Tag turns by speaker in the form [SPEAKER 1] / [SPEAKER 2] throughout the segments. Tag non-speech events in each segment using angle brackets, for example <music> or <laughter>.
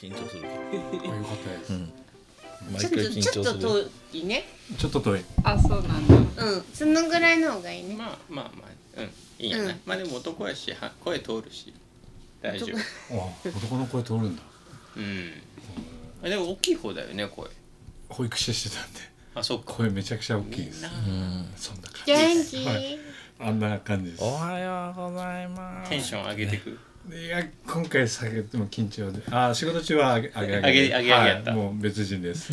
[SPEAKER 1] 緊張する。
[SPEAKER 2] あよかったです、
[SPEAKER 1] うん。
[SPEAKER 3] ちょ
[SPEAKER 1] 毎
[SPEAKER 3] っ
[SPEAKER 1] 回
[SPEAKER 3] と
[SPEAKER 1] 緊
[SPEAKER 3] ちょ
[SPEAKER 1] 張
[SPEAKER 3] っ
[SPEAKER 1] す
[SPEAKER 3] と
[SPEAKER 1] る。
[SPEAKER 3] 遠いね
[SPEAKER 2] ちょっと遠い
[SPEAKER 4] あそうなんだ
[SPEAKER 3] うんそのぐらいの方がいいね、
[SPEAKER 1] まあまあまあ、うん、いいんやな。
[SPEAKER 3] うん
[SPEAKER 1] まあでも男やし、は声通るし、大丈夫。
[SPEAKER 2] あ男の声通るんだ
[SPEAKER 1] うん。あでも大きい方だよね、声。
[SPEAKER 2] 保育士してたんで
[SPEAKER 1] あ、そっか。
[SPEAKER 2] 声めちゃくちゃ大きいです
[SPEAKER 1] な
[SPEAKER 3] うん
[SPEAKER 2] そんな感じ
[SPEAKER 3] 元
[SPEAKER 2] です
[SPEAKER 3] 気、
[SPEAKER 2] はい、あんな感じです
[SPEAKER 1] お
[SPEAKER 2] い
[SPEAKER 1] はようございます。テンション上げてく。
[SPEAKER 2] や今回下げても緊張であ仕事中は上げ上げ
[SPEAKER 1] 上げ上げ
[SPEAKER 2] はい
[SPEAKER 1] やった
[SPEAKER 2] もう別人です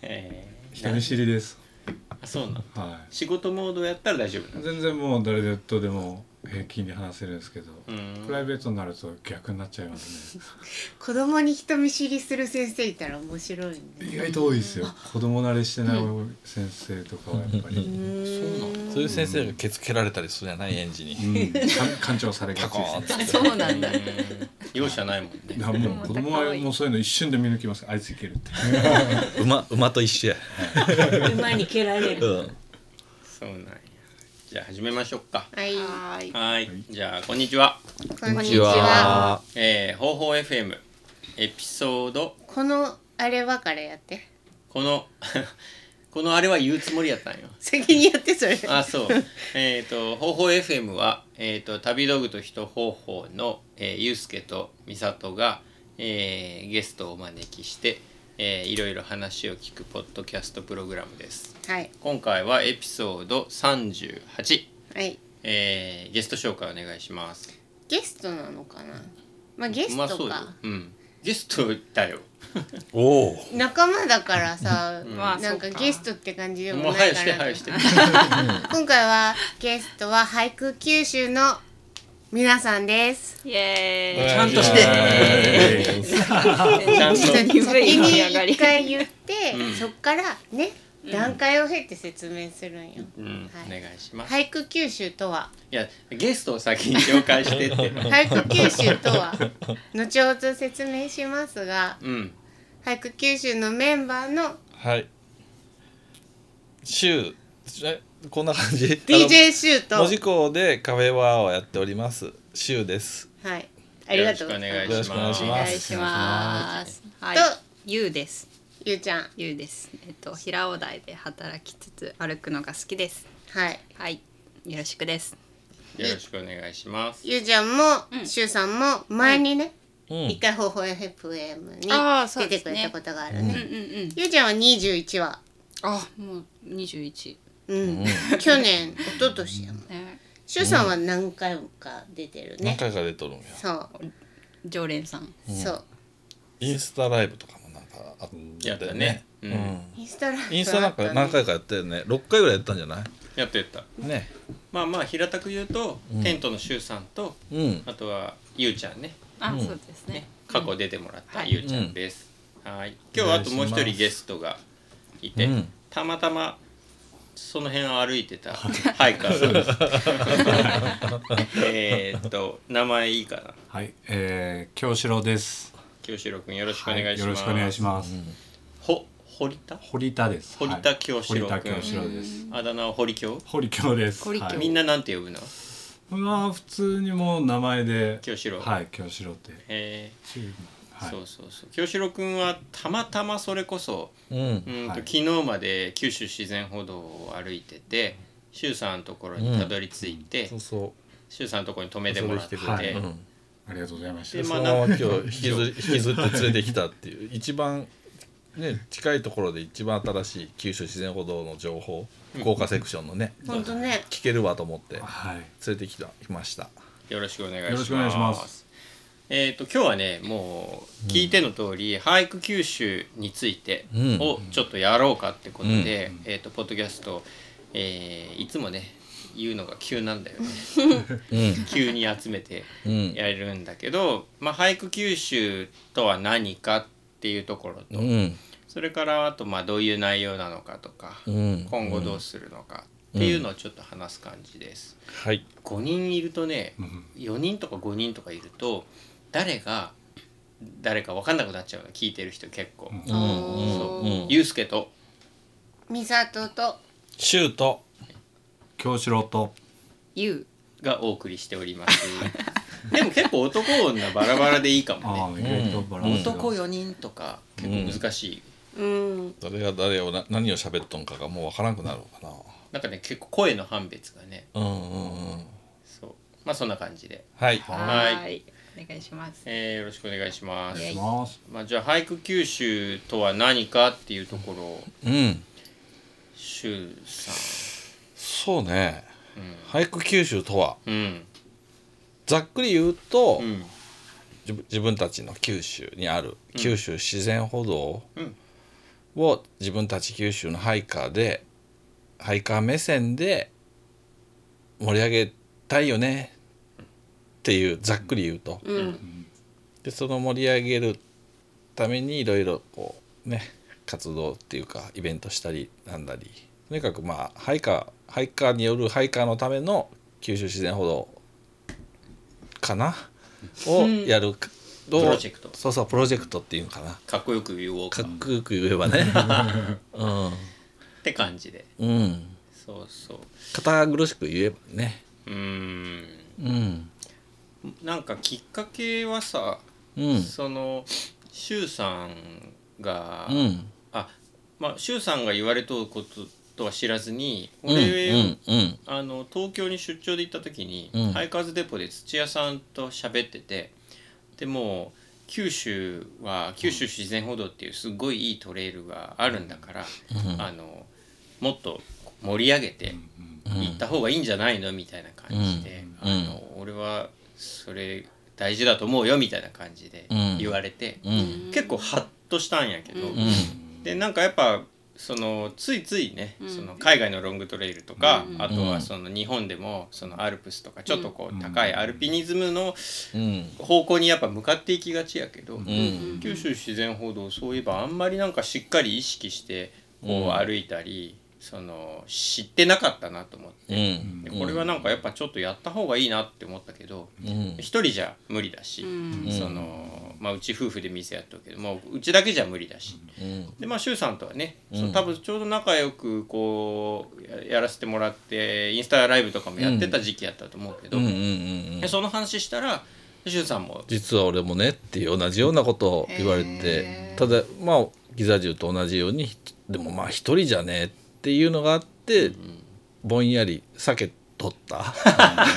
[SPEAKER 1] え
[SPEAKER 2] 人見
[SPEAKER 1] ー、
[SPEAKER 2] 知りです
[SPEAKER 1] あそうなの。
[SPEAKER 2] は
[SPEAKER 1] 仕事モードやったら大丈夫
[SPEAKER 2] い
[SPEAKER 1] なの。
[SPEAKER 2] 全然もう誰とでも平均に話せるんですけど、
[SPEAKER 1] うん
[SPEAKER 2] プライベートになると逆になっちゃいますね
[SPEAKER 3] 子供に人見知りする先生いたら面白いね
[SPEAKER 2] 意外と多いですよ子供慣れしてない先生とかはやっぱり、
[SPEAKER 3] うーん
[SPEAKER 1] そうなの。そういう先生がけつけられたりするじゃない、園児に。
[SPEAKER 2] うん、 <laughs> か干潮されが
[SPEAKER 1] パ
[SPEAKER 2] ち
[SPEAKER 1] コー
[SPEAKER 2] で
[SPEAKER 1] ンっ
[SPEAKER 2] す
[SPEAKER 1] つって。
[SPEAKER 4] そうなんだ
[SPEAKER 1] <laughs> 容赦ないもんね。
[SPEAKER 2] だからもう子供はもうそういうの一瞬で見抜きますあいついける <laughs> って
[SPEAKER 5] 馬馬と一緒や、
[SPEAKER 3] 馬に蹴られ
[SPEAKER 5] う
[SPEAKER 3] る
[SPEAKER 5] ん、
[SPEAKER 1] そうなんや。じゃあ始めましょうか。
[SPEAKER 3] はい
[SPEAKER 4] はーい
[SPEAKER 1] はい、
[SPEAKER 2] はい
[SPEAKER 1] じゃあこんにちは。
[SPEAKER 3] こん
[SPEAKER 5] こん
[SPEAKER 3] に
[SPEAKER 5] に
[SPEAKER 3] ち
[SPEAKER 5] ち
[SPEAKER 3] は
[SPEAKER 5] は
[SPEAKER 1] えー、方法 FM エピソード
[SPEAKER 3] このあれはからやって <laughs>
[SPEAKER 1] この <laughs> このあれは言うつもりやったんよ。
[SPEAKER 3] 先にやってそれ
[SPEAKER 1] あそうえっと方法 FM は、えー、と旅道具と人方法の、えー、ゆうすけとみさとが、えーゲストをお招きして、えーいろいろ話を聞くポッドキャストプログラムです
[SPEAKER 3] はい
[SPEAKER 1] 今回はエピソード38、
[SPEAKER 3] はい
[SPEAKER 1] えーゲスト紹介お願いします
[SPEAKER 3] ゲストなのかなまあゲス
[SPEAKER 1] まあ
[SPEAKER 3] ト
[SPEAKER 1] そう
[SPEAKER 3] か、
[SPEAKER 1] よ、うん、ゲストだよ
[SPEAKER 5] おお
[SPEAKER 3] 仲間だからさ、
[SPEAKER 1] ん
[SPEAKER 4] まあ
[SPEAKER 3] なんか
[SPEAKER 4] そうか
[SPEAKER 3] ゲストって感じでも
[SPEAKER 1] もう
[SPEAKER 3] な
[SPEAKER 1] 早
[SPEAKER 3] い
[SPEAKER 1] く
[SPEAKER 3] か
[SPEAKER 1] して
[SPEAKER 3] ら
[SPEAKER 1] 早く
[SPEAKER 3] <laughs>
[SPEAKER 1] して
[SPEAKER 3] 今回はゲストは俳句九州の皆さんです
[SPEAKER 4] イエーイ
[SPEAKER 1] ちゃんとしてちゃんと
[SPEAKER 4] 先に
[SPEAKER 3] 先に
[SPEAKER 4] 上がり
[SPEAKER 3] 一回言って、
[SPEAKER 1] うん
[SPEAKER 3] そっからね段階を経て説明するんよ、
[SPEAKER 1] うん、
[SPEAKER 3] は
[SPEAKER 1] お願いします、
[SPEAKER 3] い、俳句九州とはい
[SPEAKER 1] やゲストを先に紹介してって
[SPEAKER 3] <laughs> 俳句九州とは後ほど説明しますが
[SPEAKER 1] うん
[SPEAKER 3] 俳句九州のメンバーの
[SPEAKER 5] はい週えこんな感じ
[SPEAKER 3] DJ シュー
[SPEAKER 5] あ
[SPEAKER 3] と
[SPEAKER 5] の門司港でカフェワーをやっております週です
[SPEAKER 3] はいありがとうござい
[SPEAKER 1] よ
[SPEAKER 3] ま
[SPEAKER 1] ろ
[SPEAKER 5] よ
[SPEAKER 1] しくお願いし
[SPEAKER 5] ろ
[SPEAKER 1] ま
[SPEAKER 5] し
[SPEAKER 1] す
[SPEAKER 5] くお願いし
[SPEAKER 4] お
[SPEAKER 5] ま
[SPEAKER 4] 願い
[SPEAKER 5] す
[SPEAKER 4] しますはい
[SPEAKER 3] と
[SPEAKER 4] ゆうです
[SPEAKER 3] すゆうちゃん
[SPEAKER 4] ゆうですえっと平尾台で働きつつ歩くのが好きです
[SPEAKER 3] はい
[SPEAKER 4] はいよろしくです
[SPEAKER 1] よろしくお願いします
[SPEAKER 3] ゆうちゃんも、しゅうさんも前にね
[SPEAKER 5] う
[SPEAKER 3] 一、
[SPEAKER 5] ん
[SPEAKER 3] 回方法 FM に
[SPEAKER 4] あーそう
[SPEAKER 3] 出
[SPEAKER 4] で
[SPEAKER 3] て
[SPEAKER 4] す
[SPEAKER 3] く
[SPEAKER 4] ね
[SPEAKER 3] れたことがあるね
[SPEAKER 4] うんうん
[SPEAKER 3] ゆうちゃんは21話
[SPEAKER 4] あもう二十一
[SPEAKER 3] うん、去年一昨年やもん
[SPEAKER 4] ね
[SPEAKER 3] しゅうさんは何回か出てる
[SPEAKER 5] 何、
[SPEAKER 3] ね
[SPEAKER 5] 回か出とるんや
[SPEAKER 3] そう、
[SPEAKER 4] 常連さん
[SPEAKER 3] そう
[SPEAKER 5] インスタライブとかもなんかあって
[SPEAKER 1] やったね
[SPEAKER 5] う
[SPEAKER 1] うん
[SPEAKER 5] ん
[SPEAKER 3] インスタライブ
[SPEAKER 5] インスタなん
[SPEAKER 3] あっ
[SPEAKER 5] か
[SPEAKER 3] たね
[SPEAKER 5] 何回かやったよね6回ぐらいやったんじゃない
[SPEAKER 1] やってった
[SPEAKER 5] ね
[SPEAKER 1] まあまあ平たく言うと、テントのしゅうさんと
[SPEAKER 5] うん
[SPEAKER 1] あとはゆうちゃんね
[SPEAKER 4] あそうですね
[SPEAKER 1] ね過去出てもらった
[SPEAKER 4] はい
[SPEAKER 1] ゆうちゃんです、はい今日はあともう一人ゲストがいて、
[SPEAKER 5] うん
[SPEAKER 1] たまたまその辺を歩いてたハイカーですえーっと名前いいかな
[SPEAKER 2] はいえー、京志郎です
[SPEAKER 1] 清志郎君よろしくお願いしま
[SPEAKER 2] はい
[SPEAKER 1] す、
[SPEAKER 2] よろしくお願いします、
[SPEAKER 1] ほ堀田
[SPEAKER 2] 堀田です
[SPEAKER 1] 堀田京志郎君
[SPEAKER 2] はい堀田京志郎です
[SPEAKER 1] あだ名は堀京
[SPEAKER 2] 堀京です
[SPEAKER 4] 堀京
[SPEAKER 2] はい
[SPEAKER 1] みんななんて呼ぶの
[SPEAKER 2] まあ普通にもう名前で
[SPEAKER 1] 京志郎
[SPEAKER 2] はい京志郎って
[SPEAKER 1] えー
[SPEAKER 2] はい
[SPEAKER 1] そうそうそう清志郎君はたまたまそれこそ
[SPEAKER 5] うん
[SPEAKER 1] うんと、
[SPEAKER 2] はい
[SPEAKER 1] 昨日まで九州自然歩道を歩いてて周さんのところにたどり着いて
[SPEAKER 5] そうそ
[SPEAKER 1] 周、さんのところに止めてもらってて、
[SPEAKER 2] 遊びに来て
[SPEAKER 5] う
[SPEAKER 2] くれ
[SPEAKER 5] うん
[SPEAKER 2] ありがとうございま
[SPEAKER 1] で
[SPEAKER 2] し
[SPEAKER 5] そ
[SPEAKER 1] まあ
[SPEAKER 5] の
[SPEAKER 1] な
[SPEAKER 5] まま今日引き
[SPEAKER 1] <laughs>
[SPEAKER 5] ず引きずって連れてきたっていう一番ね近いところで一番新しい九州自然歩道の情報豪華セクションのね
[SPEAKER 3] ほんとね
[SPEAKER 5] 聞けるわと思って
[SPEAKER 2] たはい
[SPEAKER 5] 連れてきた来ました
[SPEAKER 1] よろしくお願いします。
[SPEAKER 2] よろしくお願いします
[SPEAKER 1] えっ、と今日はねもう聞いての通り、俳句九州について
[SPEAKER 5] うん
[SPEAKER 1] をちょっとやろうかってことで、えっ、とポッドキャスト、えーいつもね言うのが急な
[SPEAKER 2] <laughs>
[SPEAKER 1] んだよね
[SPEAKER 5] うん
[SPEAKER 1] 急に集めて
[SPEAKER 5] うん
[SPEAKER 1] やるんだけど、まあ、俳句九州とは何かっていうところと、
[SPEAKER 5] うん
[SPEAKER 1] それからあとまあどういう内容なのかとか、
[SPEAKER 5] うん
[SPEAKER 1] 今後どうするのかっていうのをちょっと話す感じです。
[SPEAKER 5] はい
[SPEAKER 1] 5人いるとね、
[SPEAKER 2] うん
[SPEAKER 1] 4人とか5人とかいると誰が誰か分かんなくなっちゃうの聞いてる人結構、
[SPEAKER 2] うん
[SPEAKER 5] うん
[SPEAKER 1] そう、
[SPEAKER 5] うん
[SPEAKER 1] ゆうすけと
[SPEAKER 3] みさとと
[SPEAKER 5] シュート
[SPEAKER 2] 京志郎と
[SPEAKER 4] ゆう
[SPEAKER 1] がお送りしておりますでも結構構男女バラバラでいいか
[SPEAKER 2] あ
[SPEAKER 1] も
[SPEAKER 2] あ
[SPEAKER 1] ね
[SPEAKER 2] 意外とバランスが
[SPEAKER 1] 男4人とか結構難しい、
[SPEAKER 3] うん
[SPEAKER 5] 誰が誰をな何を喋っとんかがもうわからんくなるのか
[SPEAKER 1] なんかね結構声の判別がね
[SPEAKER 5] なうんうんうん
[SPEAKER 1] そうまあそんな感じで、
[SPEAKER 5] はい
[SPEAKER 1] はい
[SPEAKER 4] いお願いします
[SPEAKER 1] えーよろしくお願いしま
[SPEAKER 2] お
[SPEAKER 1] す
[SPEAKER 2] 願いします
[SPEAKER 1] まあ、じゃあ俳句九州とは何かっていうところを
[SPEAKER 5] うん
[SPEAKER 1] 周さ
[SPEAKER 5] そうね、俳句九州とは
[SPEAKER 1] んうん
[SPEAKER 5] ざっくり言うと、
[SPEAKER 1] うん
[SPEAKER 5] 自分自分たちの九州にある九州自然歩道
[SPEAKER 1] うん
[SPEAKER 5] を自分たち九州のハイカーでハイカー目線で盛り上げたいよねっていうざっくり言うと、
[SPEAKER 3] うん
[SPEAKER 5] でその盛り上げるためにいろいろこうね活動っていうかイベントしたりなんだりとにかくまあハイカーハイカーによるハイカーのための九州自然歩道かなをやる、
[SPEAKER 1] プロジェクト
[SPEAKER 5] そうそうプロジェクトっていうのかな
[SPEAKER 1] かっこよく言おうか
[SPEAKER 5] か
[SPEAKER 1] っ
[SPEAKER 5] っこよく言えばね
[SPEAKER 1] て感じで
[SPEAKER 5] うん、うん、
[SPEAKER 1] そうそう
[SPEAKER 5] 堅苦しく言えばね
[SPEAKER 1] うーん
[SPEAKER 5] うん
[SPEAKER 1] なんかきっかけはさ、
[SPEAKER 5] うん
[SPEAKER 1] その周さんが、
[SPEAKER 5] うん
[SPEAKER 1] あまあ周さんが言われとることとは知らずに
[SPEAKER 5] うんう
[SPEAKER 1] 俺、
[SPEAKER 5] んうん
[SPEAKER 1] あの東京に出張で行った時に、
[SPEAKER 5] うん
[SPEAKER 1] ハイカーズデポで土屋さんと喋っててでもう九州は九州自然歩道っていうすごいいいトレイルがあるんだから、あのもっと盛り上げて行った方がいいんじゃないのみたいな感じで、
[SPEAKER 5] うん
[SPEAKER 1] あの俺はそれ大事だと思うよみたいな感じで
[SPEAKER 5] うん
[SPEAKER 1] 言われて、
[SPEAKER 5] うん
[SPEAKER 1] 結構ハッとしたんやけど、
[SPEAKER 5] うん
[SPEAKER 1] でなんかやっぱそのついついね、その海外のロングトレイルとか、あとはその日本でもそのアルプスとかちょっとこう高いアルピニズムの
[SPEAKER 5] うん
[SPEAKER 1] 方向にやっぱ向かっていきがちやけど、
[SPEAKER 5] うん
[SPEAKER 1] 九州自然報道そういえばあんまりなんかしっかり意識してこう歩いたり、その知ってなかったなと思って、
[SPEAKER 5] うん
[SPEAKER 1] でこれはなんかやっぱちょっとやった方がいいなって思ったけど、
[SPEAKER 5] うん
[SPEAKER 1] 一人じゃ無理だし、そのまあ、うち夫婦で店やっとるけどもううちだけじゃ無理だし。
[SPEAKER 5] うん
[SPEAKER 1] でまあ周さんとはね、そう多分ちょうど仲良くこうややらせてもらってインスタライブとかもやってた時期やったと思うけど、
[SPEAKER 5] うんうん
[SPEAKER 1] でその話したら周さんも
[SPEAKER 5] 実は俺もねっていう同じようなことを言われてただまあギザ銃と同じようにでもまあ一人じゃねっていうのがあってぼんやり避け取った <laughs> だか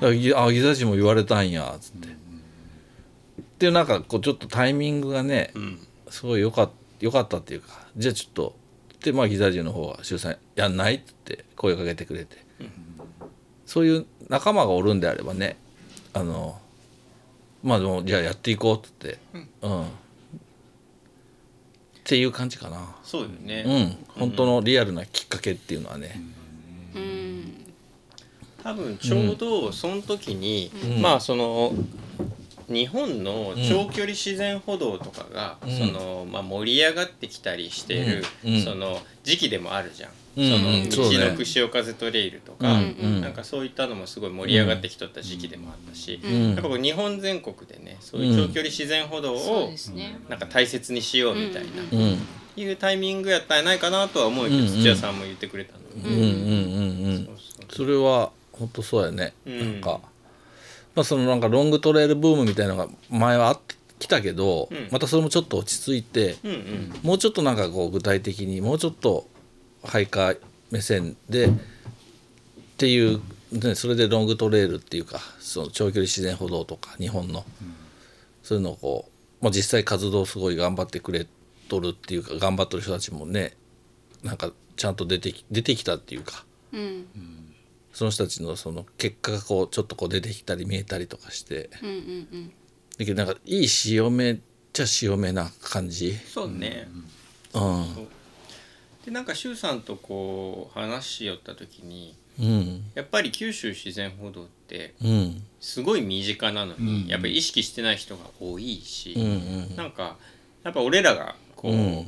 [SPEAKER 5] らギあギザ銃も言われたんやつって。っていうなんかこうちょっとタイミングがね
[SPEAKER 1] ん
[SPEAKER 5] すごい良かっ良かったっていうかじゃあちょっとでまあギザ銃の方は「周さんやんない?」って声かけてくれてそういう仲間がおるんであればねあのまあでもじゃあやっていこうっつってうん、っていう感じかな
[SPEAKER 1] そうよね、
[SPEAKER 5] うん本当のリアルなきっかけっていうのはね
[SPEAKER 1] 多分ちょうどその時に、
[SPEAKER 5] ん
[SPEAKER 1] まあその日本の長距離自然歩道とかが、そのまあ、盛り上がってきたりしている、
[SPEAKER 5] うんうん
[SPEAKER 1] その時期でもあるじゃん。
[SPEAKER 5] うんう
[SPEAKER 1] そ
[SPEAKER 5] んそ
[SPEAKER 1] の
[SPEAKER 5] うね
[SPEAKER 1] 道の串岡瀬トレイルとか、
[SPEAKER 5] うんうん
[SPEAKER 1] なんかそういったのもすごい盛り上がってきとった時期でもあったし、
[SPEAKER 5] ん
[SPEAKER 1] やっぱこう日本全国でねそういう長距離自然歩道
[SPEAKER 4] そう
[SPEAKER 1] を
[SPEAKER 4] ですね
[SPEAKER 1] なんか大切にしようみたいな、
[SPEAKER 5] うん
[SPEAKER 1] いうタイミングやったんやないかなとは思うけど、
[SPEAKER 5] うんうん
[SPEAKER 1] 土屋さんも言ってくれたの、
[SPEAKER 5] うんうんうんうん
[SPEAKER 1] そうそう
[SPEAKER 5] それは本当そうやね、
[SPEAKER 1] うん
[SPEAKER 5] なんか、まあ、そのなんかロングトレイルブームみたいなのが前はあってきたけど、
[SPEAKER 1] ん
[SPEAKER 5] またそれもちょっと落ち着いて、
[SPEAKER 1] うんうん
[SPEAKER 5] もうちょっとなんかこう具体的にもうちょっとハイカー目線でっていう、ね、それでロングトレイルっていうかその長距離自然歩道とか日本の、そういうのをこう、まあ、実際活動すごい頑張ってくれとるっていうか頑張ってる人たちもねなんかちゃんと出てき出てきたっていうか。
[SPEAKER 4] うん
[SPEAKER 5] その人たちのその結果がこうちょっとこう出てきたり見えたりとかして
[SPEAKER 4] うんうんうん
[SPEAKER 5] だけどなんかいい潮目っちゃ潮目な感じ
[SPEAKER 1] そうね、
[SPEAKER 5] うん
[SPEAKER 1] でなんか周さんとこう話しよった時に
[SPEAKER 5] うん
[SPEAKER 1] やっぱり九州自然歩道って
[SPEAKER 5] うん
[SPEAKER 1] すごい身近なのに、やっぱり意識してない人が多いし、
[SPEAKER 5] うんうん
[SPEAKER 1] なんかやっぱ俺らがこう、
[SPEAKER 5] うん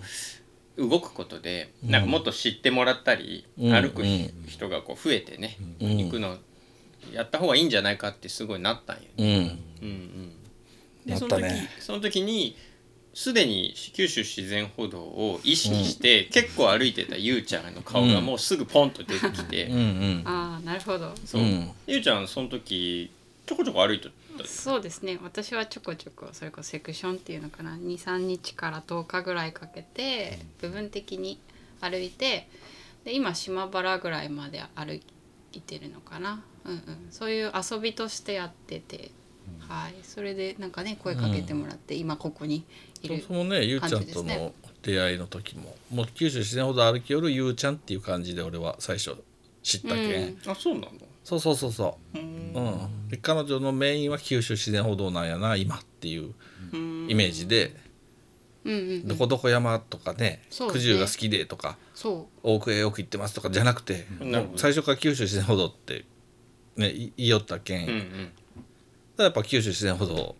[SPEAKER 1] 動くことでなんかもっと知ってもらったり、
[SPEAKER 5] うん
[SPEAKER 1] 歩くひ
[SPEAKER 5] う
[SPEAKER 1] 人がこう増えてね、
[SPEAKER 5] うん
[SPEAKER 1] 行くのやった方がいいんじゃないかってすごいなったんよね。
[SPEAKER 5] うん
[SPEAKER 1] うんうん、で
[SPEAKER 5] な
[SPEAKER 1] そ
[SPEAKER 5] っ
[SPEAKER 1] の
[SPEAKER 5] た
[SPEAKER 1] 時
[SPEAKER 5] ね
[SPEAKER 1] その時にすでに九州自然歩道を意識して、結構歩いてたゆうちゃんの顔がもうすぐポンと出てきて、
[SPEAKER 5] うんうん
[SPEAKER 4] ああなるほど
[SPEAKER 1] そう
[SPEAKER 5] うん
[SPEAKER 1] ゆうちゃんその時ちょこちょこ歩いてったり
[SPEAKER 4] そうですね私はちょこちょこそれこそセクションっていうのかな23日から10日ぐらいかけて部分的に歩いてで今島原ぐらいまで歩いてるのかな、うんうん、そういう遊びとしてやってて、はい、それでなんかね声かけてもらって、今ここに
[SPEAKER 5] そ
[SPEAKER 4] い
[SPEAKER 5] も
[SPEAKER 4] る
[SPEAKER 5] そもねゆうちゃんとの出会いの時ももう九州自然ほど歩き寄るゆうちゃんっていう感じで俺は最初知ったけん、
[SPEAKER 4] うん
[SPEAKER 1] あそうなの
[SPEAKER 5] そうそうそうそうう、
[SPEAKER 1] ん
[SPEAKER 5] うん、で彼女のメインは九州自然歩道なんやな今っていうイ
[SPEAKER 1] イ
[SPEAKER 5] メージで、
[SPEAKER 4] うんうんう
[SPEAKER 5] ど
[SPEAKER 4] ん、
[SPEAKER 5] こどこ山とかね
[SPEAKER 4] そう
[SPEAKER 5] 九
[SPEAKER 4] ですね
[SPEAKER 5] 十が好きでとか
[SPEAKER 4] そう
[SPEAKER 5] 奥へよく行ってますとかじゃなくて、
[SPEAKER 1] うん
[SPEAKER 5] もう最初から九州自然歩道って、ね、い言いよったけん、
[SPEAKER 1] うんう
[SPEAKER 5] だか
[SPEAKER 1] ん
[SPEAKER 5] らやっぱ九州自然歩道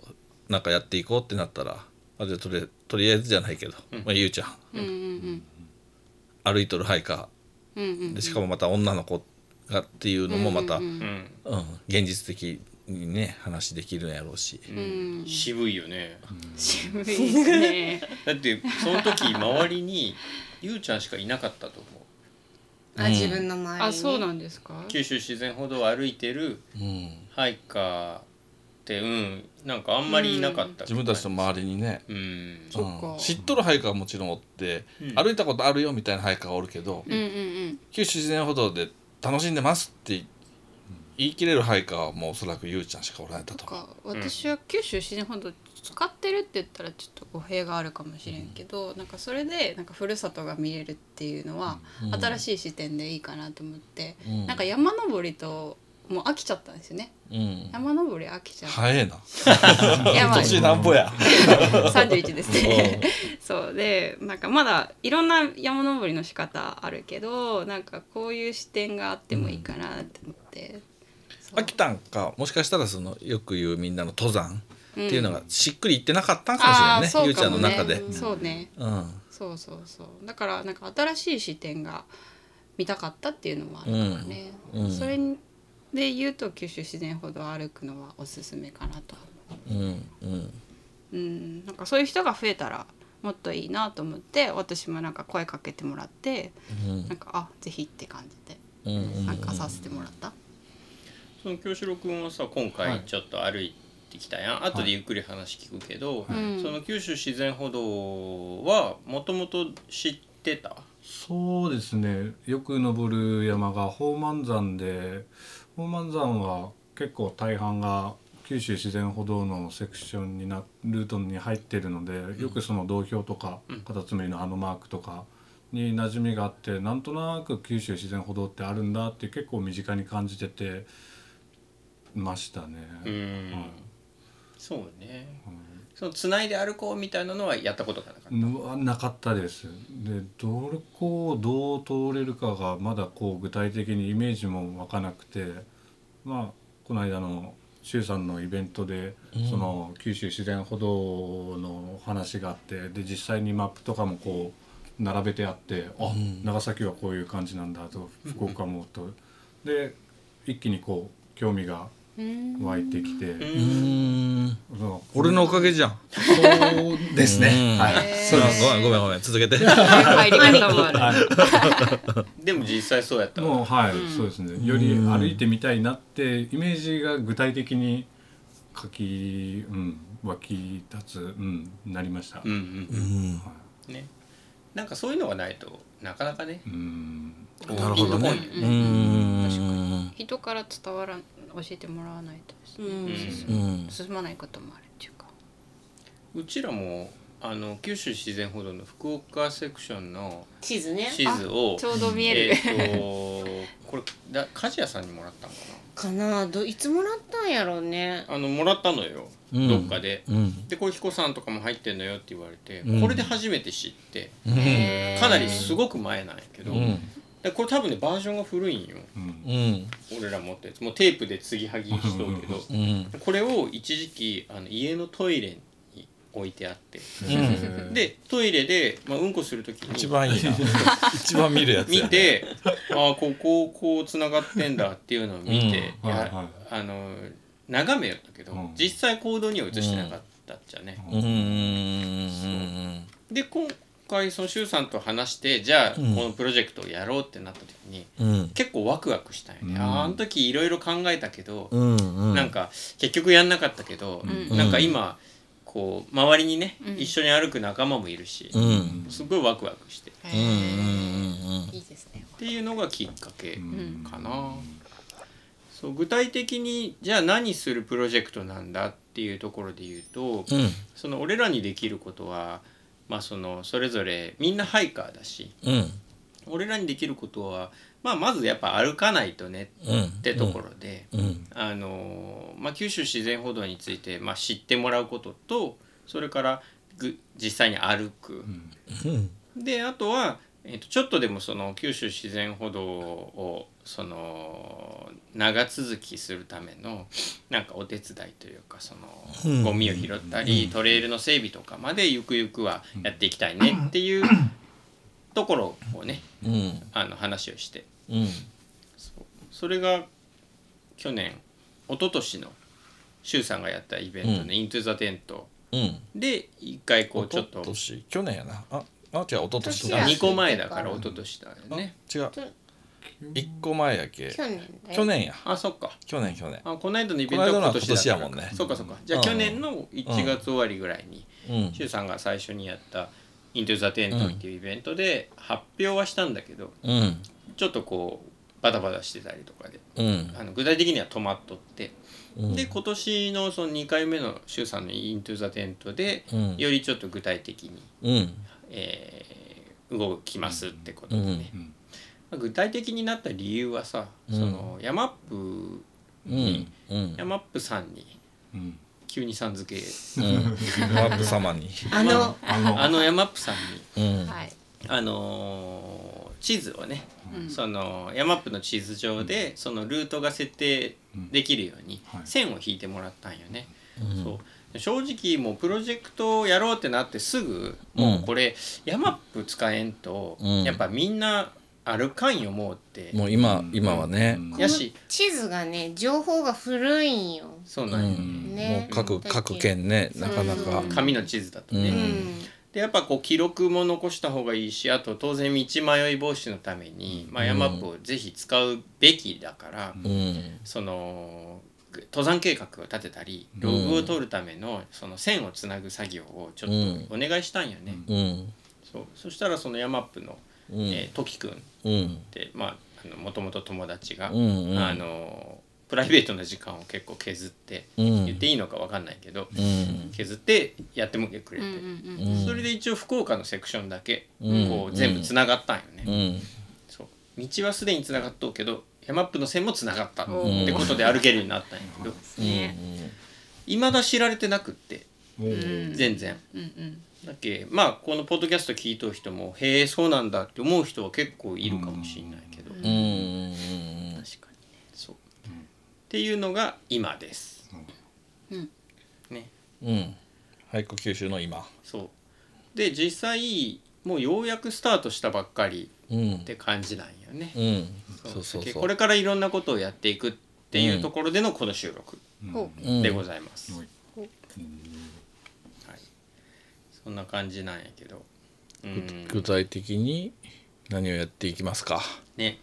[SPEAKER 5] なんかやっていこうってなったらあじゃあとりあえとりあえずじゃないけど、まあ、ゆうちゃん
[SPEAKER 4] うんうん
[SPEAKER 5] 歩いとるハイカ
[SPEAKER 4] うんうんうん
[SPEAKER 5] ーでしかもまた女の子がっていうのもまた、う
[SPEAKER 4] うんん
[SPEAKER 5] <laughs>
[SPEAKER 1] うん
[SPEAKER 5] 現実的にね話できるんやろうし、
[SPEAKER 4] うん
[SPEAKER 1] 渋いよね
[SPEAKER 4] 渋いですね
[SPEAKER 5] <laughs>
[SPEAKER 1] だってその時周りにゆうちゃんしかいなかったと思う
[SPEAKER 3] あ自分の周りに
[SPEAKER 4] あそうなんですか
[SPEAKER 1] 九州自然歩道を歩いてる
[SPEAKER 6] うん、
[SPEAKER 1] ハイカーってうんなんかあんまりいなかった
[SPEAKER 6] 自分たちの周りにね、
[SPEAKER 1] うん
[SPEAKER 4] そっか
[SPEAKER 6] うん知っとる配下はもちろんおって、
[SPEAKER 1] うん
[SPEAKER 6] 歩いたことあるよみたいな配下はおるけど、
[SPEAKER 4] うんうんうん
[SPEAKER 6] 九州自然歩道で楽しんでますって言い切れる配下はもうおそらくゆうちゃんしかおられたと思う
[SPEAKER 4] か私は九州自然本土使ってるって言ったらちょっと語弊があるかもしれんけど、なんかそれでなんかふるさとが見れるっていうのは
[SPEAKER 6] うん
[SPEAKER 4] 新しい視点でいいかなと思って、
[SPEAKER 6] うん
[SPEAKER 4] なんか山登りともう飽きちゃったんですよね
[SPEAKER 6] うん
[SPEAKER 4] 山登り飽きちゃう、
[SPEAKER 6] 早えな
[SPEAKER 4] 山
[SPEAKER 6] 年なんぼや
[SPEAKER 4] 31ですね <laughs> そうでなんかまだいろんな山登りの仕方あるけどなんかこういう視点があってもいいかなって思って、そう
[SPEAKER 5] 飽きたんかもしかしたらそのよく言うみんなの登山っていうのがしっくりいってなかったんかもしれない
[SPEAKER 4] あー
[SPEAKER 5] ね、
[SPEAKER 4] そ
[SPEAKER 5] ゆ
[SPEAKER 4] う
[SPEAKER 5] うちゃ
[SPEAKER 4] か
[SPEAKER 5] ん
[SPEAKER 4] も
[SPEAKER 5] の
[SPEAKER 4] ね
[SPEAKER 5] 中で。
[SPEAKER 4] そうね
[SPEAKER 5] うん
[SPEAKER 4] そうそうそうだからなんか新しい視点が見たかったっていうのもあるからね、
[SPEAKER 5] うんうん
[SPEAKER 4] それで言うと九州自然歩道を歩くのはおすすめかなと
[SPEAKER 5] うんうん
[SPEAKER 4] うんなんかそういう人が増えたらもっといいなと思って私もなんか声かけてもらって、なんかあぜひって感じ
[SPEAKER 5] うんうん
[SPEAKER 4] で参加させてもらった、
[SPEAKER 1] その京志郎君はさ今回ちょっと歩いてきたやん、後でゆっくり話聞くけど、
[SPEAKER 4] い
[SPEAKER 1] その九州自然歩道はもともと知ってた
[SPEAKER 2] そうですねよく登る山が宝満山で宝満山は結構大半が九州自然歩道のセクションになルートに入ってるのでよくその道標とか
[SPEAKER 1] うん
[SPEAKER 2] カタツムリのあのマークとかに馴染みがあってなんとなく九州自然歩道ってあるんだって結構身近に感じててましたね。
[SPEAKER 1] うん、
[SPEAKER 2] はい
[SPEAKER 1] そうね、そのつないで歩こうみたいなのはやったことがなかった、
[SPEAKER 2] うわなかったですでどこをどう通れるかがまだこう具体的にイメージも湧かなくてまあこの間の周さんのイベントで、その九州自然歩道の話があってで実際にマップとかもこう並べてあってあ、長崎はこういう感じなんだと福岡もと、で一気にこう興味が湧いてきて、
[SPEAKER 5] うん
[SPEAKER 2] その
[SPEAKER 5] 俺のおかげじゃん。
[SPEAKER 2] そうですね、はい
[SPEAKER 5] <laughs> ごめんごめんごめん続けて。
[SPEAKER 4] 入り方もある
[SPEAKER 1] でも実際そうやったわ
[SPEAKER 2] もうはい、そうですねより歩いてみたいなってイメージが具体的に書き、うん、湧き立つ、うん、なりました、
[SPEAKER 1] うんうん
[SPEAKER 5] うん
[SPEAKER 1] うんねなんかそういうのがないとなかなかね
[SPEAKER 2] うん
[SPEAKER 1] こう
[SPEAKER 5] なるほどね
[SPEAKER 1] ピンと
[SPEAKER 5] う
[SPEAKER 1] こいよ
[SPEAKER 5] ん
[SPEAKER 4] 人から伝わらん教えてもらわないとですね、
[SPEAKER 1] う
[SPEAKER 5] うん
[SPEAKER 4] 進まないこともあるっていうか
[SPEAKER 1] んうちらもあの九州自然歩道の福岡セクションの
[SPEAKER 3] 地図ね
[SPEAKER 1] 地図を
[SPEAKER 4] ちょうど見える、
[SPEAKER 1] えー、と <laughs> これだ鍛冶屋さんにもらったのか
[SPEAKER 3] かなどいつもらったんやろうね
[SPEAKER 1] なあのもらったのよ、
[SPEAKER 5] うん
[SPEAKER 1] どっかで、
[SPEAKER 5] うん
[SPEAKER 1] でこれ彦さんとかも入ってんのよって言われて、
[SPEAKER 5] うん
[SPEAKER 1] これで初めて知って
[SPEAKER 4] へー
[SPEAKER 1] かなりすごく前なんやけど、
[SPEAKER 5] うん
[SPEAKER 1] でこれ多分ねバージョンが古いんよ
[SPEAKER 2] うん
[SPEAKER 5] うん
[SPEAKER 1] 俺ら持ってるやつもうテープで継ぎはぎしとるけど
[SPEAKER 5] うん
[SPEAKER 1] これを一時期あの家のトイレに置いてあって
[SPEAKER 2] うん
[SPEAKER 1] でトイレで、まあ、うんこする時に
[SPEAKER 5] 一番いいな一番見るやつや
[SPEAKER 1] 見てああこここうつながってんだっていうのを見て、
[SPEAKER 2] うん
[SPEAKER 1] いや
[SPEAKER 2] はいはい
[SPEAKER 1] あの眺めやったけど、
[SPEAKER 2] うん
[SPEAKER 1] 実際行動には移してなかったっちゃね、
[SPEAKER 5] うんうんうん
[SPEAKER 1] でこん回その周さんと話してじゃあこ
[SPEAKER 5] ん
[SPEAKER 1] のプロジェクトをやろうってなった時に、
[SPEAKER 5] うん
[SPEAKER 1] 結構ワクワクしたよね、
[SPEAKER 2] うん
[SPEAKER 1] あーあの時いろいろ考えたけど、
[SPEAKER 5] うんうん
[SPEAKER 1] なんか結局やんなかったけど、
[SPEAKER 4] うん
[SPEAKER 1] なんか今こう周りにね、
[SPEAKER 4] うん
[SPEAKER 1] 一緒に歩く仲間もいるし、
[SPEAKER 5] うんうん
[SPEAKER 1] すごいワクワクしてっ
[SPEAKER 4] へ
[SPEAKER 5] うんう
[SPEAKER 4] ー
[SPEAKER 5] ん
[SPEAKER 4] いいですね
[SPEAKER 1] ていうのがきっかけ
[SPEAKER 2] うん
[SPEAKER 1] かな、そう具体的にじゃあ何するプロジェクトなんだっていうところで言うと
[SPEAKER 5] うん
[SPEAKER 1] その俺らにできることは、まあ、そのそれぞれみんなハイカーだし
[SPEAKER 5] うん
[SPEAKER 1] 俺らにできることは、まあ、まずやっぱ歩かないとね
[SPEAKER 5] うん
[SPEAKER 1] ってところで。
[SPEAKER 5] うん
[SPEAKER 1] あのまあ、九州自然歩道について、まあ、知ってもらうこととそれからぐ実際に歩く、
[SPEAKER 5] うん
[SPEAKER 1] であとは、えっとちょっとでもその九州自然歩道をその長続きするためのなんかお手伝いというかその、
[SPEAKER 5] うん
[SPEAKER 1] ゴミを拾ったり、トレイルの整備とかまでゆくゆくはやっていきたいねっていうところをね
[SPEAKER 5] うん
[SPEAKER 1] あの話をして
[SPEAKER 5] うん
[SPEAKER 1] そうそれが去年一昨年の周さんがやったイベントの
[SPEAKER 5] う
[SPEAKER 1] 「
[SPEAKER 5] ん
[SPEAKER 1] イントゥ・ザ・テント
[SPEAKER 5] うん」
[SPEAKER 1] で一回こうちょっ
[SPEAKER 6] 一昨
[SPEAKER 1] と
[SPEAKER 6] 年去年やなああ違う一昨年
[SPEAKER 3] 一昨
[SPEAKER 1] あ
[SPEAKER 3] 年
[SPEAKER 1] 2個前だから一昨年だよね
[SPEAKER 6] 違う一個前やけ
[SPEAKER 3] 去年だよ
[SPEAKER 6] 去年や
[SPEAKER 1] あそっか
[SPEAKER 6] 去年去年
[SPEAKER 1] あこの間のイベントは
[SPEAKER 6] この間の
[SPEAKER 1] 今
[SPEAKER 6] は
[SPEAKER 1] 年
[SPEAKER 6] 今
[SPEAKER 1] だから
[SPEAKER 6] 年やもんね
[SPEAKER 1] そっかそっかじゃあ
[SPEAKER 5] うん
[SPEAKER 1] 去年の1月終わりぐらいに
[SPEAKER 5] うん
[SPEAKER 1] 周さんが最初にやった「イントゥ・ザ・テント」っていうイベントで発表はしたんだけど
[SPEAKER 5] うん
[SPEAKER 1] ちょっとこうバタバタしてたりとかで
[SPEAKER 5] うん
[SPEAKER 1] あの具体的には止まっとって
[SPEAKER 5] うん
[SPEAKER 1] で今年のその2回目の周さんの「イントゥ・ザ・テント」で
[SPEAKER 5] うん
[SPEAKER 1] よりちょっと具体的に、
[SPEAKER 5] うん
[SPEAKER 1] えー動きますってこと
[SPEAKER 5] う
[SPEAKER 1] で
[SPEAKER 5] ん
[SPEAKER 1] ね、まあ具体的になった理由はさ、
[SPEAKER 5] うん
[SPEAKER 1] そのヤマップ
[SPEAKER 5] うんうん
[SPEAKER 1] ヤマップさんに
[SPEAKER 2] うん
[SPEAKER 1] 急にさん付け
[SPEAKER 6] マップ様に
[SPEAKER 3] あの
[SPEAKER 2] あの
[SPEAKER 1] あのヤマップさんに
[SPEAKER 5] うん
[SPEAKER 4] はい
[SPEAKER 1] あのー地図をね、
[SPEAKER 4] うん
[SPEAKER 1] そのヤマップの地図上でそのルートが設定できるように
[SPEAKER 2] うんはい
[SPEAKER 1] 線を引いてもらったんよね。そう正直もうプロジェクトをやろうってなってすぐもうこれヤマップ使えんと
[SPEAKER 5] うん
[SPEAKER 1] やっぱみんな歩かんよもうって
[SPEAKER 5] もう今今はね
[SPEAKER 2] うん
[SPEAKER 1] やし
[SPEAKER 3] 地図がね情報が古いんよ
[SPEAKER 1] そう
[SPEAKER 5] う
[SPEAKER 1] なんよ
[SPEAKER 5] んも
[SPEAKER 3] ね
[SPEAKER 5] う各
[SPEAKER 3] だって
[SPEAKER 5] 各県ねなかなか
[SPEAKER 4] うん
[SPEAKER 1] 紙の地図だとね。
[SPEAKER 5] う
[SPEAKER 3] うんん
[SPEAKER 1] でやっぱこう記録も残した方がいいしあと当然道迷い防止のために、まあ、
[SPEAKER 5] うん
[SPEAKER 1] ヤマップをぜひ使うべきだから、
[SPEAKER 5] うん
[SPEAKER 1] その登山計画を立てたりログを取るためのその線をつなぐ作業をちょっ
[SPEAKER 5] うん
[SPEAKER 1] とお願いしたんよね。
[SPEAKER 5] うん
[SPEAKER 1] そうそしたらそのヤマップの、
[SPEAKER 5] うん
[SPEAKER 1] えー、トキ君っ
[SPEAKER 5] うん
[SPEAKER 1] てまあもともと友達が、
[SPEAKER 5] うんうん
[SPEAKER 1] あのプライベートな時間を結構削って、
[SPEAKER 5] うん
[SPEAKER 1] 言っていいのかわかんないけど、
[SPEAKER 5] うん
[SPEAKER 1] 削ってやってもくれて。
[SPEAKER 4] うんうんうん
[SPEAKER 5] うん
[SPEAKER 1] それで一応福岡のセクションだけ、
[SPEAKER 5] うん
[SPEAKER 1] こう全部つながったんよね、
[SPEAKER 5] うん
[SPEAKER 1] そう道はすでにつながっとうけど山マップの線もつながったっ
[SPEAKER 4] うん
[SPEAKER 1] てことで歩けるようになったんやけど
[SPEAKER 4] ですね
[SPEAKER 1] いまだ知られてなくって
[SPEAKER 2] おう
[SPEAKER 4] うん
[SPEAKER 1] 全然
[SPEAKER 4] うんうん
[SPEAKER 1] だっけまあこのポッドキャスト聞いとう人もへえそうなんだって思う人は結構いるかもしれないけど、
[SPEAKER 5] うんうん
[SPEAKER 1] 確かにねそう、っていうのが今です、
[SPEAKER 4] うん
[SPEAKER 1] ね
[SPEAKER 5] うん
[SPEAKER 6] 俳句九州の今
[SPEAKER 1] そうで実際もうようやくスタートしたばっかり
[SPEAKER 5] うん
[SPEAKER 1] って感じなんよね、
[SPEAKER 5] うんそうそうそう
[SPEAKER 1] これからいろんなことをやっていくっていうところでのこの収録
[SPEAKER 4] ほう
[SPEAKER 5] うん
[SPEAKER 1] でございます、
[SPEAKER 2] はい
[SPEAKER 1] はい、そんな感じなんやけどうん
[SPEAKER 5] 具体的に何をやっていきますか
[SPEAKER 1] ね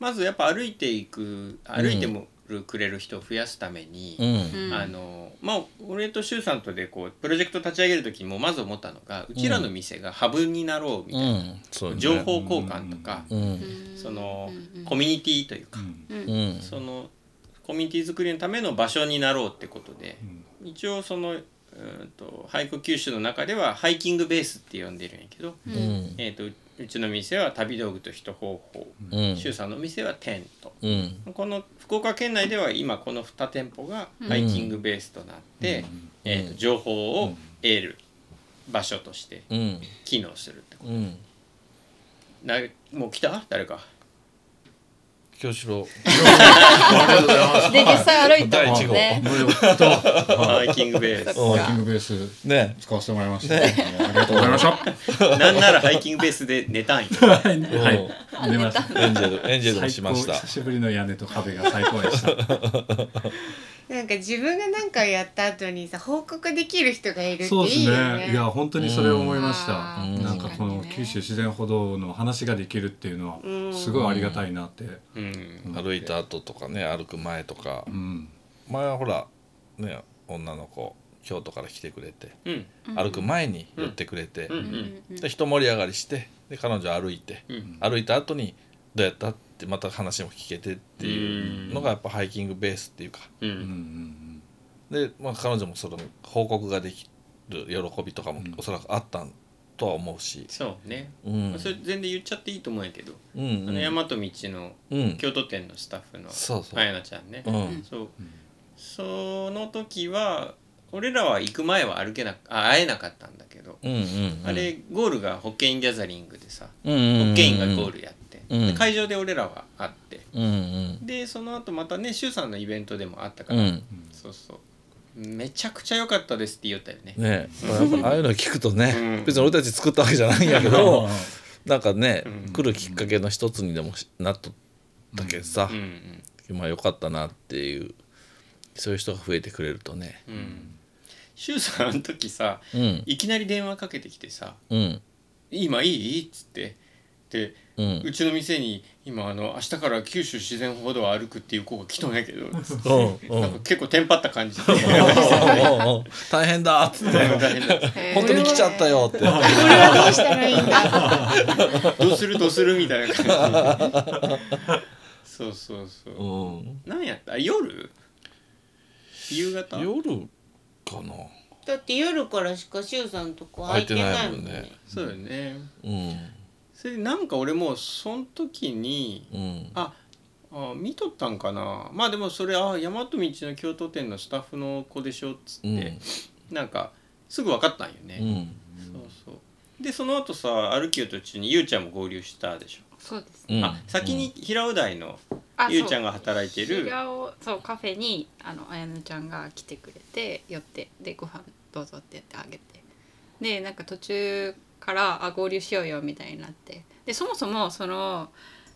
[SPEAKER 1] まずやっぱ歩いていく歩いてもくれる人を増やすため
[SPEAKER 5] う
[SPEAKER 1] に、
[SPEAKER 5] ん
[SPEAKER 4] うん
[SPEAKER 1] あのまあ俺と周さんとでこうプロジェクト立ち上げる時にもまず思ったのがうちらの店がハブになろうみた
[SPEAKER 5] う
[SPEAKER 1] いな、
[SPEAKER 5] んそうね
[SPEAKER 1] 情報交換とか、
[SPEAKER 5] うん
[SPEAKER 1] その、
[SPEAKER 4] うんうん
[SPEAKER 1] コミュニティというか、
[SPEAKER 5] うん
[SPEAKER 1] そのコミュニティ作りのための場所になろうってことで、
[SPEAKER 2] ん
[SPEAKER 1] 一応そのうーんと俳句九州の中ではハイキングベースって呼んでるんやけど、
[SPEAKER 5] うん
[SPEAKER 1] えー、とうちの店は旅道具と人方法、
[SPEAKER 5] うん
[SPEAKER 1] 周さんのお店はテント
[SPEAKER 5] うん
[SPEAKER 1] この福岡県内では今この2店舗がハイキングベースとなって、えーと情報を得る場所として
[SPEAKER 5] うん
[SPEAKER 1] 機能するってこ
[SPEAKER 5] うん
[SPEAKER 1] となもう来た
[SPEAKER 5] <laughs>
[SPEAKER 1] 誰か
[SPEAKER 6] 京志郎
[SPEAKER 4] で実際歩いたもんね
[SPEAKER 2] 無料と
[SPEAKER 1] ハイキングベース
[SPEAKER 2] ワーキングベース
[SPEAKER 6] ね
[SPEAKER 2] 使わせてもらいました。ありがとうございました。
[SPEAKER 1] なんならハイキングベースで寝たん
[SPEAKER 5] <laughs>
[SPEAKER 1] よ
[SPEAKER 2] はい、出ました。
[SPEAKER 6] <laughs> エンジェルエンジェルもしま
[SPEAKER 2] 最高
[SPEAKER 6] した
[SPEAKER 2] 久しぶりの屋根と壁が最高でした。
[SPEAKER 3] でか自分が何かやった後にさ報告できる人がいるって
[SPEAKER 2] <laughs> そうです
[SPEAKER 3] いいよ
[SPEAKER 2] ね
[SPEAKER 3] ね。
[SPEAKER 2] いや本当にそれを思いました、
[SPEAKER 4] うん
[SPEAKER 2] なんかこ
[SPEAKER 4] うん
[SPEAKER 2] の九州自然歩道の話ができるっていうの
[SPEAKER 3] うん
[SPEAKER 2] はすごいありがたいなって、
[SPEAKER 1] うん
[SPEAKER 5] 歩いた後とかね歩く前とか
[SPEAKER 2] うん
[SPEAKER 5] 前はほらね女の子京都から来てくれて
[SPEAKER 1] うん
[SPEAKER 5] 歩く前に寄ってくれて、
[SPEAKER 1] うん
[SPEAKER 5] で一盛り上がりしてで彼女歩いて、
[SPEAKER 1] うん
[SPEAKER 5] 歩いた後にどうやったってまた話も聞けてっていうのがやっぱハイキングベースっていうか
[SPEAKER 1] う
[SPEAKER 2] うんうん
[SPEAKER 1] ん
[SPEAKER 5] で、まあ、彼女もその報告ができる喜びとかもおそらくあったとは思うし、
[SPEAKER 1] そうね
[SPEAKER 5] うんうん
[SPEAKER 1] それ全然言っちゃっていいと思うんやけど
[SPEAKER 5] う
[SPEAKER 1] あ
[SPEAKER 5] ん
[SPEAKER 1] の大和道の
[SPEAKER 5] うん
[SPEAKER 1] 京都店のスタッフの
[SPEAKER 5] そうそう、
[SPEAKER 1] あやなちゃんね
[SPEAKER 5] うん
[SPEAKER 1] そうその時は俺らは行く前は歩けなあ会えなかったんだけど
[SPEAKER 5] うんうん
[SPEAKER 1] あれゴールがホッケインギャザリングでさ
[SPEAKER 5] うんう
[SPEAKER 1] ホ
[SPEAKER 5] ん
[SPEAKER 1] ッケインがゴールやって
[SPEAKER 5] うん
[SPEAKER 1] で会場で俺らは会って
[SPEAKER 5] うんうん
[SPEAKER 1] でその後またね周さんのイベントでも会ったか
[SPEAKER 5] う
[SPEAKER 1] ら
[SPEAKER 5] ん
[SPEAKER 1] そうそうめちゃくちゃ良かったですって言ったよね
[SPEAKER 5] ねえや
[SPEAKER 1] <laughs>
[SPEAKER 5] っぱああいうの聞くとね、
[SPEAKER 1] うん
[SPEAKER 5] 別に俺たち作ったわけじゃないんやけど <laughs> なんかね、
[SPEAKER 1] うん
[SPEAKER 5] 来るきっかけの一つにでもしなっとったけどさ
[SPEAKER 1] う、ん
[SPEAKER 5] まあよかったなっていうそういう人が増えてくれるとね
[SPEAKER 1] うんうん周さんあの時さ
[SPEAKER 5] うん
[SPEAKER 1] いきなり電話かけてきてさ
[SPEAKER 5] うん
[SPEAKER 1] 「今いい?」っつってで
[SPEAKER 5] うん
[SPEAKER 1] うちの店に今あの明日から九州自然歩道を歩くっていう子が来たんやけど
[SPEAKER 5] <laughs> うんうん
[SPEAKER 1] なんか結構テンパっ
[SPEAKER 5] <laughs>
[SPEAKER 1] た感じで <laughs>
[SPEAKER 5] おうおうおう <laughs> 大変だっつって
[SPEAKER 1] 大変だ
[SPEAKER 5] <laughs> 本当に来ちゃったよって
[SPEAKER 3] これはどうしたらいいんだ。
[SPEAKER 1] どうするどうする
[SPEAKER 5] <laughs>
[SPEAKER 1] みたいな感じそうそうそう
[SPEAKER 5] うん
[SPEAKER 1] 何やった夜夕方
[SPEAKER 5] 夜かな
[SPEAKER 3] だって夜からしかしゅうさんとこ空いてないもんね。
[SPEAKER 1] そうよね
[SPEAKER 5] うん
[SPEAKER 1] それでなんか俺もその時に
[SPEAKER 5] うん
[SPEAKER 1] ああ見とったんかなまあでもそれあ大和道の京都店のスタッフの子でしょっつっ
[SPEAKER 5] うん
[SPEAKER 1] て、なんかすぐ分かったんよ
[SPEAKER 5] う
[SPEAKER 1] ね、
[SPEAKER 5] ん
[SPEAKER 1] そうそうでその後さ歩きよ途中にゆうちゃんも合流したでしょ、
[SPEAKER 4] そうです
[SPEAKER 5] うん
[SPEAKER 1] あ先に平尾台の
[SPEAKER 4] あ
[SPEAKER 1] ゆうちゃんが働いて
[SPEAKER 4] そ
[SPEAKER 1] る
[SPEAKER 4] う平尾そうカフェにあのあやちゃんが来てくれて寄ってでご飯どうぞってやってあげてでなんか途中からあ合流しようよみたいになってでそもそもその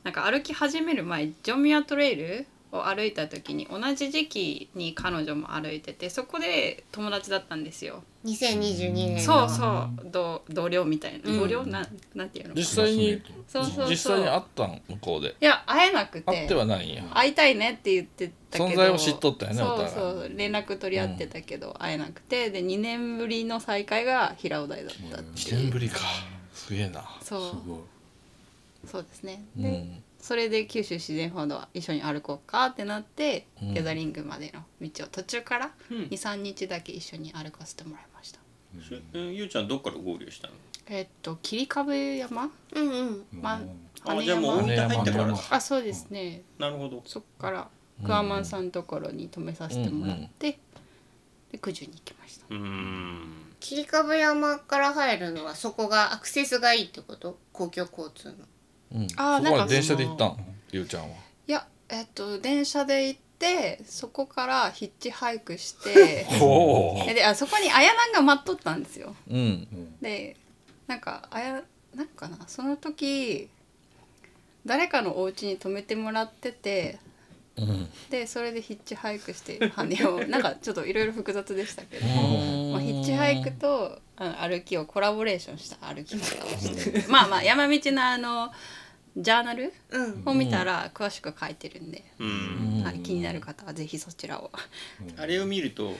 [SPEAKER 4] なんか歩き始める前ジョミアトレイルを歩いた時に同じ時期に彼女も歩いててそこで友達だったんですよ、
[SPEAKER 3] 2022年の。
[SPEAKER 4] そうそう同同僚みたいな、
[SPEAKER 3] うん
[SPEAKER 4] 同僚なんなんていうのかな
[SPEAKER 5] 実際に
[SPEAKER 4] そうそうそう
[SPEAKER 5] 実際に会ったん向こうで
[SPEAKER 4] いや会えなくて
[SPEAKER 5] 会ってはないんや
[SPEAKER 4] 会いたいねって言ってたけど
[SPEAKER 5] 存在を知っとったよねお
[SPEAKER 4] そう
[SPEAKER 5] 互い
[SPEAKER 4] そう連絡取り合ってたけど、会えなくてで2年ぶりの再会が平尾台だったって
[SPEAKER 5] 1
[SPEAKER 4] いう、
[SPEAKER 5] 年ぶりかすげえな
[SPEAKER 4] そ
[SPEAKER 2] す
[SPEAKER 4] う
[SPEAKER 2] ごい
[SPEAKER 4] そうですね
[SPEAKER 5] う
[SPEAKER 4] で、
[SPEAKER 5] ん
[SPEAKER 4] それで九州自然歩道は一緒に歩こうかってなって、
[SPEAKER 5] うん
[SPEAKER 4] ギャザリングまでの道を途中から
[SPEAKER 1] うん
[SPEAKER 4] 23日だけ一緒に歩かせてもらいました、
[SPEAKER 1] しゅうんゆうちゃんどっから合流したの
[SPEAKER 4] えっと霧壁山
[SPEAKER 3] うんうん。
[SPEAKER 4] ま
[SPEAKER 1] あ
[SPEAKER 4] 羽
[SPEAKER 1] じゃあもう大
[SPEAKER 4] 山
[SPEAKER 1] 分入ってから
[SPEAKER 2] 羽
[SPEAKER 1] だ
[SPEAKER 2] 山
[SPEAKER 4] あそうですね、
[SPEAKER 1] なるほど
[SPEAKER 4] そっからクアマンさんのところに止めさせてもらって、で九十に行きました
[SPEAKER 1] うーん
[SPEAKER 3] 霧株山から入るのはそこがアクセスがいいってこと公共交通の。
[SPEAKER 5] うんそこ
[SPEAKER 4] あーなんかそ
[SPEAKER 5] は
[SPEAKER 4] の
[SPEAKER 5] 電車で行ったんゆうちゃんはい
[SPEAKER 4] やえっと電車で行ってそこからヒッチハイクして
[SPEAKER 3] <laughs>
[SPEAKER 5] お
[SPEAKER 4] えであそこに綾南が待っとったんですよ
[SPEAKER 5] うん
[SPEAKER 4] でなんかあやなんかなその時誰かのお家に泊めてもらってて
[SPEAKER 5] うん
[SPEAKER 4] でそれでヒッチハイクして羽
[SPEAKER 3] <laughs>
[SPEAKER 4] をなんかちょっといろいろ複雑でしたけど、まあ、ヒッチハイクとあの歩きをコラボレーションした歩き方をしてまあまあ山道のあのジャーナル
[SPEAKER 3] うん。
[SPEAKER 4] を見たら詳しく書いてるんで、
[SPEAKER 1] うん
[SPEAKER 4] はい、気になる方はぜひそちらを。
[SPEAKER 1] あれを見ると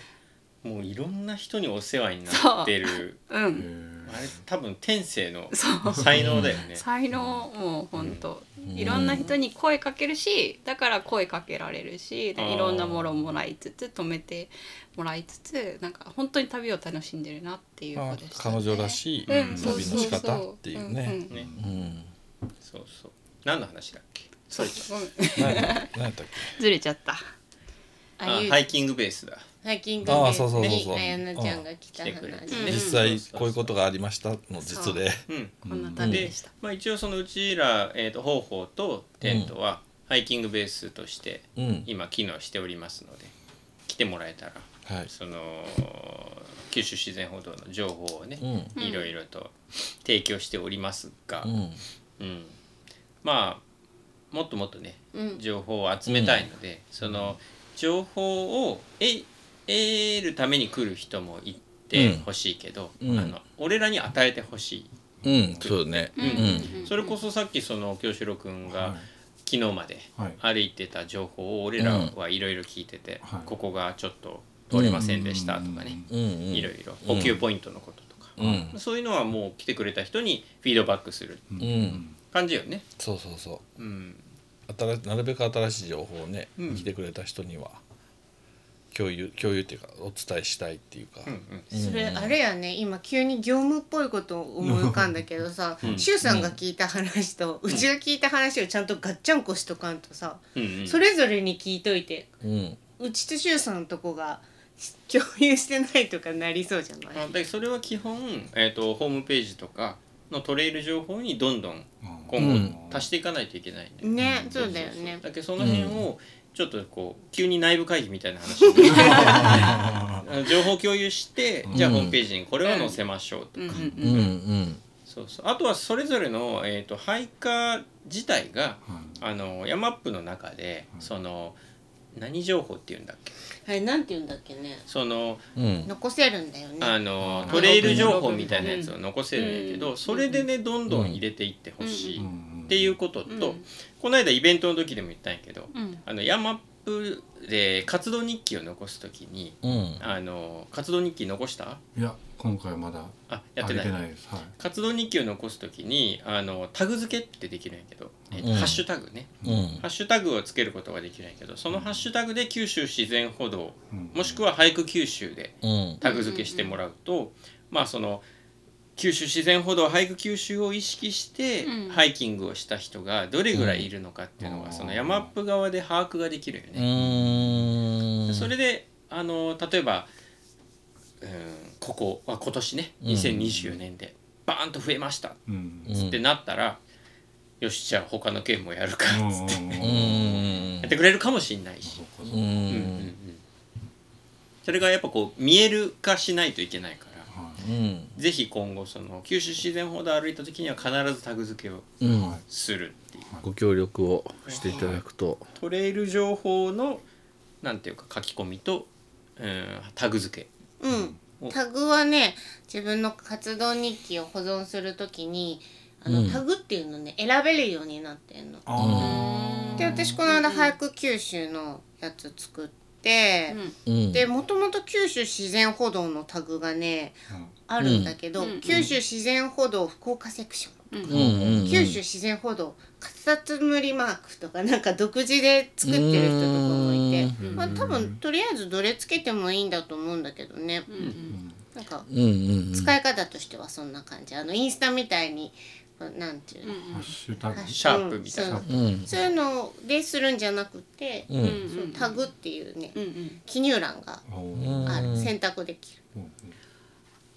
[SPEAKER 1] もういろんな人にお世話になってる
[SPEAKER 4] うん、
[SPEAKER 1] あれ多分天性の
[SPEAKER 4] そう
[SPEAKER 1] 才能だよね
[SPEAKER 4] 才能もう本当、いろんな人に声かけるしだから声かけられるし
[SPEAKER 1] あー
[SPEAKER 4] でいろんなものをもらいつつ止めてもらいつつなんか本当に旅を楽しんでるなっていう
[SPEAKER 5] ま
[SPEAKER 4] こ
[SPEAKER 5] あ
[SPEAKER 4] とでした、ね
[SPEAKER 5] 彼女らしい
[SPEAKER 4] うん
[SPEAKER 5] 旅の
[SPEAKER 4] そうそう
[SPEAKER 5] 仕
[SPEAKER 4] そ
[SPEAKER 5] 方
[SPEAKER 4] う
[SPEAKER 5] っていうね
[SPEAKER 4] んん
[SPEAKER 1] ね
[SPEAKER 5] うん
[SPEAKER 1] そうそう何の話だっけ
[SPEAKER 4] そうごめん
[SPEAKER 5] 何やった何やったっ
[SPEAKER 4] ずれちゃった
[SPEAKER 1] あ
[SPEAKER 3] あゆう
[SPEAKER 1] ハイキングベースだ
[SPEAKER 3] ハイキング
[SPEAKER 5] あ
[SPEAKER 3] で
[SPEAKER 5] ーそうそうそうそう
[SPEAKER 3] にあやなちゃんが来た
[SPEAKER 1] 来てくれ
[SPEAKER 3] 話
[SPEAKER 1] て。
[SPEAKER 5] け
[SPEAKER 1] ね
[SPEAKER 5] 実際こういうことがありましたの実例
[SPEAKER 1] うん
[SPEAKER 4] こんな旅でした、
[SPEAKER 1] まあ一応そのうちらえーと方法とテントはハイキングベースとして
[SPEAKER 5] うん
[SPEAKER 1] 今機能しておりますので来てもらえたら
[SPEAKER 5] はい
[SPEAKER 1] その九州自然歩道の情報をね
[SPEAKER 5] うん
[SPEAKER 1] いろいろと提供しておりますが
[SPEAKER 5] う、ん
[SPEAKER 1] うん、まあもっともっとね
[SPEAKER 3] うん。
[SPEAKER 1] 情報を集めたいので、その情報を得得るために来る人もいてほしいけど、
[SPEAKER 5] うん
[SPEAKER 1] あの俺らに与えてほしい、
[SPEAKER 5] うんそうね
[SPEAKER 4] う
[SPEAKER 5] うんん、
[SPEAKER 1] それこそさっきその京志郎君が、
[SPEAKER 2] はい
[SPEAKER 1] 昨日まで
[SPEAKER 2] はい
[SPEAKER 1] 歩いてた情報を俺らはいろいろ聞いてて、
[SPEAKER 2] はい
[SPEAKER 1] ここがちょっと通れませんでしたとかね
[SPEAKER 5] うんうん
[SPEAKER 1] いろいろ補給ポイントのこととか、
[SPEAKER 5] うん
[SPEAKER 1] そういうのはもう来てくれた人にフィードバックする
[SPEAKER 5] うん、うん
[SPEAKER 1] 感じよね。
[SPEAKER 6] そうそうそう
[SPEAKER 1] うん
[SPEAKER 6] 新しなるべく新しい情報をね、
[SPEAKER 1] うん
[SPEAKER 6] 来てくれた人には共有共有っていうかお伝えしたいっていうか、
[SPEAKER 1] うんうん
[SPEAKER 3] それあれやね今急に業務っぽいことを思い浮かんだけどさ
[SPEAKER 1] うん
[SPEAKER 3] 柊、さんが聞いた話と、うちが聞いた話をちゃんとガッチャンコしとかんとさ、
[SPEAKER 1] うんうん
[SPEAKER 3] それぞれに聞いといて
[SPEAKER 5] うん
[SPEAKER 3] うちと柊さんのとこが共有してないとかなりそうじゃない
[SPEAKER 1] あだけどそれは基本、えー、とホームページとかのトレイル情報にどんどん今後足していかないといけないね、
[SPEAKER 3] ねそうだよね
[SPEAKER 1] だけどその辺をちょっとこう急に内部会議みたいな話に
[SPEAKER 5] <laughs>
[SPEAKER 1] なる情報共有してじゃあ
[SPEAKER 5] うん
[SPEAKER 1] ホームページにこれは載せましょうと
[SPEAKER 4] うんうん
[SPEAKER 5] うんうん
[SPEAKER 1] そうそうあとはそれぞれの、えー、とハイカー自体があのヤマップの中でその何情報っていうんだっけ
[SPEAKER 3] あれなんて言うんだっけね
[SPEAKER 1] その
[SPEAKER 5] うん
[SPEAKER 3] 残せるんだよね
[SPEAKER 1] あの
[SPEAKER 2] うん
[SPEAKER 1] トレイル情報みたいなやつを残せるんやけどそれでねどんどん入れていってほしいっていうこと
[SPEAKER 4] うん
[SPEAKER 1] とこの間イベントの時でも言ったんやけど
[SPEAKER 4] うん
[SPEAKER 1] あのヤマップで活動日記を残す時に
[SPEAKER 5] うん
[SPEAKER 1] あの活動日記残した
[SPEAKER 2] いや今回まだ
[SPEAKER 1] あや
[SPEAKER 2] や
[SPEAKER 1] っ
[SPEAKER 2] ってて
[SPEAKER 1] ない
[SPEAKER 2] ないですはい
[SPEAKER 1] 活動日記を残す時にあのタグ付けってできるんやけど、えっと
[SPEAKER 5] うん
[SPEAKER 1] ハッシュタグね
[SPEAKER 5] うん
[SPEAKER 1] ハッシュタグをつけることができるんやけどそのハッシュタグで九州自然歩道
[SPEAKER 2] うん
[SPEAKER 1] もしくは俳句九州で
[SPEAKER 5] うん
[SPEAKER 1] タグ付けしてもらうと、まあその九州自然歩道俳句九州を意識して
[SPEAKER 4] うん
[SPEAKER 1] ハイキングをした人がどれぐらいいるのかっていうの
[SPEAKER 2] う
[SPEAKER 1] が、
[SPEAKER 2] ん
[SPEAKER 1] その山アップ側で把握ができるよ
[SPEAKER 5] う
[SPEAKER 1] ね。
[SPEAKER 5] ーん
[SPEAKER 1] それであの例えば、うん、ここは今年ね
[SPEAKER 5] うん
[SPEAKER 1] 2024年でバーンと増えました
[SPEAKER 2] うん
[SPEAKER 5] うん
[SPEAKER 1] ってなったら、よしじゃあ他の県もやるか
[SPEAKER 2] うん
[SPEAKER 1] っつって、
[SPEAKER 5] うん
[SPEAKER 1] やってくれるかもしんないし、
[SPEAKER 5] う
[SPEAKER 1] うんうんうんん、それがやっぱこう見える化しないといけないから。
[SPEAKER 2] はい
[SPEAKER 5] うん
[SPEAKER 1] ぜひ今後その九州自然歩道を歩いた時には必ずタグ付けを
[SPEAKER 5] うん
[SPEAKER 1] するっていう
[SPEAKER 5] ご協力をしていただくと
[SPEAKER 1] トレイル情報のなんていうか書き込みと、うん、タグ付け
[SPEAKER 3] うん、タグはね自分の活動日記を保存するときにあの、
[SPEAKER 5] うん
[SPEAKER 3] タグっていうのね選べるようになってんの。
[SPEAKER 2] あ
[SPEAKER 3] で私この間俳句九州のやつ作って、
[SPEAKER 5] うん
[SPEAKER 3] でもともと九州自然歩道のタグがね
[SPEAKER 2] ーうん
[SPEAKER 3] あるんだけど、
[SPEAKER 4] うん
[SPEAKER 3] 九州自然歩道福岡セクション、
[SPEAKER 4] うん
[SPEAKER 5] うんうんうん
[SPEAKER 3] 九州自然歩道カタツムリマークとかなんか独自で作ってる人とかもいて、
[SPEAKER 1] うん
[SPEAKER 3] まあ、多分とりあえずどれつけてもいいんだと思うんだけどね。
[SPEAKER 4] うんうん
[SPEAKER 3] なんか
[SPEAKER 5] うんうん
[SPEAKER 3] 使い方としてはそんな感じあのインスタみたいにこうなんていうの、
[SPEAKER 2] ハッシュタグ
[SPEAKER 3] ハッ
[SPEAKER 1] シャープみたいな
[SPEAKER 3] うん
[SPEAKER 5] うんうん
[SPEAKER 3] そういうのでするんじゃなくて、
[SPEAKER 5] うんうん
[SPEAKER 3] そうタグっていうね、
[SPEAKER 4] うんうん
[SPEAKER 3] 記入欄が
[SPEAKER 2] おー
[SPEAKER 5] うん
[SPEAKER 3] ある選択できる、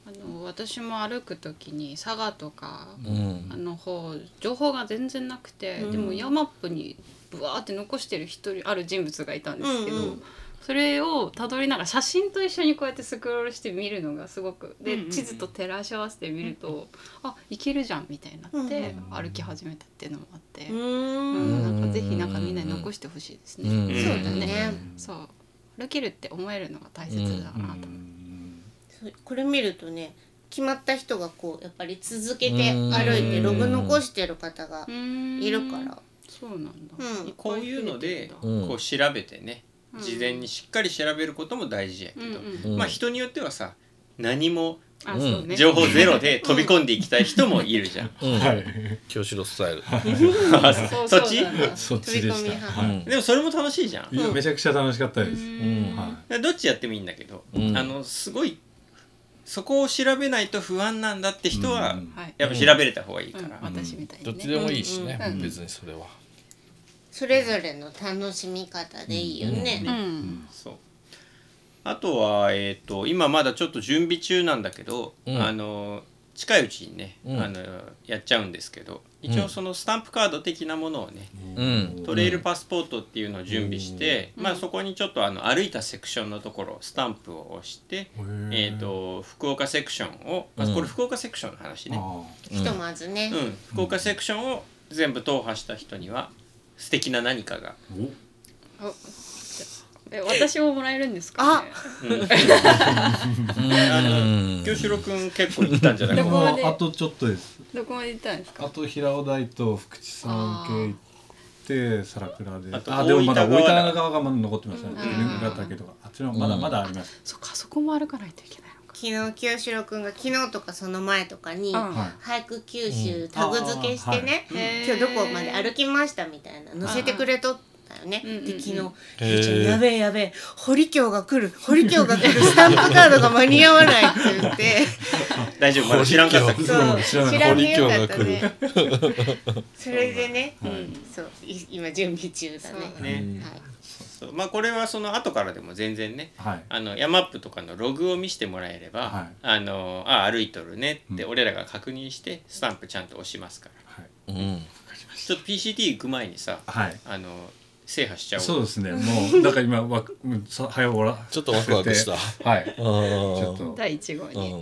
[SPEAKER 4] あの私も歩く時に佐賀とか
[SPEAKER 5] うん
[SPEAKER 4] あの方情報が全然なくて、でもヤマップにブワーって残してる一人ある人物がいたんですけど、
[SPEAKER 3] うんうん
[SPEAKER 4] それをたどりながら写真と一緒にこうやってスクロールして見るのがすごくで、
[SPEAKER 3] うんうんうん
[SPEAKER 4] 地図と照らし合わせて見ると、あいけるじゃんみたいになって、
[SPEAKER 2] うん
[SPEAKER 4] 歩き始めたっていうのもあって、
[SPEAKER 3] う
[SPEAKER 4] うん
[SPEAKER 3] ーん
[SPEAKER 4] なんかぜひなんかみんなに残してほしいですね。
[SPEAKER 5] うん
[SPEAKER 1] うんそうだ
[SPEAKER 3] ね
[SPEAKER 4] そう歩けるって思えるのが大切だなと
[SPEAKER 2] うんう
[SPEAKER 4] 思って。
[SPEAKER 2] ん
[SPEAKER 3] そうこれ見るとね決まった人がこうやっぱり続けて
[SPEAKER 5] うん
[SPEAKER 3] 歩いてログ残してる方がい
[SPEAKER 4] い
[SPEAKER 3] るから、
[SPEAKER 4] そうなんだ、
[SPEAKER 3] うん
[SPEAKER 4] いっぱい
[SPEAKER 1] こういうので
[SPEAKER 4] 増えて
[SPEAKER 5] うん
[SPEAKER 1] こう調べてね、
[SPEAKER 4] うん
[SPEAKER 1] 事前にしっかり調べることも大事やけ
[SPEAKER 4] んだ
[SPEAKER 1] ど、
[SPEAKER 4] うん
[SPEAKER 5] うん
[SPEAKER 1] まあ人によってはさ何も
[SPEAKER 4] あそうね
[SPEAKER 1] 情報ゼロで飛び込んでいきたい人もいるじゃん。
[SPEAKER 5] うん
[SPEAKER 2] はい
[SPEAKER 5] 清志郎スタイル
[SPEAKER 1] <laughs>
[SPEAKER 4] そう
[SPEAKER 1] そっち
[SPEAKER 4] そうなんだ
[SPEAKER 2] そっちで
[SPEAKER 3] 飛び込み
[SPEAKER 2] した
[SPEAKER 3] 派
[SPEAKER 2] は
[SPEAKER 5] う
[SPEAKER 2] い
[SPEAKER 5] ん
[SPEAKER 1] でもそれも楽しいじゃん
[SPEAKER 2] いやめちゃくちゃ楽しかったです
[SPEAKER 4] うん
[SPEAKER 2] はい
[SPEAKER 1] でどっちやってもいいんだけど、
[SPEAKER 5] うん
[SPEAKER 1] あのすごいそこを調べないと不安なんだって人は
[SPEAKER 2] うん
[SPEAKER 4] はい
[SPEAKER 1] やっぱ調べれた方がいいから、
[SPEAKER 4] うん私みたいにね
[SPEAKER 6] どっちでもいいしね、
[SPEAKER 2] うん
[SPEAKER 6] 別にそれは、
[SPEAKER 3] それぞれの楽しみ方でいいよね、
[SPEAKER 4] うん
[SPEAKER 1] そうあとは、えー、と今まだちょっと準備中なんだけど、
[SPEAKER 5] うん
[SPEAKER 1] あの近いうちにね、
[SPEAKER 5] うん
[SPEAKER 1] あのやっちゃうんですけど一応そのスタンプカード的なものをね、
[SPEAKER 5] うん
[SPEAKER 1] トレイルパスポートっていうのを準備して、まあ、そこにちょっとあの歩いたセクションのところスタンプを押して、えー、と福岡セクションを、まあ、
[SPEAKER 5] うん
[SPEAKER 1] これ福岡セクションの話ね、
[SPEAKER 2] あ
[SPEAKER 5] うん
[SPEAKER 3] ひとまずね、
[SPEAKER 1] うん、福岡セクションを全部踏破した人には素敵な何かが
[SPEAKER 2] ーお
[SPEAKER 4] おえ私ももらえるんですか、ね、
[SPEAKER 5] <laughs> うん
[SPEAKER 1] 清志郎君結構行ったんじゃない
[SPEAKER 4] ど
[SPEAKER 1] か
[SPEAKER 4] こ
[SPEAKER 1] な
[SPEAKER 4] まで
[SPEAKER 2] あとちょっとです
[SPEAKER 4] どこまで行ったんです
[SPEAKER 2] あ
[SPEAKER 4] か
[SPEAKER 2] と平尾大と福地さん系行って皿倉で
[SPEAKER 1] あと
[SPEAKER 2] あでもまだ大
[SPEAKER 1] 大分
[SPEAKER 2] 分
[SPEAKER 1] 側だ
[SPEAKER 2] 側がまだ残ってますね
[SPEAKER 4] うん
[SPEAKER 2] 天狗岳とかあっちの方まだまだあります、
[SPEAKER 4] そっかそこも歩かないといけないのか
[SPEAKER 3] 昨日清志郎くんが昨日とかその前とかに、
[SPEAKER 4] うん
[SPEAKER 2] はい
[SPEAKER 3] 俳句九州タグ付けしてね、
[SPEAKER 4] うんあーはい
[SPEAKER 3] 今日どこまで歩きましたみたいな載せてくれとったよね。
[SPEAKER 4] うんうんう
[SPEAKER 3] で
[SPEAKER 4] ん
[SPEAKER 3] 昨日、
[SPEAKER 6] へー
[SPEAKER 3] ゆうちゃんやべえやべえ堀京が
[SPEAKER 4] <laughs>
[SPEAKER 3] 来る堀京が来るスタンプカードが間に合わないって言って。
[SPEAKER 1] 大丈夫まだ知らんかったけど
[SPEAKER 3] そう
[SPEAKER 2] 知らない
[SPEAKER 3] 知らねえよかったね。それでね、
[SPEAKER 2] はい
[SPEAKER 3] そうい今準備中だ
[SPEAKER 4] そうだ
[SPEAKER 3] ね。
[SPEAKER 1] ね
[SPEAKER 2] うん
[SPEAKER 3] はい。
[SPEAKER 1] そうまあこれはその後からでも全然ね
[SPEAKER 2] はい
[SPEAKER 1] あのヤマップとかのログを見せてもらえれば、
[SPEAKER 2] はい
[SPEAKER 1] あのあ歩いとるねって
[SPEAKER 2] うん
[SPEAKER 1] 俺らが確認してスタンプちゃんと押しますから、
[SPEAKER 2] はい
[SPEAKER 6] うん
[SPEAKER 1] ちょっと PCT 行く前にさ
[SPEAKER 2] はい
[SPEAKER 1] あの制覇しちゃおう
[SPEAKER 2] そうですねもうだから今わうんさ早おら
[SPEAKER 6] ちょっとワクワクした
[SPEAKER 2] <laughs> はい
[SPEAKER 6] ち
[SPEAKER 2] ちょ
[SPEAKER 6] ょ
[SPEAKER 2] っと
[SPEAKER 4] 第1号に、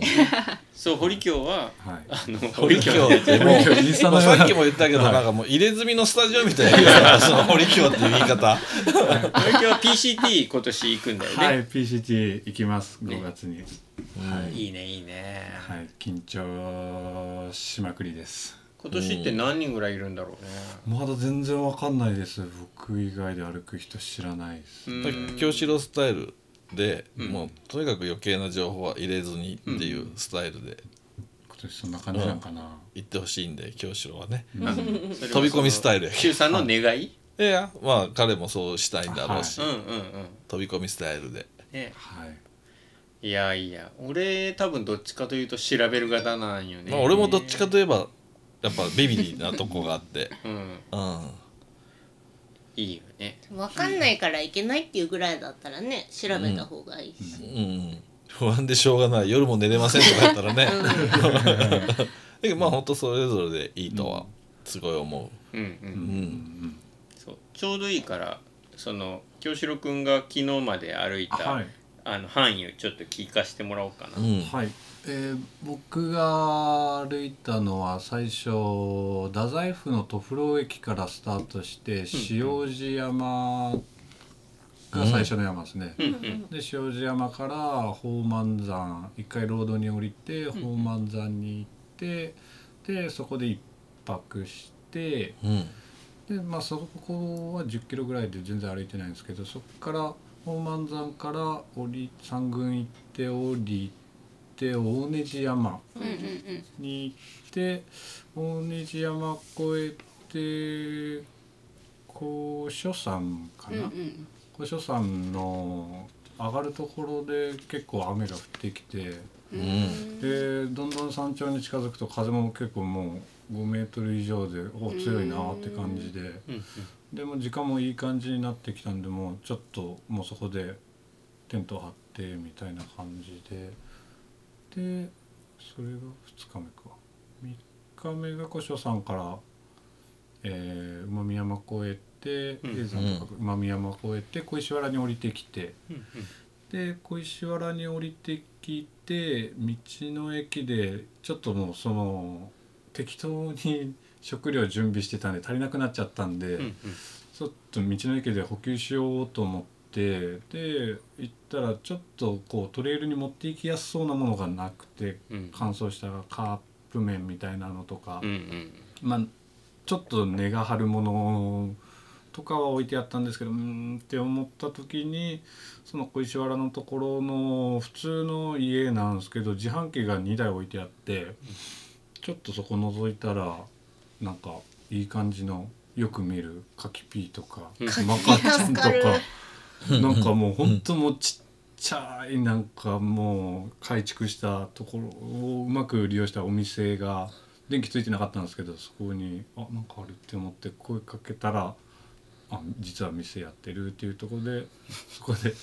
[SPEAKER 1] そう堀京は
[SPEAKER 2] はい
[SPEAKER 1] あ
[SPEAKER 2] <laughs>
[SPEAKER 1] の
[SPEAKER 6] 堀
[SPEAKER 1] 堀京
[SPEAKER 6] 京ってもう
[SPEAKER 2] インスタ
[SPEAKER 6] ま
[SPEAKER 2] の
[SPEAKER 6] あさ
[SPEAKER 2] よう <laughs> な
[SPEAKER 6] っきも言ったけど、
[SPEAKER 2] はい
[SPEAKER 6] なんかもう入れ墨のスタジオみたいなその堀京っていう言い方
[SPEAKER 1] 堀京は PCT 今年行くんだよね、
[SPEAKER 2] はい PCT 行きます5月にはい
[SPEAKER 1] いいねいいね、
[SPEAKER 2] はい緊張しまくりです
[SPEAKER 1] 今年って何人ぐらいいるんだろ
[SPEAKER 2] まだ全然わかんないです僕以外で歩く人知らないです
[SPEAKER 1] うねうん
[SPEAKER 6] 京志郎スタイルで、
[SPEAKER 1] うん
[SPEAKER 6] もうとにかく余計な情報は入れずにっていうスタイルで
[SPEAKER 2] 今年そんな感じなんかな
[SPEAKER 6] 行ってほしいんで京志郎はね、
[SPEAKER 2] うんうん
[SPEAKER 1] それは
[SPEAKER 6] 飛び込みスタイルや
[SPEAKER 1] 周さんの願い
[SPEAKER 6] いやまあ彼もそうしたいんだろうし、
[SPEAKER 1] うんうんうん
[SPEAKER 6] 飛び込みスタイルで
[SPEAKER 1] ね
[SPEAKER 2] はい
[SPEAKER 1] いやいや俺多分どっちかというと調べる型なんよね、
[SPEAKER 6] まあ、俺もどっちかといえばやっぱビビリなとこがあって、
[SPEAKER 1] うん
[SPEAKER 6] うん、
[SPEAKER 1] いいよね
[SPEAKER 3] わかんないからいけないっていうぐらいだったらね調べた方がいいし。
[SPEAKER 6] うん、不安でしょうがない夜も寝れませんとかやったらねだけどまあ本当それぞれでいいとはすごい思
[SPEAKER 1] うんう
[SPEAKER 6] う、うんん、
[SPEAKER 1] そうちょうどいいからその京志郎くんが昨日まで歩いた、
[SPEAKER 2] はい
[SPEAKER 1] あの範囲をちょっと聞かせてもらおうかな、
[SPEAKER 6] うん
[SPEAKER 2] はい、えー僕が歩いたのは最初太宰府の鳥風呂駅からスタートして塩路山が最初の山ですね、
[SPEAKER 1] うんうん
[SPEAKER 2] で塩路山から宝満山一回ロードに降りて宝満山に行ってでそこで一泊して
[SPEAKER 6] うん
[SPEAKER 2] でまあそこは1 0キロぐらいで全然歩いてないんですけどそこから宝満山から降り三軍行って降りて大根寺山
[SPEAKER 4] うんうんうん
[SPEAKER 2] に行って大根寺山越えて高所山か
[SPEAKER 4] うんう
[SPEAKER 2] な、
[SPEAKER 4] ん
[SPEAKER 2] 高所山の上がるところで結構雨が降ってきて
[SPEAKER 4] う
[SPEAKER 2] でどんどん山頂に近づくと風も結構もう5メートル以上でお強いなーって感じで。
[SPEAKER 1] うんうん
[SPEAKER 2] でも時間もいい感じになってきたんでもうちょっともうそこでテント張ってみたいな感じででそれが2日目か3日目が古書さんから、えー、馬見山越えて
[SPEAKER 1] うん
[SPEAKER 2] A さんとか馬見山越えて小石原に降りてきて
[SPEAKER 1] うん
[SPEAKER 2] で小石原に降りてきて道の駅でちょっともうその適当に食料準備してたんで足りなくなっちゃったんで。
[SPEAKER 1] うんうん
[SPEAKER 2] ちょっと道の駅で補給しようと思ってで行ったらちょっとこうトレイルに持っていきやすそうなものがなくて
[SPEAKER 1] うん
[SPEAKER 2] 乾燥したカップ麺みたいなのとか、
[SPEAKER 1] うんうん
[SPEAKER 2] まあちょっと根が張るものとかは置いてあったんですけどうーんって思った時にその小石原のところの普通の家なんですけど自販機が2台置いてあってちょっとそこ覗いたらなんかいい感じのよく見るカキピーとか
[SPEAKER 1] うん
[SPEAKER 2] マカちゃんとか
[SPEAKER 3] 助か
[SPEAKER 2] なんかもうほんともうちっちゃいなんかもう改築したところをうまく利用したお店が電気ついてなかったんですけどそこに「あなんかある」って思って声かけたら「あ実は店やってる」っていうところでそこで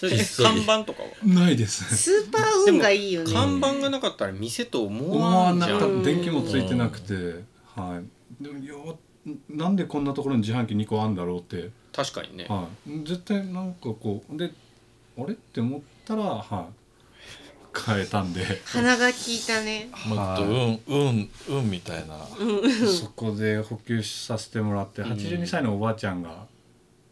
[SPEAKER 1] そして看板とかは
[SPEAKER 2] 「ないです」
[SPEAKER 3] スーパー運がいいよね。
[SPEAKER 1] 看板がなかったら店と思
[SPEAKER 2] 思
[SPEAKER 1] わ
[SPEAKER 2] わ
[SPEAKER 1] ん
[SPEAKER 2] な
[SPEAKER 1] じゃ
[SPEAKER 2] か
[SPEAKER 1] ん
[SPEAKER 2] った電気もついてなくてはいでもよなんでこんなところに自販機2個あんだろうって
[SPEAKER 1] 確かにね
[SPEAKER 2] はい、絶対なんかこうであれって思ったら、はい、変えた <laughs> んで
[SPEAKER 3] 鼻が効いたね。
[SPEAKER 6] もっと運運運みたいな、
[SPEAKER 2] そこで補給させてもらって82歳のおばあちゃんが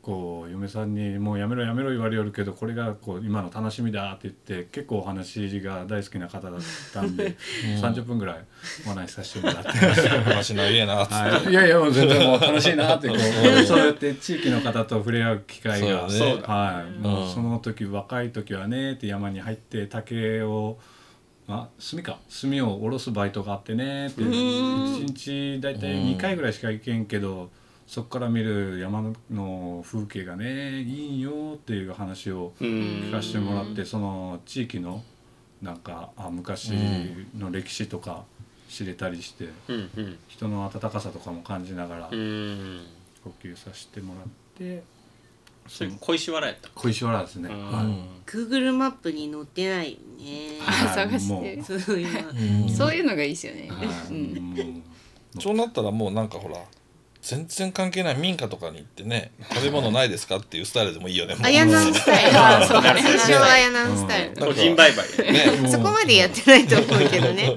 [SPEAKER 2] 構嫁さんに「もうやめろやめろ」言われよるけどこれがこう今の楽しみだって言って結構お話が大好きな方だったんで、30分ぐらいお話しさせてもらって。
[SPEAKER 6] 話の家なっつって、
[SPEAKER 2] はい、いやいやもう全然もう楽しいなってこうそうやって地域の方と触れ合う機会が
[SPEAKER 6] そうだね
[SPEAKER 1] そうだ
[SPEAKER 2] はいもううんその時若い時はねって山に入って竹をあ炭か炭を下ろすバイトがあってねって1日大体2回ぐらいしか行けんけどそこから見る山の風景がねいいよっていう話を聞かせてもらってその地域のなんかあ昔の歴史とか知れたりして。
[SPEAKER 1] うんうん
[SPEAKER 2] 人の温かさとかも感じながら
[SPEAKER 1] うん
[SPEAKER 2] 呼吸させてもらって、
[SPEAKER 1] それ小石原やった
[SPEAKER 2] 小石原ですね、
[SPEAKER 1] うん
[SPEAKER 2] はい
[SPEAKER 3] Google マップに載ってないよ
[SPEAKER 6] <laughs>
[SPEAKER 3] ね。
[SPEAKER 2] はい
[SPEAKER 4] 探して
[SPEAKER 2] もうはい
[SPEAKER 3] そう今。
[SPEAKER 6] うん
[SPEAKER 4] そういうのがいいですよね。うん
[SPEAKER 2] も
[SPEAKER 6] そうなったらもうなんかほら全然関係ない民家とかに行ってね食べ物ないですかっていうスタイルでもいいよねもう
[SPEAKER 3] アヤナンスタイル。
[SPEAKER 4] あそうだね
[SPEAKER 3] 最初はアヤナンスタイル。
[SPEAKER 1] 個人売買やね
[SPEAKER 6] ね
[SPEAKER 2] う
[SPEAKER 3] そこまでやってないと思うけどね。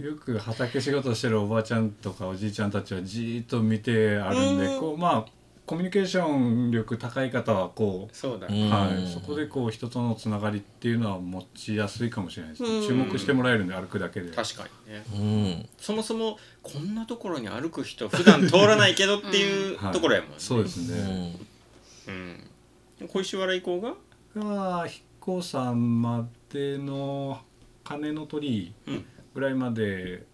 [SPEAKER 2] よく畑仕事してるおばあちゃんとかおじいちゃんたちはじーっと見てあるんで、
[SPEAKER 3] うん
[SPEAKER 2] こうまあコミュニケーション力高い方はこう。
[SPEAKER 1] そうだ
[SPEAKER 6] う
[SPEAKER 1] ね
[SPEAKER 6] ん
[SPEAKER 2] はい、そこでこう人とのつながりっていうのは持ちやすいかもしれないです、
[SPEAKER 3] うん
[SPEAKER 2] 注目してもらえるんで歩くだけで
[SPEAKER 1] 確かにね
[SPEAKER 6] うん
[SPEAKER 1] そもそもこんなところに歩く人普段通らないけどっていう
[SPEAKER 2] はい
[SPEAKER 1] ところやもんね
[SPEAKER 2] そうです
[SPEAKER 6] う
[SPEAKER 2] ね、
[SPEAKER 6] ん
[SPEAKER 1] うん小石原以降が
[SPEAKER 2] が彦さんまでの鐘の鳥居
[SPEAKER 1] うん
[SPEAKER 2] ぐらいまで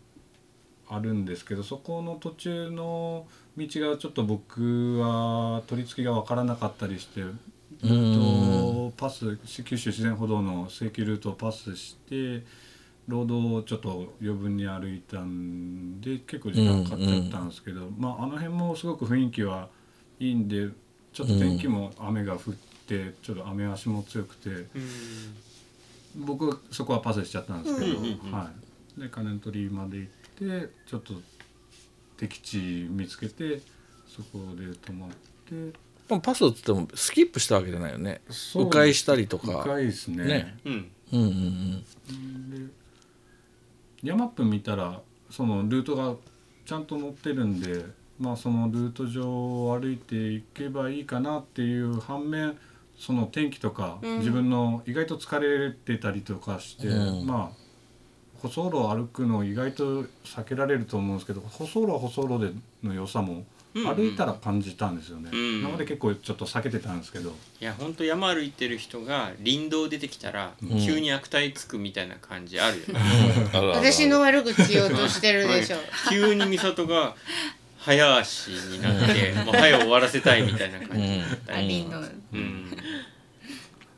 [SPEAKER 2] あるんですけどそこの途中の道がちょっと僕は取り付けが分からなかったりして、
[SPEAKER 6] うん
[SPEAKER 2] とパス九州自然歩道の正規ルートをパスしてロードをちょっと余分に歩いたんで結構時間かかっちゃったんですけど、まあ、あの辺もすごく雰囲気はいいんでちょっと天気も雨が降ってちょっと雨足も強くて。
[SPEAKER 1] うん
[SPEAKER 2] 僕はそこはパスしちゃったんですけど、
[SPEAKER 1] うんうんうん
[SPEAKER 2] はい、で金の鳥居まで行ってちょっと敵地見つけてそこで泊まって
[SPEAKER 5] まあパスっつってもスキップしたわけじゃないよね
[SPEAKER 2] そう
[SPEAKER 5] 迂回したりとか
[SPEAKER 2] 迂回ですね
[SPEAKER 5] ね
[SPEAKER 1] うん
[SPEAKER 5] うんうんうん
[SPEAKER 2] で山っぷ見たらそのルートがちゃんと載ってるんで、まあ、そのルート上を歩いていけばいいかなっていう反面その天気とか、
[SPEAKER 3] うん
[SPEAKER 2] 自分の意外と疲れてたりとかして、
[SPEAKER 6] うん
[SPEAKER 2] まあ舗装路を歩くの意外と避けられると思うんですけど舗装路は舗装路での良さも
[SPEAKER 1] うんうん
[SPEAKER 2] 歩いたら感じたんですよね、
[SPEAKER 1] うん
[SPEAKER 2] 今まで結構ちょっと避けてたんですけど、
[SPEAKER 1] いや本当山歩いてる人が林道出てきたら
[SPEAKER 6] うん
[SPEAKER 1] 急に悪態つくみたいな感じあるよね
[SPEAKER 6] あるある
[SPEAKER 3] 私の悪口言おうとしてるでしょ。
[SPEAKER 1] 急に美里が早足になってもう早終わらせたいみたいな感じになった
[SPEAKER 4] あ
[SPEAKER 1] り、
[SPEAKER 4] りの
[SPEAKER 1] うん、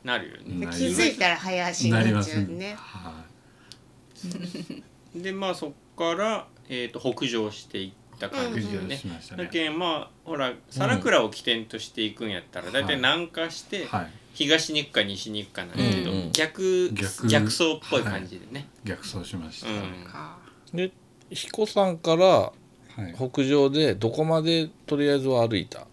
[SPEAKER 1] なるよね
[SPEAKER 2] なります
[SPEAKER 3] 気づいたら早足に
[SPEAKER 2] なり
[SPEAKER 3] な
[SPEAKER 2] ま
[SPEAKER 3] っちゃ
[SPEAKER 2] す
[SPEAKER 3] うんね。
[SPEAKER 2] は
[SPEAKER 1] でまあそこから、えー、と北上していった
[SPEAKER 2] い、
[SPEAKER 1] 感
[SPEAKER 2] 苦
[SPEAKER 1] じよ
[SPEAKER 2] 情
[SPEAKER 1] ね
[SPEAKER 2] し、ました
[SPEAKER 1] だ
[SPEAKER 2] ね。
[SPEAKER 1] けんまあほら皿倉を起点としていくんやったら大体南下して
[SPEAKER 2] はい
[SPEAKER 1] 東に行くか西に行くかなんだけど、
[SPEAKER 6] うんうん
[SPEAKER 1] 逆
[SPEAKER 2] 逆
[SPEAKER 1] 逆走っぽい感じでね、
[SPEAKER 2] 逆走しました、
[SPEAKER 4] か。
[SPEAKER 5] で彦さんから
[SPEAKER 2] はい
[SPEAKER 5] 北上でどこまでとりあえずは歩いた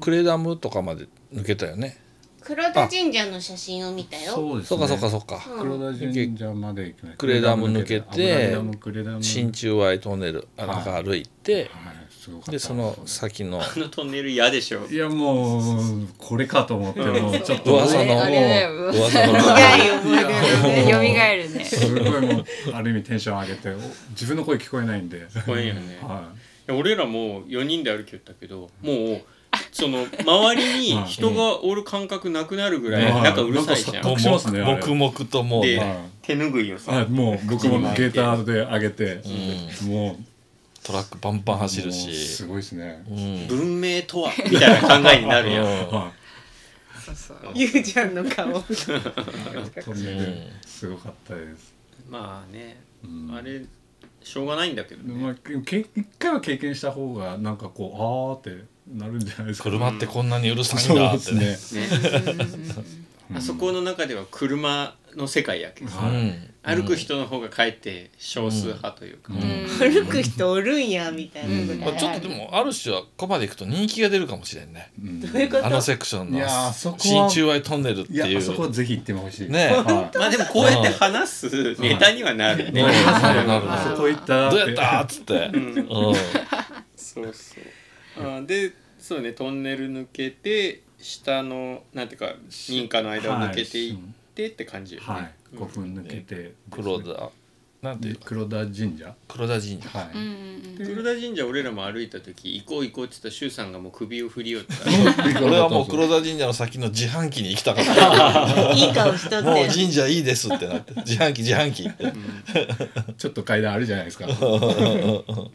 [SPEAKER 5] クレダムとかまで抜けたよね
[SPEAKER 3] 黒田神社の写真を見たよ。
[SPEAKER 2] そうです
[SPEAKER 5] そ
[SPEAKER 2] ね
[SPEAKER 5] うかそうかそうか
[SPEAKER 3] うん
[SPEAKER 2] 黒田神社まで行きました
[SPEAKER 5] クレダム抜けて
[SPEAKER 2] クレダムクレダム
[SPEAKER 5] 新中和トンネルあ
[SPEAKER 2] はい
[SPEAKER 5] なんか歩いて
[SPEAKER 2] はいすごかった
[SPEAKER 5] でその先の
[SPEAKER 1] あのトンネル嫌でしょ
[SPEAKER 2] いやもうこれかと思ってもうちょっ
[SPEAKER 5] <laughs>
[SPEAKER 2] と
[SPEAKER 5] 噂の
[SPEAKER 2] もう
[SPEAKER 4] あれだよ
[SPEAKER 3] <laughs>
[SPEAKER 5] 噂の
[SPEAKER 3] 苦い思い出だ
[SPEAKER 4] <laughs> 蘇
[SPEAKER 3] ね。
[SPEAKER 4] るね。
[SPEAKER 2] すごいもうある意味テンション上げてお自分の声聞こえないんで、
[SPEAKER 1] これよね、
[SPEAKER 2] はい
[SPEAKER 1] や俺らも4人で歩きよったけどもうその周りに人がおる感覚なくなるぐらい
[SPEAKER 2] うん
[SPEAKER 1] なんかうるさいじ
[SPEAKER 2] なん
[SPEAKER 1] ゃん
[SPEAKER 2] か隠しますねあれ
[SPEAKER 6] 黙々ともう
[SPEAKER 2] い、
[SPEAKER 1] で
[SPEAKER 6] ね
[SPEAKER 2] は
[SPEAKER 1] 手ぬぐいを
[SPEAKER 2] いはい
[SPEAKER 1] さ
[SPEAKER 2] もう僕もゲーターで上げて、も
[SPEAKER 6] トラックバンバン
[SPEAKER 2] う
[SPEAKER 6] 走る
[SPEAKER 2] もう
[SPEAKER 6] し
[SPEAKER 2] すごいですね、
[SPEAKER 6] うん
[SPEAKER 1] 文明とはみたいな考えになるやん
[SPEAKER 2] は
[SPEAKER 4] そうそう。
[SPEAKER 3] ゆうちゃんの顔。
[SPEAKER 2] いトンネルすごかったです、
[SPEAKER 1] まあね
[SPEAKER 2] うん
[SPEAKER 1] あれしょうがないんだけど
[SPEAKER 2] まあ
[SPEAKER 1] ね、
[SPEAKER 2] け一回は経験した方がなんかこうあーってなるんじゃないですか、
[SPEAKER 6] 車ってこんなにうるさいん
[SPEAKER 2] そう
[SPEAKER 6] だ
[SPEAKER 2] で
[SPEAKER 6] って
[SPEAKER 2] す
[SPEAKER 6] ね
[SPEAKER 2] ね
[SPEAKER 1] ね
[SPEAKER 2] うん
[SPEAKER 1] あそこの中では車の世界やけど
[SPEAKER 6] う
[SPEAKER 2] はい
[SPEAKER 6] ん
[SPEAKER 1] 歩く人の方がかえって少数派というか、
[SPEAKER 2] うん
[SPEAKER 3] 歩く人おるんやみたいなぐ
[SPEAKER 6] まあ
[SPEAKER 3] らい。
[SPEAKER 6] ちょっとでもある種はここまで行くと人気が出るかもしれんね
[SPEAKER 2] うん
[SPEAKER 3] どういうこと
[SPEAKER 6] あのセクション
[SPEAKER 2] い
[SPEAKER 6] の
[SPEAKER 2] やーそこは
[SPEAKER 6] 新中愛トンネルって
[SPEAKER 2] いや
[SPEAKER 6] い
[SPEAKER 2] あそこは
[SPEAKER 6] う
[SPEAKER 2] ぜひ行ってもほしい
[SPEAKER 6] ね
[SPEAKER 2] はい
[SPEAKER 1] まあでもこうやって話すネタにはなるね、
[SPEAKER 6] なるなる
[SPEAKER 2] あ
[SPEAKER 6] な
[SPEAKER 2] そ
[SPEAKER 6] る
[SPEAKER 2] こ行った
[SPEAKER 6] どう
[SPEAKER 2] <laughs> ー
[SPEAKER 6] やったーっつってうん
[SPEAKER 1] そうそうあでそうねトンネル抜けて下のなんていうか民家の間を抜けていってって感じよね、
[SPEAKER 2] はい、5分抜けてですね、
[SPEAKER 6] 黒田なんていう
[SPEAKER 2] で
[SPEAKER 6] か
[SPEAKER 2] 黒田神社
[SPEAKER 6] 黒田神社
[SPEAKER 2] は
[SPEAKER 4] うん
[SPEAKER 2] い、
[SPEAKER 4] うんうん
[SPEAKER 1] 黒田神社俺らも歩いた時行こう行こうって言ったら周さんがもう首を振り寄った
[SPEAKER 6] 俺はもう黒田神社の先の自販機に行きたか
[SPEAKER 2] <laughs>
[SPEAKER 6] った
[SPEAKER 3] いい顔しとっ
[SPEAKER 6] もう
[SPEAKER 3] て
[SPEAKER 6] 神社いいですってなって自販機自販機って
[SPEAKER 2] ちょっと階段あるじゃないですか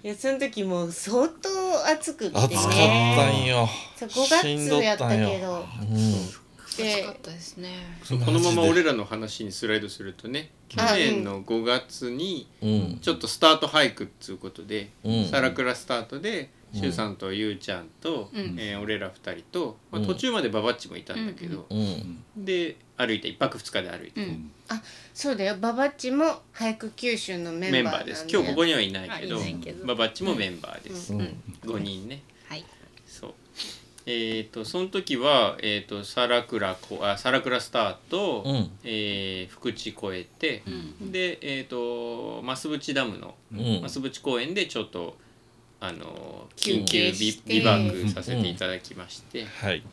[SPEAKER 3] いやその時もう相当暑くって
[SPEAKER 6] 暑かった
[SPEAKER 3] ね
[SPEAKER 6] んよ
[SPEAKER 3] そこが
[SPEAKER 6] しん
[SPEAKER 3] 通
[SPEAKER 6] ど
[SPEAKER 3] や
[SPEAKER 6] っ
[SPEAKER 3] った
[SPEAKER 6] た
[SPEAKER 3] け
[SPEAKER 6] んよ
[SPEAKER 3] ど
[SPEAKER 6] う
[SPEAKER 4] 暑か
[SPEAKER 3] で
[SPEAKER 4] ったですね
[SPEAKER 1] そうこのまま俺らの話にスライドするとね去年の5月に
[SPEAKER 6] んうん
[SPEAKER 1] ちょっとスタートハイクっつうことで、
[SPEAKER 6] うん
[SPEAKER 1] サラクラスタートで周さんとゆうちゃんと、
[SPEAKER 4] うん
[SPEAKER 1] えー俺ら2人と、まあ、
[SPEAKER 6] うん
[SPEAKER 1] 途中までババッチもいたんだけど、
[SPEAKER 6] うん
[SPEAKER 1] で歩いて1泊2日で歩いて、
[SPEAKER 4] うん
[SPEAKER 3] そうだよババッチも俳句九州のメン
[SPEAKER 1] メン
[SPEAKER 3] バーなん
[SPEAKER 1] バー
[SPEAKER 3] だ
[SPEAKER 1] で
[SPEAKER 3] よ
[SPEAKER 1] す今日ここにはいないけど
[SPEAKER 4] あいないけど
[SPEAKER 1] ババッチもメンバーです、
[SPEAKER 4] うん
[SPEAKER 1] 5人ね
[SPEAKER 4] はい
[SPEAKER 1] そうえっ、とその時は、えー、とサラクラこあサラクラスタート、
[SPEAKER 6] うん
[SPEAKER 1] えー福地越えて
[SPEAKER 4] う、ん
[SPEAKER 1] でえっ、と増渕ダムの
[SPEAKER 6] うん
[SPEAKER 1] 増渕公園でちょっとあの緊
[SPEAKER 3] 休
[SPEAKER 1] 急
[SPEAKER 3] 憩
[SPEAKER 1] ビ
[SPEAKER 3] して
[SPEAKER 1] ビバックさせていただきまして、
[SPEAKER 6] はい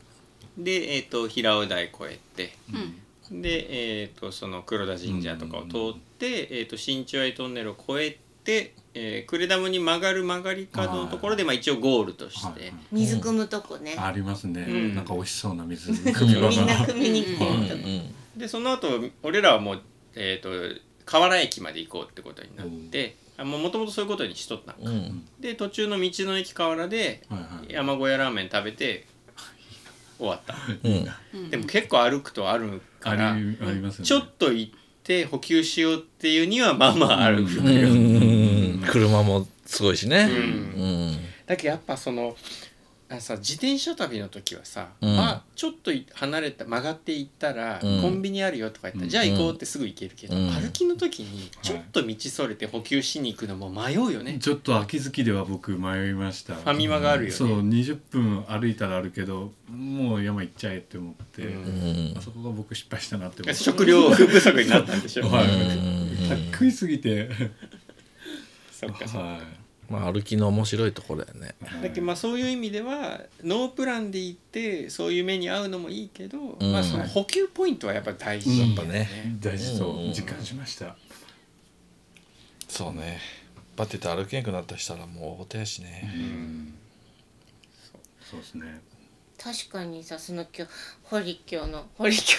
[SPEAKER 1] で、えー、と平尾台越えて
[SPEAKER 4] うん
[SPEAKER 1] で、えー、とその黒田神社とかを通って、えー、と新千代トンネルを越えて、えー、呉ダムに曲がる曲がり角のところで、まあ、一応ゴールとして。
[SPEAKER 2] はい
[SPEAKER 3] 水汲むとこね、
[SPEAKER 2] ありますね、
[SPEAKER 1] うん
[SPEAKER 2] なんか美味しそうな水汲み場
[SPEAKER 3] みんな
[SPEAKER 2] が
[SPEAKER 3] 汲みに来て
[SPEAKER 6] う
[SPEAKER 3] る
[SPEAKER 6] んう
[SPEAKER 3] とこ、
[SPEAKER 6] ん
[SPEAKER 1] でその後俺らはもう、えー、と河原駅まで行こうってことになって、あもともとそういうことにしとったの
[SPEAKER 6] うん
[SPEAKER 1] で途中の道の駅河原で
[SPEAKER 2] はいはい
[SPEAKER 1] 山小屋ラーメン食べて終わった
[SPEAKER 6] うん
[SPEAKER 1] でも結構歩くとあるから
[SPEAKER 2] ありありますよね
[SPEAKER 1] ちょっと行って補給しようっていうにはまあまあ歩く、
[SPEAKER 5] うんうん車もすごいしね
[SPEAKER 1] うん
[SPEAKER 5] うん
[SPEAKER 1] だけどやっぱそのあさ自転車旅の時はさ、
[SPEAKER 5] うん
[SPEAKER 1] あちょっと離れた曲がって行ったら、
[SPEAKER 5] うん
[SPEAKER 1] コンビニあるよとか言ったら、
[SPEAKER 2] うん
[SPEAKER 1] じゃあ行こうってすぐ行けるけど、
[SPEAKER 5] うん
[SPEAKER 1] 歩きの時にちょっと道それて補給しに行くのも迷うよね、
[SPEAKER 2] ちょっと秋月では僕迷いました
[SPEAKER 1] ファミマがあるよね
[SPEAKER 2] そう20分歩いたらあるけどもう山行っちゃえって思って、
[SPEAKER 1] うん
[SPEAKER 5] うん
[SPEAKER 2] あそこが僕失敗したなって思って
[SPEAKER 1] 食料不足になったんでしょ、
[SPEAKER 2] は
[SPEAKER 5] うん
[SPEAKER 2] い食いすぎて
[SPEAKER 1] そっかそっか
[SPEAKER 2] は
[SPEAKER 5] まあ歩きの面白いところだよね
[SPEAKER 2] い
[SPEAKER 1] だけどまあそういう意味ではノープランで行ってそういう目に遭うのもいいけど、
[SPEAKER 5] うん
[SPEAKER 1] まあその補給ポイントはやっぱ大事だったよね。
[SPEAKER 2] 大事そう
[SPEAKER 6] うん
[SPEAKER 2] 実感しました
[SPEAKER 6] そうねバテて歩けんくなったりしたらもうお手やしね
[SPEAKER 1] うん
[SPEAKER 2] そうですね
[SPEAKER 3] 確かにさその今日堀京の <laughs> 堀京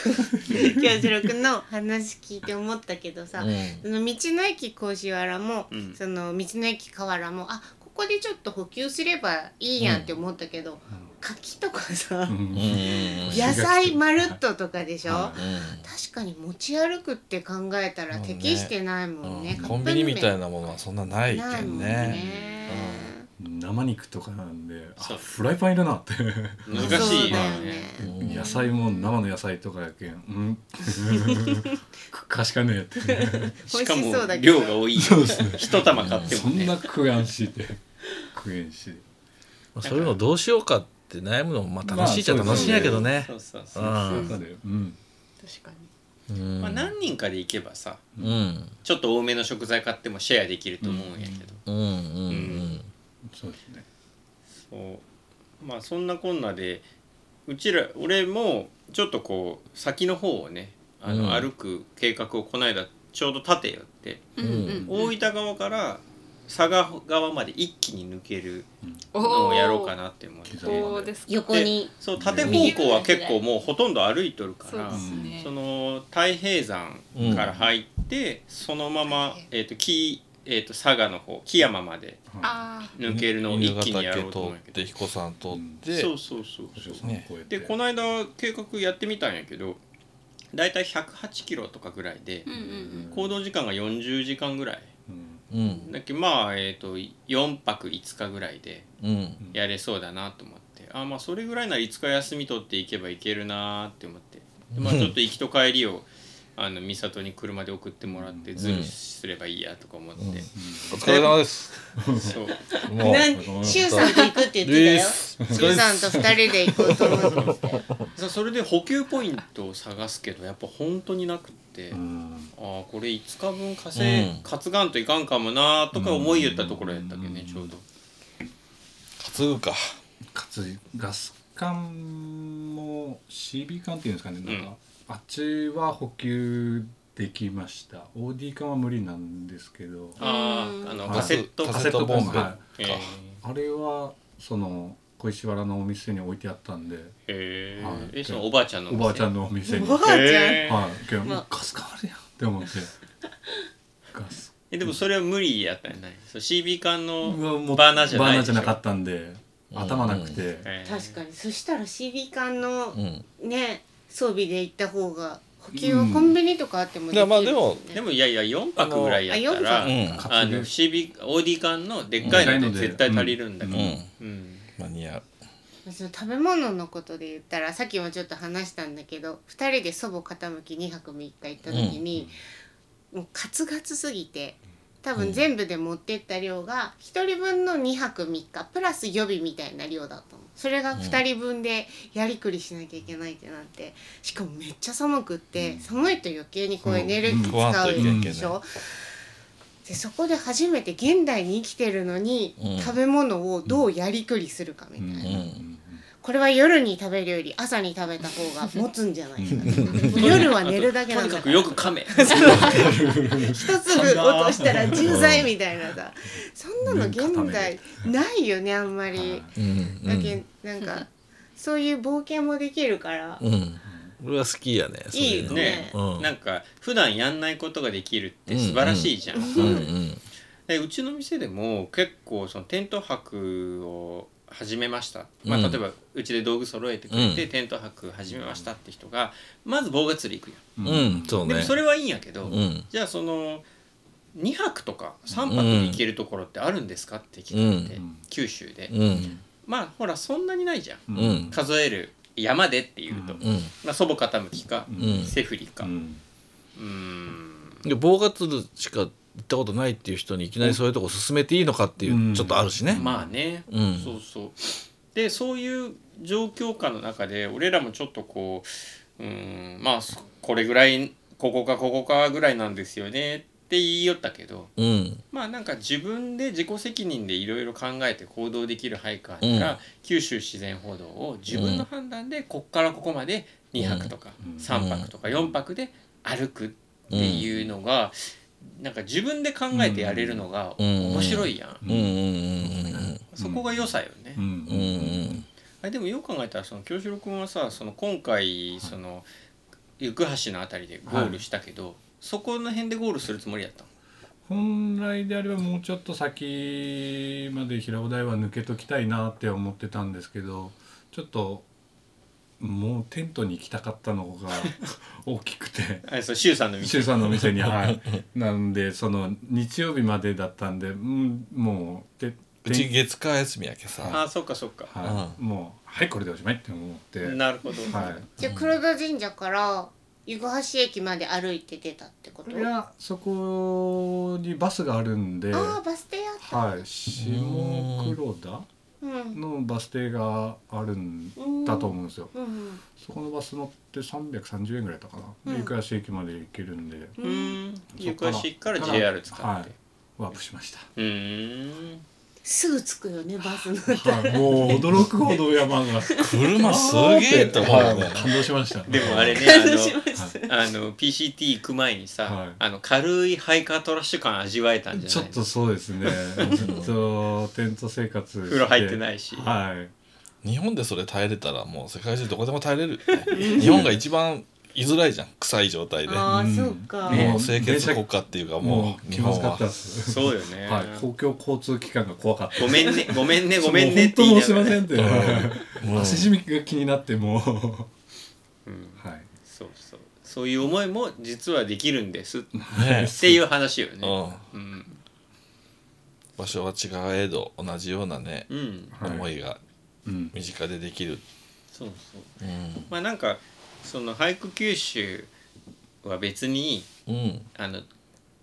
[SPEAKER 3] 京次郎君の話聞いて思ったけどさ、
[SPEAKER 6] うん
[SPEAKER 3] その道の駅甲子原も、
[SPEAKER 1] うん
[SPEAKER 3] その道の駅河原もあここでちょっと補給すればいいやんって思ったけど、柿とかさ、
[SPEAKER 2] うん
[SPEAKER 6] うんうん
[SPEAKER 3] 野菜まるっととかでしょ、
[SPEAKER 2] は
[SPEAKER 3] 確かに持ち歩くって考えたら
[SPEAKER 6] そうね
[SPEAKER 3] 適してないもん
[SPEAKER 6] う
[SPEAKER 3] ね
[SPEAKER 6] ん、コンビニみたい
[SPEAKER 3] な
[SPEAKER 6] なものはそんなないけど
[SPEAKER 3] ないもんね
[SPEAKER 6] ね
[SPEAKER 2] 生肉とかなんで
[SPEAKER 1] そ
[SPEAKER 2] あ
[SPEAKER 1] う
[SPEAKER 2] フライパンいるなって
[SPEAKER 1] 難しいよ
[SPEAKER 3] そうだよ
[SPEAKER 1] ね
[SPEAKER 3] ね。
[SPEAKER 6] うん
[SPEAKER 2] 野菜も生の野菜とかやけんうんかしかねえって
[SPEAKER 3] 美
[SPEAKER 1] し
[SPEAKER 3] 味
[SPEAKER 1] か
[SPEAKER 3] し
[SPEAKER 1] も
[SPEAKER 3] そうだけど
[SPEAKER 1] 量が多いよ
[SPEAKER 2] そうですね
[SPEAKER 1] 一玉買って
[SPEAKER 2] そ
[SPEAKER 1] も
[SPEAKER 2] んな
[SPEAKER 1] ね。
[SPEAKER 2] 食えんしって食えんし
[SPEAKER 5] まあそういうのどうしようかって悩むのもまあ楽しいっちゃ
[SPEAKER 2] まあ
[SPEAKER 5] 楽しいんやけどね
[SPEAKER 1] そうそうそうう。
[SPEAKER 5] ん
[SPEAKER 2] 中でうん
[SPEAKER 4] 確かに
[SPEAKER 5] うん
[SPEAKER 1] まあ何人かで行けばさ、
[SPEAKER 5] うん
[SPEAKER 1] ちょっと多めの食材買ってもシェアできると思うんやけ
[SPEAKER 5] う
[SPEAKER 1] ど。
[SPEAKER 5] んうん
[SPEAKER 2] そうですね
[SPEAKER 1] そうまあそんなこんなでうちら俺もちょっとこう先の方をねあの、
[SPEAKER 5] うん
[SPEAKER 1] 歩く計画をこの間ちょうど立てよって、
[SPEAKER 4] うんうん
[SPEAKER 1] 大分側から佐賀側まで一気に抜けるの
[SPEAKER 4] お
[SPEAKER 1] を
[SPEAKER 4] お
[SPEAKER 1] やろうかなって思って
[SPEAKER 4] そうですか
[SPEAKER 3] 横に
[SPEAKER 1] そう縦方向は結構もうほとんど歩いとるか
[SPEAKER 4] そう
[SPEAKER 1] ら
[SPEAKER 4] で
[SPEAKER 2] ん
[SPEAKER 4] すね
[SPEAKER 1] その太平山から入って、そのまま、えーと紀えー、と佐賀の方木山まで
[SPEAKER 4] あ
[SPEAKER 1] 抜けるのを一気にやろうと思うん
[SPEAKER 6] 新潟家
[SPEAKER 1] やけ
[SPEAKER 6] 通
[SPEAKER 1] ど
[SPEAKER 6] って。彦さん通って、
[SPEAKER 1] そうそうそうそう
[SPEAKER 2] 53
[SPEAKER 6] ね
[SPEAKER 2] 超えて
[SPEAKER 1] でこの間計画やってみたんやけどだいたい108キロとかぐらいで
[SPEAKER 4] ーうんうん
[SPEAKER 1] 行動時間が40時間ぐらい
[SPEAKER 2] うん
[SPEAKER 6] うん
[SPEAKER 1] だっけまあえっ、と4泊5日ぐらいで
[SPEAKER 6] うん
[SPEAKER 1] やれそうだなと思ってあまあそれぐらいなら5日休み取っていけばいけるなーって思ってでまあちょっと行きと帰りをあの美里に車で送ってもらってズルすればいいやとか思って、
[SPEAKER 6] お疲れ様です
[SPEAKER 1] そう
[SPEAKER 6] もう
[SPEAKER 3] なんシュウさんと行くって言ってたよシュウさんと二人で行こうと思ってて
[SPEAKER 1] そそれで補給ポイントを探すけどやっぱ本当になくって。
[SPEAKER 2] うん
[SPEAKER 1] あーこれ5日分稼い、
[SPEAKER 6] うん
[SPEAKER 1] 担がんといかんかもなーとか思い言ったところやったっけね、ちょうど
[SPEAKER 6] 担ぐか
[SPEAKER 2] かつガス管も CB 管っていうんですかねなんか、あっちは補給できました OD 管は無理なんですけど
[SPEAKER 1] あ
[SPEAKER 4] うん
[SPEAKER 1] ああの
[SPEAKER 2] はい
[SPEAKER 1] カセット
[SPEAKER 6] カ
[SPEAKER 2] カ
[SPEAKER 6] セッ
[SPEAKER 2] セ
[SPEAKER 6] ト
[SPEAKER 2] ット
[SPEAKER 6] ボ
[SPEAKER 2] ボ
[SPEAKER 6] ン
[SPEAKER 2] ン
[SPEAKER 6] ベ
[SPEAKER 2] ベ
[SPEAKER 6] か
[SPEAKER 1] え
[SPEAKER 2] あれはその小石原のお店に置いてあったんで
[SPEAKER 1] ーえ
[SPEAKER 2] はい
[SPEAKER 1] ーえそのおばあちゃんの
[SPEAKER 2] おばあちゃん
[SPEAKER 1] の
[SPEAKER 2] のお店に
[SPEAKER 3] おばあちゃん
[SPEAKER 1] えー
[SPEAKER 2] はいけど
[SPEAKER 3] まあ
[SPEAKER 2] ガス管あるやんって思ってガス
[SPEAKER 1] えでもそれは無理やったんやないそう CB 缶の
[SPEAKER 2] うわもう
[SPEAKER 1] バーナーじゃない
[SPEAKER 2] バーナ
[SPEAKER 1] で
[SPEAKER 2] ー
[SPEAKER 1] し
[SPEAKER 2] じ
[SPEAKER 1] ょ
[SPEAKER 2] ゃなかったんで頭なくて、
[SPEAKER 1] <laughs> えー
[SPEAKER 3] 確かにそしたら CB 缶の
[SPEAKER 6] うん
[SPEAKER 3] ね装備で行った方が補給はコンビニとかあってもでき
[SPEAKER 6] い
[SPEAKER 3] る
[SPEAKER 6] やまあでも
[SPEAKER 3] ね
[SPEAKER 1] でもいやいや4泊ぐらいやったら
[SPEAKER 3] あ
[SPEAKER 1] あ
[SPEAKER 6] 四
[SPEAKER 1] の
[SPEAKER 6] 泊
[SPEAKER 1] あの CB OD 缶のでっかいので絶対足りるんだけど、
[SPEAKER 6] う
[SPEAKER 1] うんんうん
[SPEAKER 6] 間に合う
[SPEAKER 3] その食べ物のことで言ったらさっきもちょっと話したんだけど2人で祖母傾き2泊3日行った時に、もうカツカツすぎて多分全部で持ってった量が1人分の2泊3日プラス予備みたいな量だったのそれが2人分でやりくりしなきゃいけないってなってしかもめっちゃ寒くって、寒いと余計にこうエネルギー使う
[SPEAKER 6] うん
[SPEAKER 3] でしょ。でそこで初めて現代に生きてるのに、
[SPEAKER 6] うん
[SPEAKER 3] 食べ物をどうやりくりするかみたいな、
[SPEAKER 2] うん
[SPEAKER 6] うん
[SPEAKER 3] これは夜に食べるより朝に食べた方が持つんじゃないかな夜は寝るだけ
[SPEAKER 1] と
[SPEAKER 3] なん
[SPEAKER 1] にか
[SPEAKER 3] だ
[SPEAKER 1] く
[SPEAKER 3] か
[SPEAKER 1] よ
[SPEAKER 3] ら
[SPEAKER 1] く噛め
[SPEAKER 3] 一粒落としたら重罪みたいなさそんなの現代ないよねあんまり。
[SPEAKER 6] うん
[SPEAKER 3] だけどなんかそういう冒険もできるから、
[SPEAKER 6] うん
[SPEAKER 5] 俺は好きやねそう
[SPEAKER 3] い
[SPEAKER 5] い
[SPEAKER 3] いうよ
[SPEAKER 5] の
[SPEAKER 1] ね
[SPEAKER 3] ね。
[SPEAKER 5] うん
[SPEAKER 1] なんか普段やんないことができるって素晴らしいじゃん、
[SPEAKER 5] うんうん
[SPEAKER 1] でうちの店でも結構そのテント泊を始めました、まあ、
[SPEAKER 5] うん
[SPEAKER 1] 例えばうちで道具揃えてくれて、
[SPEAKER 5] う
[SPEAKER 1] テント泊始めましたって人がまず棒が釣り行くや
[SPEAKER 2] うん
[SPEAKER 5] うんそうね
[SPEAKER 1] んでもそれはいいんやけど、
[SPEAKER 5] うん
[SPEAKER 1] じゃあその2泊とか3泊で行けるところってあるんですかって聞かれて、
[SPEAKER 2] うん
[SPEAKER 1] 九州で、
[SPEAKER 5] うん
[SPEAKER 1] まあほらそんなにないじゃん
[SPEAKER 2] うん
[SPEAKER 5] うん
[SPEAKER 1] 数える山でっていうと、
[SPEAKER 2] うん
[SPEAKER 5] うん
[SPEAKER 1] まあ、祖母傾きか、
[SPEAKER 5] うん
[SPEAKER 1] セフリか
[SPEAKER 2] う
[SPEAKER 1] うん
[SPEAKER 2] ん
[SPEAKER 1] ーん
[SPEAKER 5] で棒がつるしか行ったことないっていう人にいきなりそういうとこ進めていいのかっていう、
[SPEAKER 2] うん
[SPEAKER 5] ちょっとあるしね、
[SPEAKER 1] まあね、
[SPEAKER 5] うん
[SPEAKER 1] そうそうでそういう状況下の中で俺らもちょっとこううーんまあそこれぐらいここかここかぐらいなんですよねって言いよったけど
[SPEAKER 5] うん
[SPEAKER 1] まあなんか自分で自己責任でいろいろ考えて行動できるハイカーなら、
[SPEAKER 5] うん
[SPEAKER 1] 九州自然歩道を自分の判断でこっからここまで2泊とか
[SPEAKER 2] うん
[SPEAKER 1] 3泊とか4泊で歩くっていうのが、なんか自分で考えてやれるのが
[SPEAKER 5] うん
[SPEAKER 1] 面白いやん、
[SPEAKER 5] うんうんうん
[SPEAKER 1] そこが良さよね、
[SPEAKER 2] う
[SPEAKER 5] うんうん
[SPEAKER 2] ん
[SPEAKER 1] あれでもよく考えたらその京志郎君はさその今回その行橋のあたりでゴールしたけど、そこの辺でゴールするつもりやったの
[SPEAKER 2] 本来であればもうちょっと先まで平尾台は抜けときたいなって思ってたんですけどちょっともうテントに行きたかったのが <laughs> 大きくて
[SPEAKER 1] あれそう周さんの
[SPEAKER 2] 周
[SPEAKER 1] 店
[SPEAKER 2] さんのお店にはいなんでその日曜日までだったんで、うん、もうて
[SPEAKER 6] うち月火休みやけさ
[SPEAKER 1] あそっかそっか
[SPEAKER 2] はい、もうはいこれでおしまいって思って
[SPEAKER 1] なるほど、
[SPEAKER 2] は
[SPEAKER 3] じゃあ黒田神社から湯橋駅まで歩いて出たってこと
[SPEAKER 2] い、いやそこにバスがあるんで、
[SPEAKER 3] ああ
[SPEAKER 2] は
[SPEAKER 3] バス停あった、
[SPEAKER 2] い、下黒田
[SPEAKER 3] うん
[SPEAKER 2] のバス停があるんだと思うんですよ。
[SPEAKER 3] うん
[SPEAKER 2] そこのバス乗って330円ぐらいだったかな、
[SPEAKER 3] うん
[SPEAKER 2] で行橋駅まで行けるんで
[SPEAKER 3] う
[SPEAKER 1] うんんゆかしから JR 使って、
[SPEAKER 2] はい、ワープしました
[SPEAKER 1] うーん
[SPEAKER 3] すぐ着くよねバスの
[SPEAKER 2] はいもう驚くほど山がす
[SPEAKER 6] 車すげえと思うよね
[SPEAKER 2] 感動しました
[SPEAKER 1] でもあれね
[SPEAKER 3] 感動しました
[SPEAKER 1] あのあ
[SPEAKER 2] <laughs>
[SPEAKER 1] の PCT 行く前にさ、
[SPEAKER 2] はい
[SPEAKER 1] あの軽いハイカートラッシュ感味わえたんじゃない
[SPEAKER 2] ちょっとそうです
[SPEAKER 1] <laughs>
[SPEAKER 2] ねずっとテント生活して
[SPEAKER 1] 風呂入ってないし
[SPEAKER 2] はい
[SPEAKER 6] 日本でそれ耐えれたらもう世界中どこでも耐えれるよね、日本が一番居づらいじゃん臭い状態でも
[SPEAKER 3] ああ、
[SPEAKER 2] うん
[SPEAKER 3] そうか。
[SPEAKER 2] ね
[SPEAKER 6] う清潔国家っていうかも
[SPEAKER 2] も
[SPEAKER 6] う
[SPEAKER 2] う
[SPEAKER 6] 日
[SPEAKER 2] 気ま
[SPEAKER 6] 本
[SPEAKER 2] ずかっ
[SPEAKER 6] は
[SPEAKER 2] たです
[SPEAKER 1] そうよ
[SPEAKER 2] <laughs>
[SPEAKER 1] ね、
[SPEAKER 2] はい公共交通機関が怖かった
[SPEAKER 1] ごめ
[SPEAKER 2] <laughs>
[SPEAKER 1] んねごめんねごめんねって言い
[SPEAKER 2] もう
[SPEAKER 1] な
[SPEAKER 2] 本当
[SPEAKER 1] が
[SPEAKER 2] もうすいませ
[SPEAKER 1] ら、
[SPEAKER 2] ん
[SPEAKER 1] ね、
[SPEAKER 2] って
[SPEAKER 6] もう
[SPEAKER 2] 足しみが気になってもう
[SPEAKER 1] うん
[SPEAKER 2] はい
[SPEAKER 1] そうそうそういう思いも実はできる
[SPEAKER 2] <laughs>
[SPEAKER 1] んですっ
[SPEAKER 6] ね
[SPEAKER 1] ていう話よ
[SPEAKER 6] う
[SPEAKER 1] ね、
[SPEAKER 6] ん、
[SPEAKER 1] うん
[SPEAKER 6] 場所は違えど同じようなね、
[SPEAKER 1] うん、
[SPEAKER 2] はい
[SPEAKER 6] 思いが
[SPEAKER 2] うん
[SPEAKER 6] 身近でできる、
[SPEAKER 1] そうそう
[SPEAKER 6] うん
[SPEAKER 1] まあなんかその俳句九州は別に
[SPEAKER 6] うん
[SPEAKER 1] あの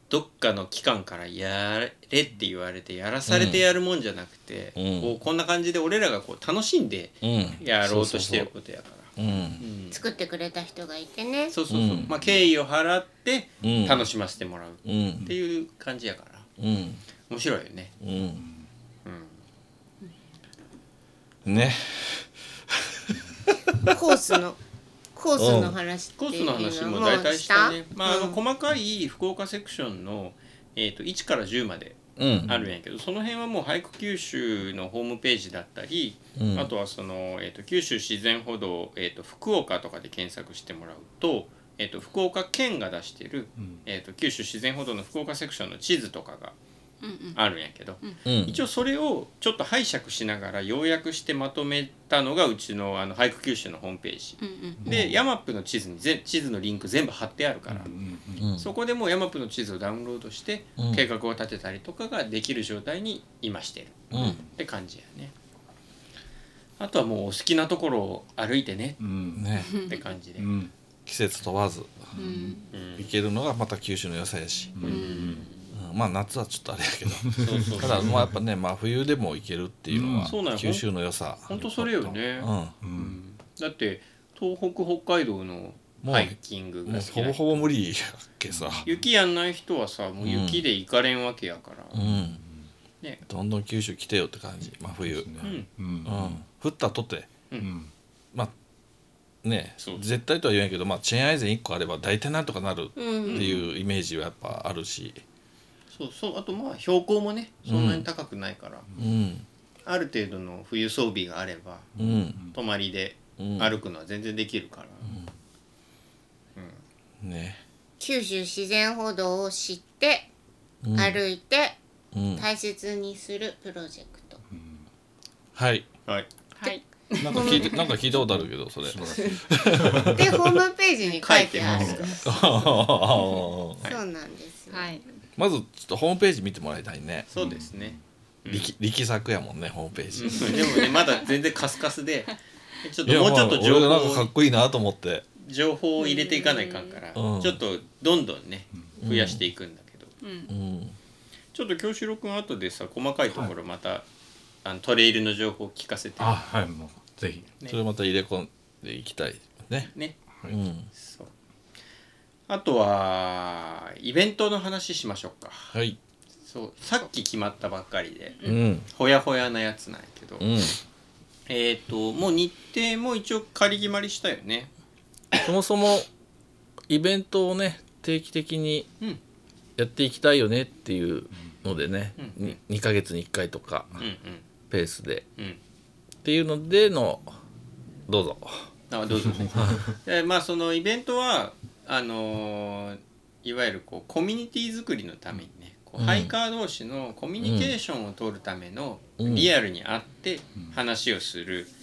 [SPEAKER 1] どっかの機関からやれって言われてやらされてやるもんじゃなくて、
[SPEAKER 6] うん
[SPEAKER 1] こうこんな感じで俺らがこう楽しんで
[SPEAKER 6] うん、
[SPEAKER 1] やろうとしてることやから
[SPEAKER 6] そうそうそううん
[SPEAKER 1] うん
[SPEAKER 3] 作ってくれた人がいてね。
[SPEAKER 1] そうそうそう、
[SPEAKER 6] うん
[SPEAKER 1] まあ敬意を払って
[SPEAKER 6] うん
[SPEAKER 1] 楽しませてもらうっ
[SPEAKER 6] うん
[SPEAKER 1] ていう感じやから
[SPEAKER 6] うん
[SPEAKER 1] 面白いよね、
[SPEAKER 6] うん
[SPEAKER 1] うん、
[SPEAKER 6] ね
[SPEAKER 3] コースのコースの話って
[SPEAKER 1] コー
[SPEAKER 3] い
[SPEAKER 1] ス
[SPEAKER 3] うの
[SPEAKER 1] の
[SPEAKER 3] は
[SPEAKER 1] 話も
[SPEAKER 3] も
[SPEAKER 1] 大
[SPEAKER 3] う
[SPEAKER 1] 体
[SPEAKER 3] し
[SPEAKER 1] した
[SPEAKER 3] た
[SPEAKER 1] ねまああの
[SPEAKER 3] うん
[SPEAKER 1] 細かい福岡セクションの、えー、と1から10まで
[SPEAKER 6] うん
[SPEAKER 1] あるんやけど、その辺はもう俳句九州のホームページだったり、
[SPEAKER 6] うん
[SPEAKER 1] あとはその、えー、と九州自然歩道、えー、と福岡とかで検索してもらうと,、えー、と福岡県が出してる、
[SPEAKER 2] うん
[SPEAKER 1] えー、と九州自然歩道の福岡セクションの地図とかが
[SPEAKER 4] うんうん
[SPEAKER 1] あるんやけど、
[SPEAKER 6] うん
[SPEAKER 1] 一応それをちょっと拝借しながら要約してまとめたのがうちのあの俳句九州のホームページ。
[SPEAKER 4] うんうん
[SPEAKER 1] でヤマップの地図にぜ地図のリンク全部貼ってあるから、
[SPEAKER 2] うん
[SPEAKER 6] うん
[SPEAKER 1] そこでもうヤマップの地図をダウンロードして、
[SPEAKER 6] うん
[SPEAKER 1] 計画を立てたりとかができる状態に今してる
[SPEAKER 6] うん
[SPEAKER 1] って感じやね。あとはもうお好きなところを歩いてね
[SPEAKER 2] うん
[SPEAKER 6] ね
[SPEAKER 1] って感じで。
[SPEAKER 2] う
[SPEAKER 1] うん
[SPEAKER 2] ん
[SPEAKER 6] 季節問わず
[SPEAKER 4] うん
[SPEAKER 6] 行けるのがまた九州の良さやし、
[SPEAKER 1] うん
[SPEAKER 6] うんまあ夏はちょっとあれやけど
[SPEAKER 1] <laughs> そうそう
[SPEAKER 6] ただまあやっぱね真冬でも行けるっていうの
[SPEAKER 2] うん
[SPEAKER 1] そうな
[SPEAKER 6] は
[SPEAKER 1] んよ
[SPEAKER 6] 九州の良さ
[SPEAKER 1] ほんとそれよね
[SPEAKER 6] うん
[SPEAKER 2] う
[SPEAKER 1] うんんだって東北北海道の
[SPEAKER 6] もう
[SPEAKER 1] ハイキング
[SPEAKER 6] も
[SPEAKER 1] が
[SPEAKER 6] う
[SPEAKER 1] 好き
[SPEAKER 6] ほ
[SPEAKER 1] な
[SPEAKER 6] ぼ
[SPEAKER 1] 人
[SPEAKER 6] ほぼ無理やっけさ
[SPEAKER 1] 雪やんない人はさもう雪で行かれんわけやから、
[SPEAKER 6] うん
[SPEAKER 1] ね
[SPEAKER 6] どんどん九州来てよって感じ真冬
[SPEAKER 2] ね
[SPEAKER 1] うん
[SPEAKER 2] うん
[SPEAKER 6] うん降ったとて
[SPEAKER 2] うん
[SPEAKER 6] まあね
[SPEAKER 1] そう
[SPEAKER 6] 絶対とは言えんけどまあチェーンアイゼン1個あれば大体なんとかなるっ
[SPEAKER 3] うん
[SPEAKER 6] ていうイメージはやっぱあるし
[SPEAKER 1] そうそうあとまあ標高もねそんなに高くないから、
[SPEAKER 6] うん
[SPEAKER 1] ある程度の冬装備があれば
[SPEAKER 6] うん
[SPEAKER 1] 泊まりで
[SPEAKER 6] うん
[SPEAKER 1] 歩くのは全然できるから、
[SPEAKER 6] ね
[SPEAKER 3] 九州自然歩道を知って
[SPEAKER 6] うん
[SPEAKER 3] 歩いて
[SPEAKER 6] うん
[SPEAKER 3] 大切にするプロジェクト、
[SPEAKER 6] はい
[SPEAKER 1] はい
[SPEAKER 4] はい
[SPEAKER 6] なんか聞いてなんか聞いたことあるけどそれ
[SPEAKER 2] 素晴らしい
[SPEAKER 3] でホームページに書
[SPEAKER 1] 書
[SPEAKER 3] い
[SPEAKER 1] い
[SPEAKER 3] て
[SPEAKER 1] て
[SPEAKER 3] あ
[SPEAKER 1] ま
[SPEAKER 3] る
[SPEAKER 1] すから
[SPEAKER 6] ま
[SPEAKER 3] そうなんですよ、
[SPEAKER 4] はい
[SPEAKER 6] ずちょっとホームページ見てもらいたいね
[SPEAKER 1] そうですね、うん
[SPEAKER 6] 力力作やもんねホームページ
[SPEAKER 1] うんでもねまだ全然カスカスでちょっ
[SPEAKER 6] い
[SPEAKER 1] と
[SPEAKER 6] や
[SPEAKER 1] もう
[SPEAKER 6] ま
[SPEAKER 1] ち
[SPEAKER 6] あ
[SPEAKER 1] ょっと
[SPEAKER 6] 俺
[SPEAKER 1] 情
[SPEAKER 6] が
[SPEAKER 1] 報
[SPEAKER 6] なんかかっ
[SPEAKER 1] を
[SPEAKER 6] こいいなと思って
[SPEAKER 1] 情報を入れていかないかんから、
[SPEAKER 6] うん
[SPEAKER 1] ちょっとどんどんね増やしていくんだけど、
[SPEAKER 4] うん
[SPEAKER 6] うん
[SPEAKER 1] ちょっと京志郎君後でさ細かいところまた、あのトレイルの情報を聞かせて
[SPEAKER 2] あはいもうぜひ
[SPEAKER 1] ね
[SPEAKER 6] それまた入れ込んでいきたいね
[SPEAKER 1] ね
[SPEAKER 6] うん
[SPEAKER 1] そうあとはイベントの話しましょうか
[SPEAKER 6] はい
[SPEAKER 1] そうさっき決まったばっかりで
[SPEAKER 6] うん
[SPEAKER 1] ほやほやなやつなんやけど、
[SPEAKER 6] うん
[SPEAKER 1] えっ、ともう日程も一応仮決まりしたよね
[SPEAKER 5] そもそもイベントをね定期的に
[SPEAKER 1] うん
[SPEAKER 5] やっていきたいよねっていうのでね、
[SPEAKER 1] うん
[SPEAKER 5] に2ヶ月に1回とか
[SPEAKER 1] うん
[SPEAKER 5] ペースで
[SPEAKER 1] うんうん
[SPEAKER 5] っていうのでのどう
[SPEAKER 1] <laughs>
[SPEAKER 5] ぞ
[SPEAKER 1] あどうぞ、ね、でまあそのイベントはあのーいわゆるこうコミュニティ作りのためにねこう
[SPEAKER 6] うん
[SPEAKER 1] ハイカー同士のコミュニケーションを取るための
[SPEAKER 6] うん
[SPEAKER 1] リアルに会って話をする、うん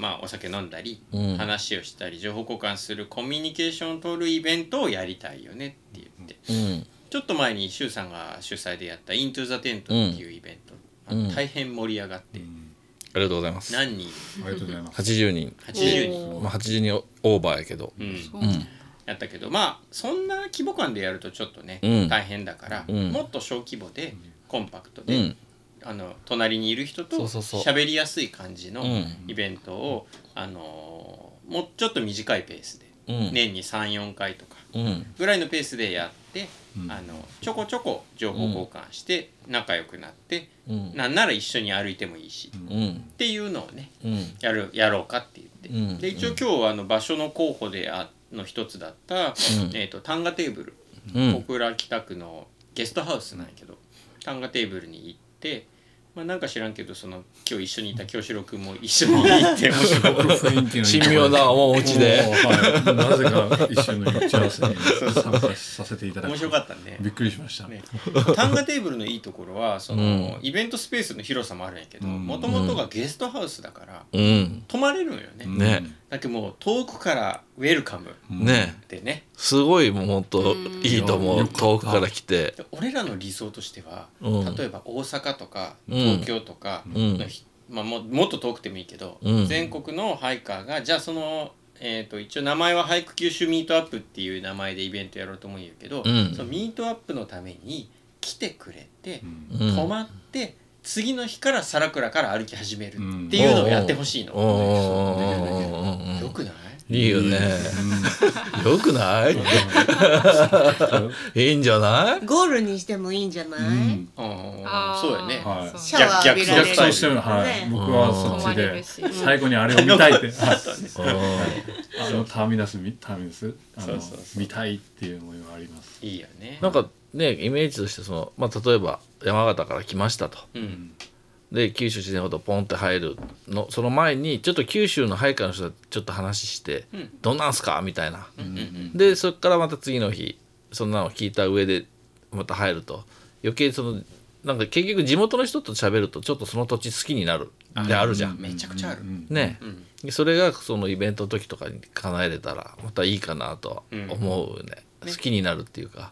[SPEAKER 1] まあお酒飲んだり
[SPEAKER 6] うん
[SPEAKER 1] 話をしたり情報交換するコミュニケーションを取るイベントをやりたいよねって言って
[SPEAKER 6] うん
[SPEAKER 1] ちょっと前に柊さんが主催でやった「イントゥ・ザ・テント」っていうイベント、あ
[SPEAKER 6] うん
[SPEAKER 1] 大変盛り上がって、
[SPEAKER 5] ありがとうございます
[SPEAKER 1] 何人
[SPEAKER 2] ありがとうございます
[SPEAKER 5] 80人
[SPEAKER 1] 80人、
[SPEAKER 5] まあ、80人オーバーやけど
[SPEAKER 1] うん
[SPEAKER 4] そう
[SPEAKER 6] うん
[SPEAKER 1] やったけどまあそんな規模感でやるとちょっとね、
[SPEAKER 6] うん
[SPEAKER 1] 大変だから、
[SPEAKER 6] うん
[SPEAKER 1] もっと小規模でコンパクト
[SPEAKER 6] う
[SPEAKER 1] で、
[SPEAKER 6] ん
[SPEAKER 1] あの隣にいる人と
[SPEAKER 6] そうそうそう
[SPEAKER 1] 喋りやすい感じの
[SPEAKER 6] うん
[SPEAKER 1] イベントを、あのーもうちょっと短いペースで、
[SPEAKER 6] うん
[SPEAKER 1] 年に34回とか
[SPEAKER 6] うん
[SPEAKER 1] ぐらいのペースでやって、
[SPEAKER 2] うん <laughs>
[SPEAKER 1] あのちょこちょこ情報交換して仲良くなって、
[SPEAKER 6] うん
[SPEAKER 1] なんなら一緒に歩いてもいいし、っ
[SPEAKER 6] うん
[SPEAKER 1] ていうのをね
[SPEAKER 6] うん
[SPEAKER 1] やるやろうかって言って、
[SPEAKER 6] うん
[SPEAKER 1] で一応今日はあの場所の候補であの一つだった、えー、とタンガテーブル、
[SPEAKER 6] うん
[SPEAKER 1] 小倉北区のゲストハウスなんやけどタンガテーブルに行って、まあ、なんか知らんけどその今日一緒にいた京志郎君も一緒に行って面白かっ
[SPEAKER 2] 雰囲気の
[SPEAKER 5] 神妙な面持ちで
[SPEAKER 2] はいなぜか一緒の打ち合わせに参加させていただ
[SPEAKER 1] た
[SPEAKER 2] き
[SPEAKER 1] 面白かったね
[SPEAKER 2] びっくりしました
[SPEAKER 1] ね、タンガテーブルのいいところはその、イベントスペースの広さもあるんやけど
[SPEAKER 2] うん
[SPEAKER 1] もともとがゲストハウスだから
[SPEAKER 5] うん
[SPEAKER 1] 泊まれるんよね、
[SPEAKER 2] うん
[SPEAKER 5] ね
[SPEAKER 1] だけどもう遠くからウェルカム
[SPEAKER 5] ね
[SPEAKER 1] でね
[SPEAKER 5] すごいもうほんといいと思
[SPEAKER 2] う
[SPEAKER 5] うん遠くから来て
[SPEAKER 1] で俺らの理想としては、
[SPEAKER 5] うん
[SPEAKER 1] 例えば大阪とか
[SPEAKER 5] うん
[SPEAKER 1] 東京とか
[SPEAKER 5] うん
[SPEAKER 1] のひ、まあ、ももっと遠くてもいいけど、
[SPEAKER 5] うん
[SPEAKER 1] 全国のハイカーがじゃあその、えー、と一応名前は「俳句九州ミートアップ」っていう名前でイベントやろうと思うんやけど、
[SPEAKER 5] うん
[SPEAKER 1] そのミートアップのために来てくれて
[SPEAKER 2] う、ん
[SPEAKER 5] うん
[SPEAKER 1] 泊まって次の日から皿倉から歩き始めるっていうのをやってほしいの。
[SPEAKER 5] うんうんうんうんうん
[SPEAKER 1] よくない
[SPEAKER 5] いいよね。よくないいいんじゃ
[SPEAKER 1] <laughs>
[SPEAKER 5] ない
[SPEAKER 3] ゴールにしてもいいんじゃない、
[SPEAKER 2] うん
[SPEAKER 1] あーそうやね
[SPEAKER 2] あはい
[SPEAKER 3] シャワー浴びられる
[SPEAKER 2] 逆
[SPEAKER 1] 逆走
[SPEAKER 2] 走
[SPEAKER 1] し
[SPEAKER 2] してて
[SPEAKER 1] る
[SPEAKER 2] る
[SPEAKER 1] の
[SPEAKER 2] のはい
[SPEAKER 3] ね
[SPEAKER 2] 僕はそっち
[SPEAKER 4] うん
[SPEAKER 2] で最後にあれを見たい
[SPEAKER 1] <laughs>
[SPEAKER 2] ってはいあのターミナスみターミナスあ
[SPEAKER 1] そう
[SPEAKER 2] の
[SPEAKER 1] そうそう
[SPEAKER 2] 見たいっていう思いはあります
[SPEAKER 1] いいよね
[SPEAKER 5] なんかねイメージとしてその、まあ、例えば山形から来ましたと
[SPEAKER 1] うん
[SPEAKER 5] で九州自然ほどポンって入るのその前にちょっと九州の配下の人とちょっと話して「
[SPEAKER 1] うん
[SPEAKER 5] どんなんすか?」みたいな、
[SPEAKER 1] うんうん
[SPEAKER 5] でそこからまた次の日そんなの聞いた上でまた入ると余計そのなんか結局地元の人と喋るとちょっとその土地好きになるであるじゃん。
[SPEAKER 1] めちゃくちゃある
[SPEAKER 2] うん
[SPEAKER 5] ね
[SPEAKER 1] う、ん
[SPEAKER 5] それがそのイベントの時とかに叶えれたらまたいいかなと思うね、
[SPEAKER 1] うんね
[SPEAKER 5] 好きになるっていうか、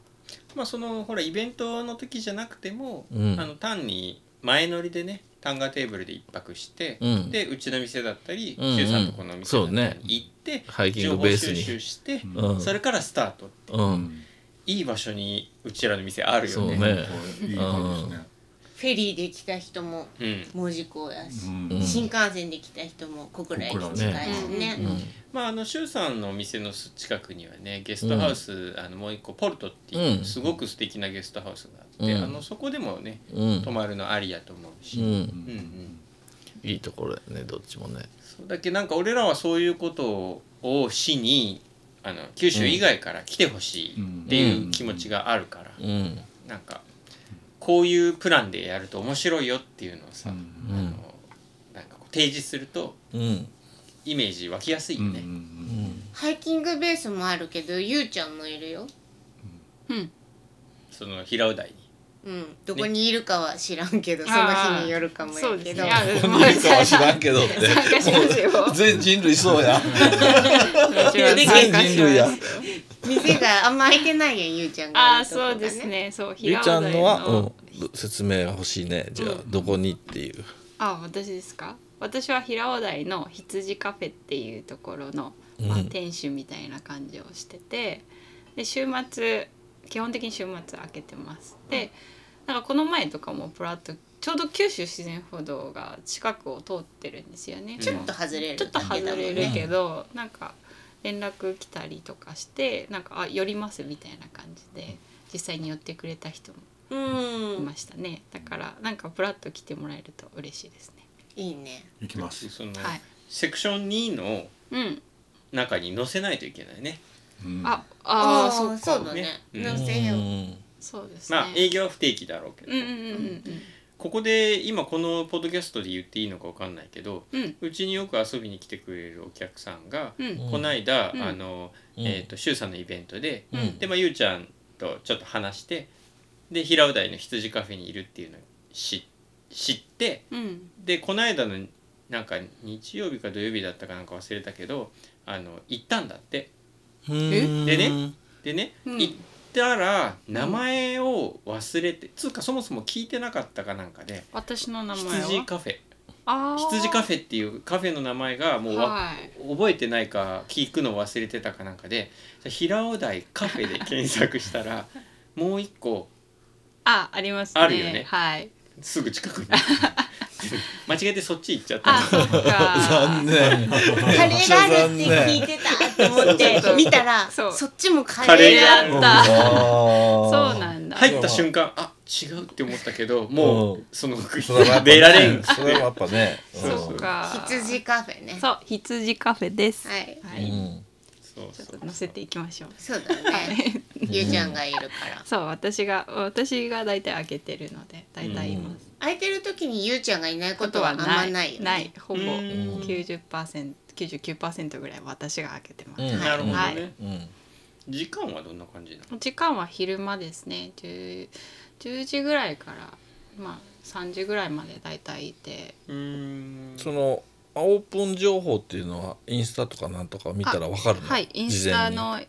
[SPEAKER 1] まあそのほらイベントの時じゃなくても、
[SPEAKER 5] うん
[SPEAKER 1] あの単に前乗りでね単価テーブルで一泊して、
[SPEAKER 5] うん
[SPEAKER 1] でうちの店だったり
[SPEAKER 5] うんうん
[SPEAKER 1] 周さんとこの店だったりに行って、
[SPEAKER 5] ハイキン
[SPEAKER 1] 情
[SPEAKER 5] グ
[SPEAKER 1] 報
[SPEAKER 5] ベース
[SPEAKER 1] 収
[SPEAKER 5] に
[SPEAKER 1] 集して、
[SPEAKER 5] うん
[SPEAKER 1] それからスタート
[SPEAKER 5] うん
[SPEAKER 1] いい場所にうちらの店あるよ
[SPEAKER 5] そ
[SPEAKER 1] ね
[SPEAKER 5] うね
[SPEAKER 2] こういい感じですね
[SPEAKER 3] フェリーで来た人も
[SPEAKER 1] うん
[SPEAKER 3] 門司港やし、
[SPEAKER 2] うん
[SPEAKER 5] ん
[SPEAKER 3] 新幹線で来た人も小倉駅近いしね
[SPEAKER 4] う
[SPEAKER 5] うん
[SPEAKER 1] まああの周さんのお店の近くにはねゲストハウス、あのもう一個ポルトっていう、
[SPEAKER 5] うん
[SPEAKER 1] すごく素敵なゲストハウスがあって、
[SPEAKER 5] うん
[SPEAKER 1] あのそこでもね
[SPEAKER 5] うん
[SPEAKER 1] 泊まるのありやと思うし、
[SPEAKER 5] う
[SPEAKER 1] うん
[SPEAKER 5] ん
[SPEAKER 1] うん
[SPEAKER 5] いいところやねどっちもね
[SPEAKER 1] そうだけどなんか俺らはそういうことをしにあの九州以外から来てほしいっていう気持ちがあるから、
[SPEAKER 5] うん
[SPEAKER 1] なんかこういうプランでやると面白いよっていうのをさ、
[SPEAKER 2] うん
[SPEAKER 1] あのなんかこう提示すると
[SPEAKER 5] うん
[SPEAKER 1] イメージ湧きやすいよ
[SPEAKER 2] うんう
[SPEAKER 1] ね。
[SPEAKER 2] ん
[SPEAKER 3] ハイキングベースもあるけどゆうちゃんもいるよ
[SPEAKER 4] うん
[SPEAKER 1] その平尾台に。
[SPEAKER 3] うん、どこにいるかは知らんけど、
[SPEAKER 4] ね
[SPEAKER 3] その日によるかも
[SPEAKER 4] そ
[SPEAKER 3] や
[SPEAKER 4] う
[SPEAKER 3] け
[SPEAKER 4] です
[SPEAKER 3] ど、
[SPEAKER 4] ね
[SPEAKER 6] 本人いるかは知らんけどって
[SPEAKER 4] 参加しますよ
[SPEAKER 6] 全人類そうや
[SPEAKER 4] もちろん参加
[SPEAKER 5] 全
[SPEAKER 4] し
[SPEAKER 5] 人類や
[SPEAKER 4] ますよ
[SPEAKER 3] 店があんま開いてないやんゆうちゃんがい
[SPEAKER 4] ああ
[SPEAKER 3] るとこが
[SPEAKER 4] そうですねそう
[SPEAKER 5] <laughs> ゆう
[SPEAKER 4] 平
[SPEAKER 5] ちゃ
[SPEAKER 4] 尾
[SPEAKER 5] ん
[SPEAKER 4] 台
[SPEAKER 5] のは、う
[SPEAKER 4] の
[SPEAKER 5] ん、説明欲しいねじゃあ、どこにっていう
[SPEAKER 4] あ私ですか私は平尾台の羊カフェっていうところの、まあ
[SPEAKER 5] うん
[SPEAKER 4] 店主みたいな感じをしててで週末基本的に週末開けてますでなんかこの前とかもプラッとちょうど九州自然歩道が近くを通ってるんですよね
[SPEAKER 1] ちょっ
[SPEAKER 3] ちょっと外れる
[SPEAKER 4] ちょっと外れ
[SPEAKER 3] だ
[SPEAKER 4] るけど、なんか連絡来たりとかしてなんかあ寄りますみたいな感じで実際に寄ってくれた人も
[SPEAKER 3] けどね
[SPEAKER 4] いうましたね、だからなんかプラッと来てもらえると嬉しいですね
[SPEAKER 3] んいいね
[SPEAKER 2] 行きます
[SPEAKER 1] その、
[SPEAKER 4] はい
[SPEAKER 1] セクション2の
[SPEAKER 4] うん
[SPEAKER 1] 中に載せないといけないね。
[SPEAKER 2] うん
[SPEAKER 4] あ
[SPEAKER 3] あ
[SPEAKER 4] あー
[SPEAKER 3] あ
[SPEAKER 4] そ
[SPEAKER 3] そう
[SPEAKER 4] う
[SPEAKER 3] そ
[SPEAKER 4] そうう
[SPEAKER 3] だ
[SPEAKER 1] ね
[SPEAKER 3] ね
[SPEAKER 1] うん
[SPEAKER 3] 乗せよう
[SPEAKER 4] そうですね、
[SPEAKER 1] まあ営業は不定期だろうけど、
[SPEAKER 4] うんうんうん
[SPEAKER 1] ここで今このポッドキャストで言っていいのかわかんないけど、
[SPEAKER 4] うんうん
[SPEAKER 1] うちによく遊びに来てくれるお客さんが、
[SPEAKER 4] うん
[SPEAKER 1] こないだ、
[SPEAKER 4] うん
[SPEAKER 1] あの、
[SPEAKER 5] うん
[SPEAKER 1] えっ、と周さんのイベントで、
[SPEAKER 5] うん
[SPEAKER 1] でまあゆうちゃんとちょっと話して、で平尾台の羊カフェにいるっていうのを知知って、
[SPEAKER 4] うん
[SPEAKER 1] でこの間のなんか日曜日か土曜日だったかなんか忘れたけどあの行ったんだって
[SPEAKER 5] うん
[SPEAKER 1] でねでね、
[SPEAKER 4] うん
[SPEAKER 1] 行ったら名前を忘れて、つうかそもそも聞いてなかったかなんかで
[SPEAKER 4] 私の名前は
[SPEAKER 1] 羊カフェ
[SPEAKER 4] あー
[SPEAKER 1] 羊カフェっていうカフェの名前がもうわ、
[SPEAKER 4] はい
[SPEAKER 1] 覚えてないか聞くの忘れてたかなんかでじゃあ平尾台カフェで検索した
[SPEAKER 4] <laughs>
[SPEAKER 1] らもう一個
[SPEAKER 4] あありますね
[SPEAKER 1] あるよね
[SPEAKER 4] はい
[SPEAKER 1] すぐ近く
[SPEAKER 4] <laughs>
[SPEAKER 1] に間違えてそっち行っちゃった
[SPEAKER 4] あそっ
[SPEAKER 6] 残
[SPEAKER 4] か
[SPEAKER 6] 念
[SPEAKER 3] カレーがあるって聞
[SPEAKER 5] <laughs>
[SPEAKER 3] いてたって思
[SPEAKER 4] <laughs>
[SPEAKER 3] っ
[SPEAKER 4] ちょっと
[SPEAKER 3] て見たら
[SPEAKER 4] そう
[SPEAKER 3] そっちもカ
[SPEAKER 1] カ
[SPEAKER 3] レー
[SPEAKER 1] レー
[SPEAKER 3] が
[SPEAKER 1] が
[SPEAKER 4] あった
[SPEAKER 6] そ
[SPEAKER 4] そうなんだ、
[SPEAKER 1] 入った瞬間あ違うって思ったけども
[SPEAKER 6] う
[SPEAKER 1] うんその
[SPEAKER 6] それはやっぱね
[SPEAKER 1] 出られん
[SPEAKER 6] それはやっぱね
[SPEAKER 4] そっか
[SPEAKER 3] 羊カフェね
[SPEAKER 4] そう羊カフェです、
[SPEAKER 3] はいい
[SPEAKER 5] うんうん
[SPEAKER 1] そう
[SPEAKER 4] ちょっ
[SPEAKER 1] そ
[SPEAKER 4] と
[SPEAKER 1] う
[SPEAKER 4] 載せていきましょう
[SPEAKER 3] そうだねゆうちゃんがいるから
[SPEAKER 4] そう私が私が大体開けてるので大体います、
[SPEAKER 3] 空いてる時にゆうちゃんがいないことはあんまないよ
[SPEAKER 4] な
[SPEAKER 3] ね
[SPEAKER 4] いほぼ
[SPEAKER 1] うん
[SPEAKER 4] 90% 99%ぐらいは私が開けてます、
[SPEAKER 5] うん
[SPEAKER 1] なるほどね、
[SPEAKER 4] はい
[SPEAKER 5] うん
[SPEAKER 1] 時間はどんな感じなの
[SPEAKER 4] 時間は昼間ですね 10, 10時ぐらいからまあ3時ぐらいまで大体いて
[SPEAKER 1] うん
[SPEAKER 5] そのオープン情報っていうのはインスタとかなんとか見たらわかるの
[SPEAKER 4] はいインスタ
[SPEAKER 5] 事前に
[SPEAKER 4] の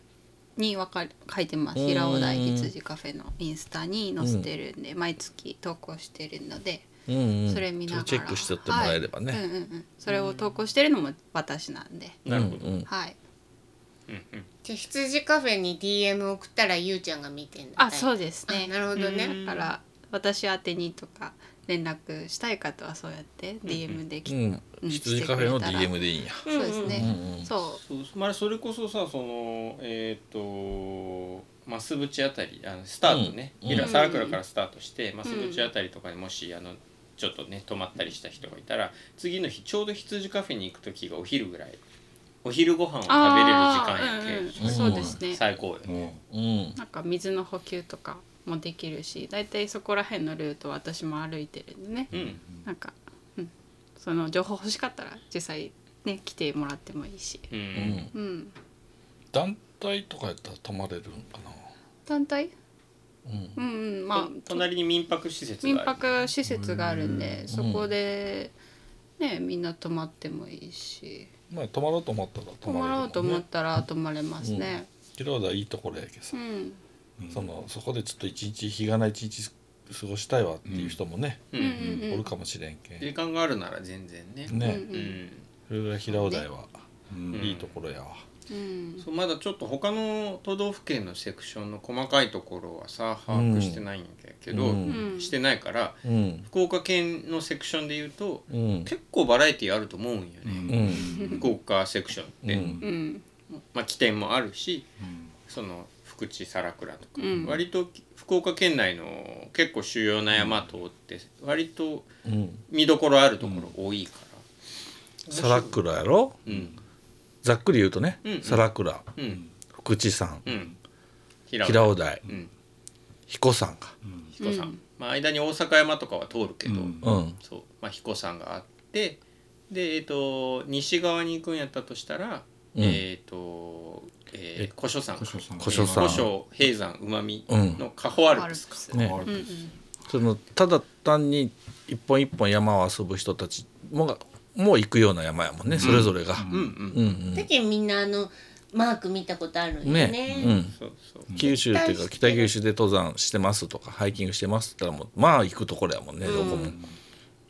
[SPEAKER 4] にわかる書いてます
[SPEAKER 5] うん
[SPEAKER 4] 平尾台羊カフェのインスタに載せてるんで、毎月投稿してるので、
[SPEAKER 5] うんうん
[SPEAKER 4] それ見ながら
[SPEAKER 5] それチェックしてってもらえればね、
[SPEAKER 4] はいうんうんうん、それを投稿してるのも私なんで、
[SPEAKER 1] なるほど、
[SPEAKER 5] うんうん
[SPEAKER 4] はい
[SPEAKER 3] じゃあ羊カフェに DM 送ったらゆうちゃんが見てんだ
[SPEAKER 4] あそうですね
[SPEAKER 3] あなるほどね
[SPEAKER 4] だから私宛てにとか連絡したい方はそうやって DM でき、
[SPEAKER 5] うん
[SPEAKER 4] うん
[SPEAKER 5] 羊カフェの DM でいいんや。
[SPEAKER 4] そうです
[SPEAKER 5] うんう
[SPEAKER 4] ね、
[SPEAKER 5] ん
[SPEAKER 4] そ
[SPEAKER 1] そうまあ、それこそさそのえっ、とマスブチあたりあのスタートね、
[SPEAKER 5] うん
[SPEAKER 1] いろ
[SPEAKER 4] うん
[SPEAKER 1] サラクラからスタートして、マスブチあたりとかにもしあのちょっとね泊まったりした人がいたら次の日ちょうど羊カフェに行く時がお昼ぐらいお昼ご飯を食べれる時間やけ、
[SPEAKER 4] あーうん
[SPEAKER 2] う
[SPEAKER 4] うんん、そうですね
[SPEAKER 1] 最高よね、
[SPEAKER 2] も
[SPEAKER 5] うん
[SPEAKER 4] なんか水の補給とかもできるしだいたいそこら辺のルートは私も歩いてるんでね、
[SPEAKER 1] うん
[SPEAKER 4] なんか、うん、その情報欲しかったら実際ね来てもらってもいいし、
[SPEAKER 1] うん
[SPEAKER 5] うん
[SPEAKER 4] うん、
[SPEAKER 5] 団体とかやったら泊まれるんか
[SPEAKER 4] 団体
[SPEAKER 5] な。うん
[SPEAKER 4] うんうんまあ
[SPEAKER 1] と隣に民泊施設
[SPEAKER 4] 民
[SPEAKER 1] がある
[SPEAKER 4] 泊施設があるんで、そこでねみんな泊まってもいいし
[SPEAKER 6] まあ泊まろうと思ったら
[SPEAKER 4] 泊
[SPEAKER 6] 泊
[SPEAKER 4] まろ
[SPEAKER 6] ま
[SPEAKER 4] う
[SPEAKER 6] れる
[SPEAKER 4] と
[SPEAKER 6] もん
[SPEAKER 4] 思っ
[SPEAKER 6] ね
[SPEAKER 4] たら泊まれますね。
[SPEAKER 6] 広田はいいところやけどさ
[SPEAKER 4] う、ん、
[SPEAKER 6] そのそこでちょっと一日日がない一日過ごしたいわっていう人もね、
[SPEAKER 1] う
[SPEAKER 4] うんうん
[SPEAKER 1] ん
[SPEAKER 4] うん
[SPEAKER 6] おるかもしれんけ
[SPEAKER 1] 時間があるなら全然ね
[SPEAKER 6] んね、
[SPEAKER 4] うん
[SPEAKER 1] うん
[SPEAKER 6] それぐらい平尾台は
[SPEAKER 2] う、う
[SPEAKER 1] うん
[SPEAKER 2] ん
[SPEAKER 6] いいところやわ、
[SPEAKER 4] うん
[SPEAKER 1] そうまだちょっと他の都道府県のセクションの細かいところはさ把握してないんやけ
[SPEAKER 6] う
[SPEAKER 1] ど、
[SPEAKER 6] ん
[SPEAKER 4] うん
[SPEAKER 1] してないから
[SPEAKER 6] うん
[SPEAKER 1] 福岡県のセクションで言うと
[SPEAKER 6] うん
[SPEAKER 1] 結構バラエティあると思うんよね、
[SPEAKER 6] うん
[SPEAKER 1] 福岡セクションって、
[SPEAKER 6] うん
[SPEAKER 4] うん
[SPEAKER 1] まあ、起点もあるし
[SPEAKER 2] うん
[SPEAKER 1] その福知皿倉とか、
[SPEAKER 4] うん
[SPEAKER 1] 割と福岡県内の結構主要な山通って割と
[SPEAKER 6] うん
[SPEAKER 1] 見どころあるところ多いから。
[SPEAKER 5] サラクラやろ
[SPEAKER 1] うん
[SPEAKER 5] ざっくり言うとね、
[SPEAKER 1] うんうん
[SPEAKER 5] サラクラ
[SPEAKER 1] うん
[SPEAKER 5] 福知山
[SPEAKER 1] うん平尾
[SPEAKER 5] 平尾台
[SPEAKER 1] うん
[SPEAKER 5] 彦山か
[SPEAKER 1] 彦さん、
[SPEAKER 4] うん
[SPEAKER 1] まあ、間に大阪山とかは通るけど、
[SPEAKER 2] うん
[SPEAKER 5] うん
[SPEAKER 1] そう、まあ、彦さんがあってで、えっと西側に行くんやったとしたら、
[SPEAKER 5] うん
[SPEAKER 1] えっ、と、えー、古書山
[SPEAKER 2] 古書さん
[SPEAKER 5] 古書山
[SPEAKER 1] 古書平山うまみ
[SPEAKER 5] うん
[SPEAKER 1] のカホアルプスか、
[SPEAKER 4] ス
[SPEAKER 5] ね
[SPEAKER 4] うん
[SPEAKER 5] そのただ単に一本一本山を遊ぶ人たちもがもう行くような山やもんね、それぞれが、
[SPEAKER 1] うんう
[SPEAKER 5] うん
[SPEAKER 1] ん
[SPEAKER 5] うん
[SPEAKER 3] だけどみんなあのマーク見たことあるんよね
[SPEAKER 5] ねうん、
[SPEAKER 1] そうそう
[SPEAKER 5] 九州っていうか北九州で登山してますとかハイキングしてますって言ったらもうまあ行くところやもんねどこも、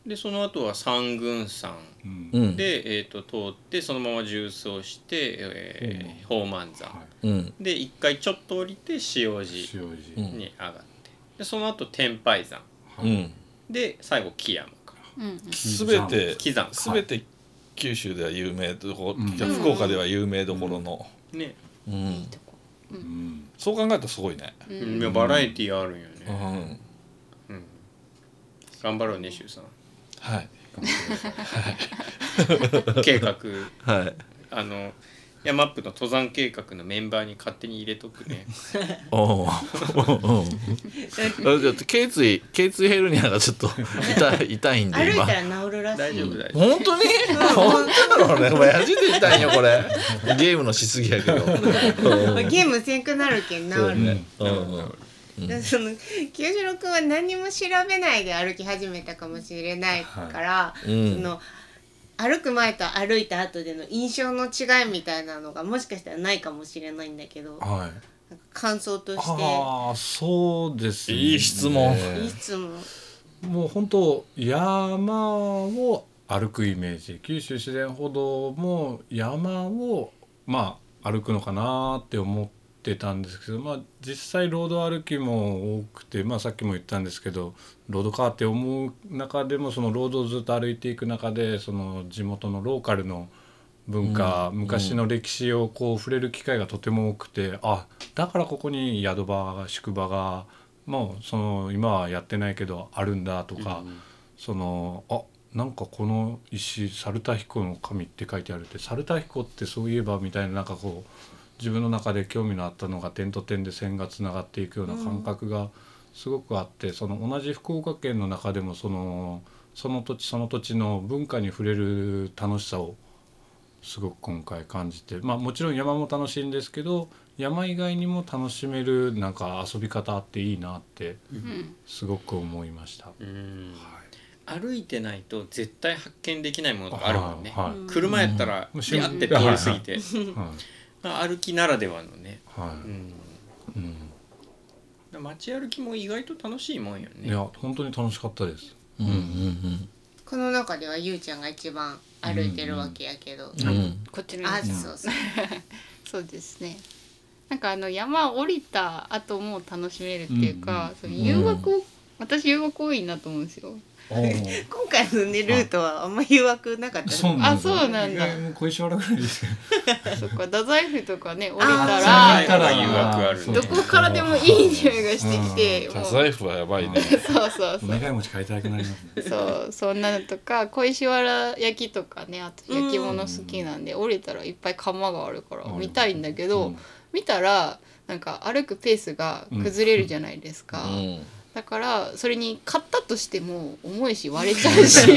[SPEAKER 1] でその後は三軍山
[SPEAKER 2] うん
[SPEAKER 5] うん
[SPEAKER 1] で、えー、と通ってそのまま縦走して、えー、宝満山、
[SPEAKER 2] は
[SPEAKER 5] うん
[SPEAKER 1] で一回ちょっと降りて塩
[SPEAKER 2] い
[SPEAKER 1] 路
[SPEAKER 2] 塩路
[SPEAKER 5] うん
[SPEAKER 1] に上がってでその後天拝山
[SPEAKER 5] うん
[SPEAKER 1] で最後木山か
[SPEAKER 4] うん
[SPEAKER 6] すべて
[SPEAKER 1] 木山
[SPEAKER 6] す
[SPEAKER 1] か
[SPEAKER 6] べて九州では有名どころ、
[SPEAKER 2] うん
[SPEAKER 6] 福岡では有名どころの、
[SPEAKER 1] ね、
[SPEAKER 5] うん、
[SPEAKER 4] いいとこ。
[SPEAKER 2] うん
[SPEAKER 6] そう考えたらすごいね、
[SPEAKER 4] う
[SPEAKER 1] うん、
[SPEAKER 4] ん
[SPEAKER 1] いやバラエティーあるんよね、
[SPEAKER 6] うん、
[SPEAKER 1] うん、頑張ろうね、周さん。
[SPEAKER 6] はい
[SPEAKER 1] 計画、 <laughs>
[SPEAKER 5] はい
[SPEAKER 1] あの、ヤマップの登山計画のメンバーに勝手に入れとくね。
[SPEAKER 5] おううん頸椎頸椎ヘルニアがちょっと痛い痛いんで
[SPEAKER 3] 歩い
[SPEAKER 5] 今
[SPEAKER 3] たら治るらしい
[SPEAKER 1] <laughs> 大丈夫、大丈夫。
[SPEAKER 5] 本当に本当だろうねお前初めて痛いよこれゲームのしすぎやけど
[SPEAKER 3] まあゲームせんくなるけん治
[SPEAKER 5] そう
[SPEAKER 3] る、
[SPEAKER 5] ねうんうん
[SPEAKER 3] だからその清志郎君は何も調べないで歩き始めたかもしれないから、
[SPEAKER 5] うん
[SPEAKER 3] その歩く前と歩いた後での印象の違いみたいなのがもしかしたらないかもしれないんだけど
[SPEAKER 2] はい
[SPEAKER 3] なんか感想として
[SPEAKER 2] ああそうですね
[SPEAKER 5] いい質問
[SPEAKER 3] いつも
[SPEAKER 2] もう本当山を歩くイメージ九州自然歩道も山をまあ歩くのかなって思ってたんですけど、まあ、実際ロード歩きも多くて、まあ、さっきも言ったんですけどロードかって思う中でもそのロードをずっと歩いていく中でその地元のローカルの文化、昔の歴史をこう触れる機会がとても多くてあだからここに宿場が宿場がもうその今はやってないけどあるんだとか、そのあなんかこの石猿田彦の神って書いてあるって猿田彦ってそういえばみたいななんかこう自分の中で興味のあったのが点と点で線がつながっていくような感覚がすごくあって、その同じ福岡県の中でもそのその土地その土地の文化に触れる楽しさをすごく今回感じてまあもちろん山も楽しいんですけど山以外にも楽しめるなんか遊び方あっていいなって
[SPEAKER 4] うん
[SPEAKER 2] すごく思いました。
[SPEAKER 1] うん
[SPEAKER 2] は
[SPEAKER 1] 歩いてないと絶対発見できないものとかあるもんね。
[SPEAKER 2] はい
[SPEAKER 1] 車やったら、
[SPEAKER 2] うん
[SPEAKER 1] ビャって通り過ぎて、
[SPEAKER 2] いはい
[SPEAKER 1] まあ歩きならではのね。
[SPEAKER 2] は
[SPEAKER 1] うん
[SPEAKER 2] い、うん
[SPEAKER 1] 街歩きも意外と楽しいもんよ
[SPEAKER 2] い
[SPEAKER 1] ね。
[SPEAKER 2] や本当に楽しかったです。
[SPEAKER 5] うんうん
[SPEAKER 3] この中ではゆうちゃんが一番歩いてるわけやけど、
[SPEAKER 5] うんうん
[SPEAKER 4] こっちの
[SPEAKER 3] あそうそう
[SPEAKER 4] そうですね。なんかあの山を降りた後も楽しめるっていうか、その誘惑を私誘惑多いなと思うんですよ
[SPEAKER 3] 今回のねルートはあんま誘惑なかったね
[SPEAKER 2] <laughs> そうなんですよ
[SPEAKER 4] あそうなんだ
[SPEAKER 2] 意外もう小石原ぐらいですよ
[SPEAKER 4] そっか太宰府とかね降りた
[SPEAKER 1] あ
[SPEAKER 4] ら
[SPEAKER 1] ーら誘惑あるね
[SPEAKER 4] どこからでもいい匂いがしてきて、
[SPEAKER 6] 太
[SPEAKER 4] もう
[SPEAKER 6] 宰府はやばいね
[SPEAKER 4] そうそう
[SPEAKER 2] お
[SPEAKER 4] そう
[SPEAKER 2] 願い持ち買いたくなりますね
[SPEAKER 4] そうそんなのとか小石原焼きとかねあと焼き物好きなんで、降りたらいっぱい窯があるから見たいんだけ
[SPEAKER 2] う
[SPEAKER 4] ど、
[SPEAKER 2] ん
[SPEAKER 4] 見たらなんか歩くペースが崩れるじゃないですか、
[SPEAKER 6] うん
[SPEAKER 4] だからそれに買ったとしても重いし割れちゃうし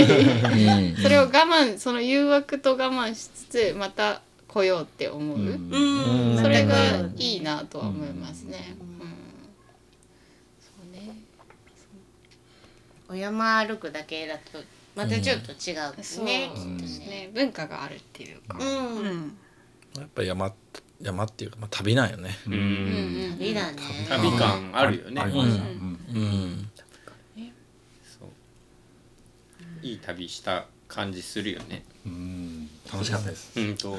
[SPEAKER 4] <laughs> それを我慢その誘惑と我慢しつつまた来ようって思う、
[SPEAKER 2] うん
[SPEAKER 3] うん
[SPEAKER 4] それがいいなとは思いますね。
[SPEAKER 3] う
[SPEAKER 4] うんんそうね
[SPEAKER 3] お山歩くだけだとまたちょっと違う
[SPEAKER 4] そう
[SPEAKER 3] ね、
[SPEAKER 4] ですね文化があるっていうか、
[SPEAKER 3] うん
[SPEAKER 4] うん
[SPEAKER 5] やっぱ山山っていうか、まあ、旅なんよね。
[SPEAKER 1] う
[SPEAKER 4] うんうんん
[SPEAKER 3] 旅だね
[SPEAKER 1] 旅感あるよね
[SPEAKER 2] ありました
[SPEAKER 4] う
[SPEAKER 2] うんん
[SPEAKER 5] うん。
[SPEAKER 1] そういい旅した感じするよね
[SPEAKER 2] うん楽しかったです
[SPEAKER 1] うん
[SPEAKER 3] 今
[SPEAKER 1] と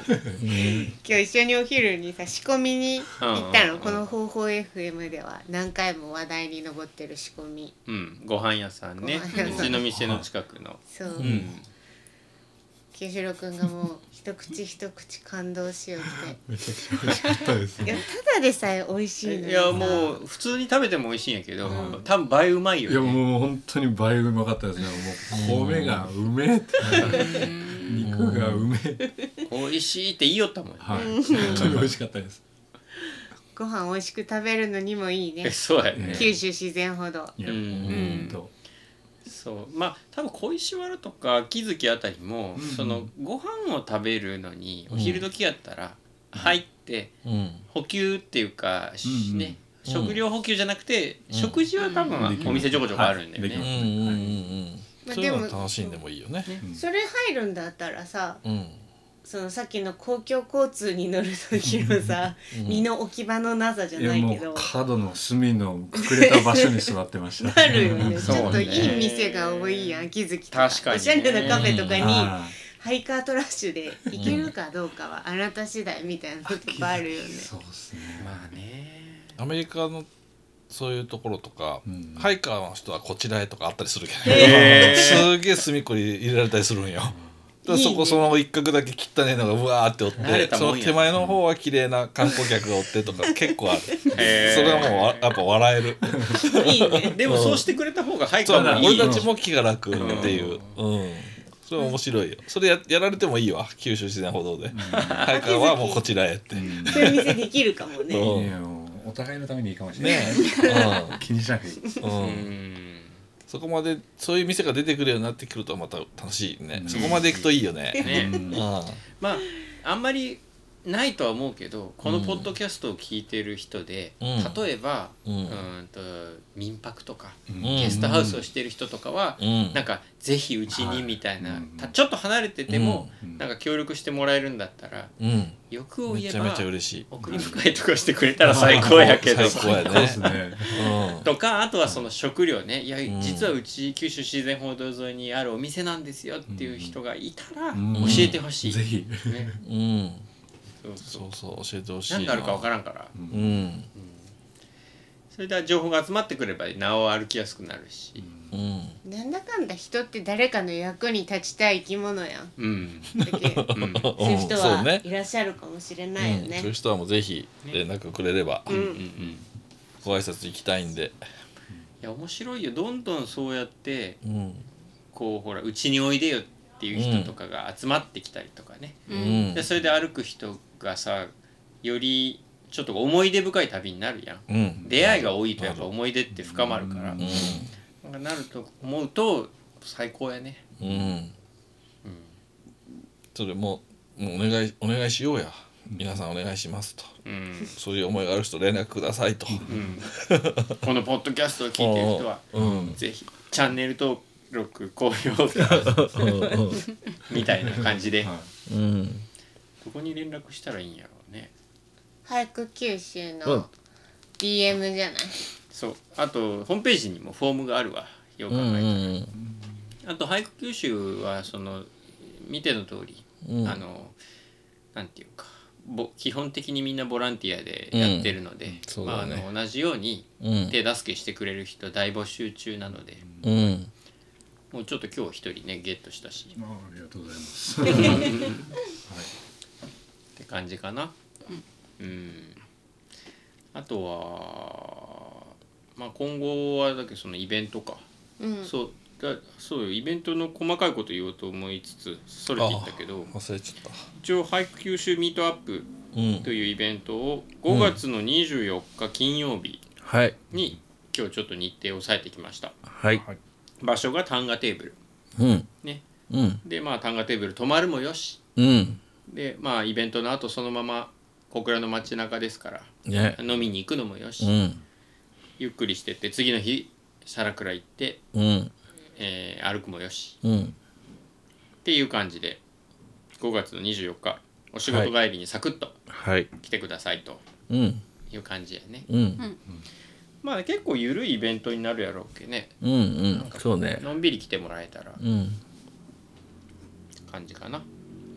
[SPEAKER 3] 日一緒にお昼にさ仕込みに行った
[SPEAKER 1] う
[SPEAKER 3] の
[SPEAKER 1] ん
[SPEAKER 3] この方法 FM では何回も話題に上ってる仕込み
[SPEAKER 1] うんご飯屋さんね
[SPEAKER 3] ご飯屋
[SPEAKER 1] う
[SPEAKER 3] さん
[SPEAKER 1] ちの店の近くの
[SPEAKER 3] そう、
[SPEAKER 1] うん
[SPEAKER 3] 清志郎くんがもう一口一口感動しよう
[SPEAKER 4] <laughs>
[SPEAKER 3] っていやただでさえ美味しいの
[SPEAKER 1] い
[SPEAKER 3] に
[SPEAKER 1] や
[SPEAKER 3] さ
[SPEAKER 1] もう普通に食べても美味しいんやけど多分倍うまいよ
[SPEAKER 2] い
[SPEAKER 1] ね
[SPEAKER 2] やもう本当に倍うまかったですねもう米がうめえって肉がうめえって
[SPEAKER 1] 美味しいって言いよったもんね
[SPEAKER 2] はい本当に美味しかったです
[SPEAKER 3] ご飯美味しく食べるのにもいい
[SPEAKER 1] え
[SPEAKER 3] ね
[SPEAKER 1] そうやね
[SPEAKER 3] 九州自然ほど
[SPEAKER 2] いや
[SPEAKER 1] う
[SPEAKER 2] 本
[SPEAKER 1] ん
[SPEAKER 2] 当
[SPEAKER 1] そうまあ多分小石原とか秋月あたりも、そのご飯を食べるのにお昼時やったら入って
[SPEAKER 5] うん。
[SPEAKER 1] 補給っていうか、し
[SPEAKER 2] うんうん
[SPEAKER 1] ね食料補給じゃなくて、食事は多分
[SPEAKER 2] うん
[SPEAKER 1] お店ちょこちょこあるんだよ
[SPEAKER 2] はいで
[SPEAKER 5] う
[SPEAKER 2] き
[SPEAKER 5] んう
[SPEAKER 1] ね。
[SPEAKER 5] んうん
[SPEAKER 3] まあ
[SPEAKER 6] そういうの楽しんでもいいよね
[SPEAKER 2] うん
[SPEAKER 3] それ入るんだったらさ
[SPEAKER 5] うん。うん。
[SPEAKER 3] そのさっきの公共交通に乗る時のさ身の置き場のなさじゃ
[SPEAKER 2] いや
[SPEAKER 3] ない
[SPEAKER 2] も
[SPEAKER 3] け
[SPEAKER 2] う
[SPEAKER 3] ど
[SPEAKER 2] 角の隅の隠れた場所に座ってました
[SPEAKER 3] あるよ
[SPEAKER 2] <laughs>
[SPEAKER 3] ねち
[SPEAKER 1] そうね
[SPEAKER 3] ょっといい店が多いやん気づきと
[SPEAKER 1] 確かにね
[SPEAKER 3] おしゃれなカフェとかに
[SPEAKER 2] あ
[SPEAKER 3] ハイカートラッシュで行けるかどうかはあなた次第みたいなこといっぱいあるよね
[SPEAKER 2] ーそうですね
[SPEAKER 1] まあね
[SPEAKER 6] アメリカのそういうところとか、
[SPEAKER 2] うん
[SPEAKER 6] ハイカーの人はこちらへとかあったりするけど、
[SPEAKER 1] へー
[SPEAKER 6] すげえ隅っこに入れられたりするんよ。だからそ
[SPEAKER 3] いいね
[SPEAKER 6] こその一角だけ汚ねえのがうわーっておって
[SPEAKER 1] 慣れた
[SPEAKER 6] そ
[SPEAKER 1] もん
[SPEAKER 6] の
[SPEAKER 1] や
[SPEAKER 6] 手前の方は綺麗な観光客がおってと
[SPEAKER 5] <laughs>
[SPEAKER 6] か結構ある
[SPEAKER 1] へー
[SPEAKER 6] それはもうわやっぱ笑える
[SPEAKER 3] いいね
[SPEAKER 1] でもそうしてくれた方が早く
[SPEAKER 6] そう
[SPEAKER 1] か
[SPEAKER 6] だ
[SPEAKER 1] も
[SPEAKER 6] ね
[SPEAKER 1] いい
[SPEAKER 6] 俺たちも気が楽っていう、うん、それは面白いよそれややられてもいいわ九州自然歩道で、ハイカーはもうこちらへって、
[SPEAKER 3] そういう店できるかもね
[SPEAKER 6] うん
[SPEAKER 2] いやもうお互いのためにいいかもしれない
[SPEAKER 6] ねえ
[SPEAKER 2] 気にしなくていい
[SPEAKER 6] うん
[SPEAKER 1] う
[SPEAKER 6] うん
[SPEAKER 1] ん
[SPEAKER 6] そこまでそういう店が出てくるようになってくるとまた楽しいね、
[SPEAKER 2] うん
[SPEAKER 6] そこまで行くといいよね
[SPEAKER 1] ね
[SPEAKER 6] うん
[SPEAKER 1] まああんまりないとは思うけどこのポッドキャストを聞いてる人で、
[SPEAKER 6] うん
[SPEAKER 1] 例えば、
[SPEAKER 6] うん
[SPEAKER 1] うーんと民泊とか
[SPEAKER 6] うん
[SPEAKER 1] ゲストハウスをしてる人とかは、
[SPEAKER 6] うん
[SPEAKER 1] なんかぜひうちにみたいな、
[SPEAKER 2] はい
[SPEAKER 1] たちょっと離れてても、
[SPEAKER 2] うん
[SPEAKER 1] なんか協力してもらえるんだったら
[SPEAKER 6] うん
[SPEAKER 1] 欲を
[SPEAKER 6] め
[SPEAKER 1] 言え
[SPEAKER 6] ちゃめ
[SPEAKER 1] ば
[SPEAKER 6] ちゃ嬉しい
[SPEAKER 1] 送り迎えとかしてくれたら最高やけど。
[SPEAKER 6] 最高や
[SPEAKER 2] そうで
[SPEAKER 6] ね
[SPEAKER 2] すね
[SPEAKER 6] うん
[SPEAKER 1] とかあとはその食料ねいや
[SPEAKER 6] ん
[SPEAKER 1] 実はうち九州自然報道沿いにあるお店なんですよっていう人がいたら教
[SPEAKER 2] ん
[SPEAKER 1] えてほしい、
[SPEAKER 2] ぜひ
[SPEAKER 1] ね、
[SPEAKER 6] うん
[SPEAKER 1] そうそう
[SPEAKER 6] そうそう教えてほしい
[SPEAKER 1] 何があるか分かららんから
[SPEAKER 6] んうん
[SPEAKER 1] それで情報が集まってくればなお歩きやすくなるし
[SPEAKER 6] うん
[SPEAKER 3] なんだかんだ人って誰かの役に立ちたい生き物やん
[SPEAKER 1] うん、
[SPEAKER 3] だけど
[SPEAKER 1] うんうん
[SPEAKER 3] そういう人
[SPEAKER 6] そう
[SPEAKER 3] は
[SPEAKER 6] ね
[SPEAKER 3] いらっしゃるかもしれ
[SPEAKER 6] う
[SPEAKER 3] ないよ
[SPEAKER 6] んそういう
[SPEAKER 3] ね
[SPEAKER 6] 人はもうぜひ連絡くれれば
[SPEAKER 3] うん
[SPEAKER 1] うん
[SPEAKER 6] ご挨拶行きたいんで
[SPEAKER 1] いや面白いよどんどんそうやって
[SPEAKER 6] うん
[SPEAKER 1] こうほらうちにおいでよっていう人とかが集まってきたりとかね、
[SPEAKER 6] う
[SPEAKER 4] うん
[SPEAKER 6] ん
[SPEAKER 1] でそれで歩く人がさよりちょっと思い出深い旅になるや
[SPEAKER 6] う
[SPEAKER 1] ん
[SPEAKER 6] ん
[SPEAKER 1] 出会いが多いとやっぱ思い出って深まるから、なんかなると思うと最高やね
[SPEAKER 6] うんそれもうもうお願いお願いしようや皆さんお願いしますと
[SPEAKER 1] うん、
[SPEAKER 6] そういう思いがある人連絡くださいと
[SPEAKER 1] うん、このポッドキャストを聞いてる人は
[SPEAKER 6] うん
[SPEAKER 1] ぜひチャンネル登録高評価みたいな感じ
[SPEAKER 5] <laughs>
[SPEAKER 1] で
[SPEAKER 2] はい
[SPEAKER 5] うん。
[SPEAKER 1] どこに連絡したらいいんやろうね
[SPEAKER 3] 俳句九州
[SPEAKER 5] う
[SPEAKER 3] の
[SPEAKER 5] ん
[SPEAKER 3] DM じゃない
[SPEAKER 1] そうあとホームページにもフォームがあるわよく
[SPEAKER 5] う
[SPEAKER 1] 考えたら、
[SPEAKER 5] ん。
[SPEAKER 1] あと俳句九州はその見ての通り、
[SPEAKER 5] うん
[SPEAKER 1] あのなんていうかぼ基本的にみんなボランティアでやってるので、
[SPEAKER 5] そう
[SPEAKER 1] まあ、
[SPEAKER 5] だ
[SPEAKER 1] あ
[SPEAKER 5] ね
[SPEAKER 1] の同じように
[SPEAKER 5] うん
[SPEAKER 1] 手助けしてくれる人大募集中なので、
[SPEAKER 5] うん
[SPEAKER 1] もうちょっと今日一人ねゲットしたし
[SPEAKER 2] あありがとうございます。
[SPEAKER 1] って感じかな。うん。あとは、まあ、今後はだけどそのイベントか。
[SPEAKER 3] うん
[SPEAKER 1] そうだそうよイベントの細かいこと言おうと思いつつそれていったけど
[SPEAKER 5] 忘れちゃっ
[SPEAKER 1] 一応配給集ミートアップ
[SPEAKER 5] たうん
[SPEAKER 1] というイベントを5月の24日金曜日
[SPEAKER 5] はい
[SPEAKER 1] に、今日ちょっと日程を押さえてきました
[SPEAKER 5] はい
[SPEAKER 1] 場所がタンガテーブル
[SPEAKER 5] うん
[SPEAKER 1] ね
[SPEAKER 5] うん
[SPEAKER 1] でまあタンガテーブル泊まるもよし
[SPEAKER 5] うん
[SPEAKER 1] でまあイベントの後そのまま小倉の街中ですから
[SPEAKER 5] ね
[SPEAKER 1] 飲みに行くのもよし、
[SPEAKER 5] うん
[SPEAKER 1] ゆっくりしてって次の日皿倉行って、
[SPEAKER 5] うん
[SPEAKER 1] えー歩くもよし
[SPEAKER 5] うん
[SPEAKER 1] っていう感じで5月の24日お仕事帰りにサクッと
[SPEAKER 5] はい
[SPEAKER 1] 来てくださいと
[SPEAKER 5] うん
[SPEAKER 1] いう感じやね、
[SPEAKER 5] うん
[SPEAKER 1] まあ結構ゆるいイベントになるやろうけね
[SPEAKER 5] うんうんそうね
[SPEAKER 1] のんびり来てもらえたら
[SPEAKER 5] うん
[SPEAKER 1] 感じかな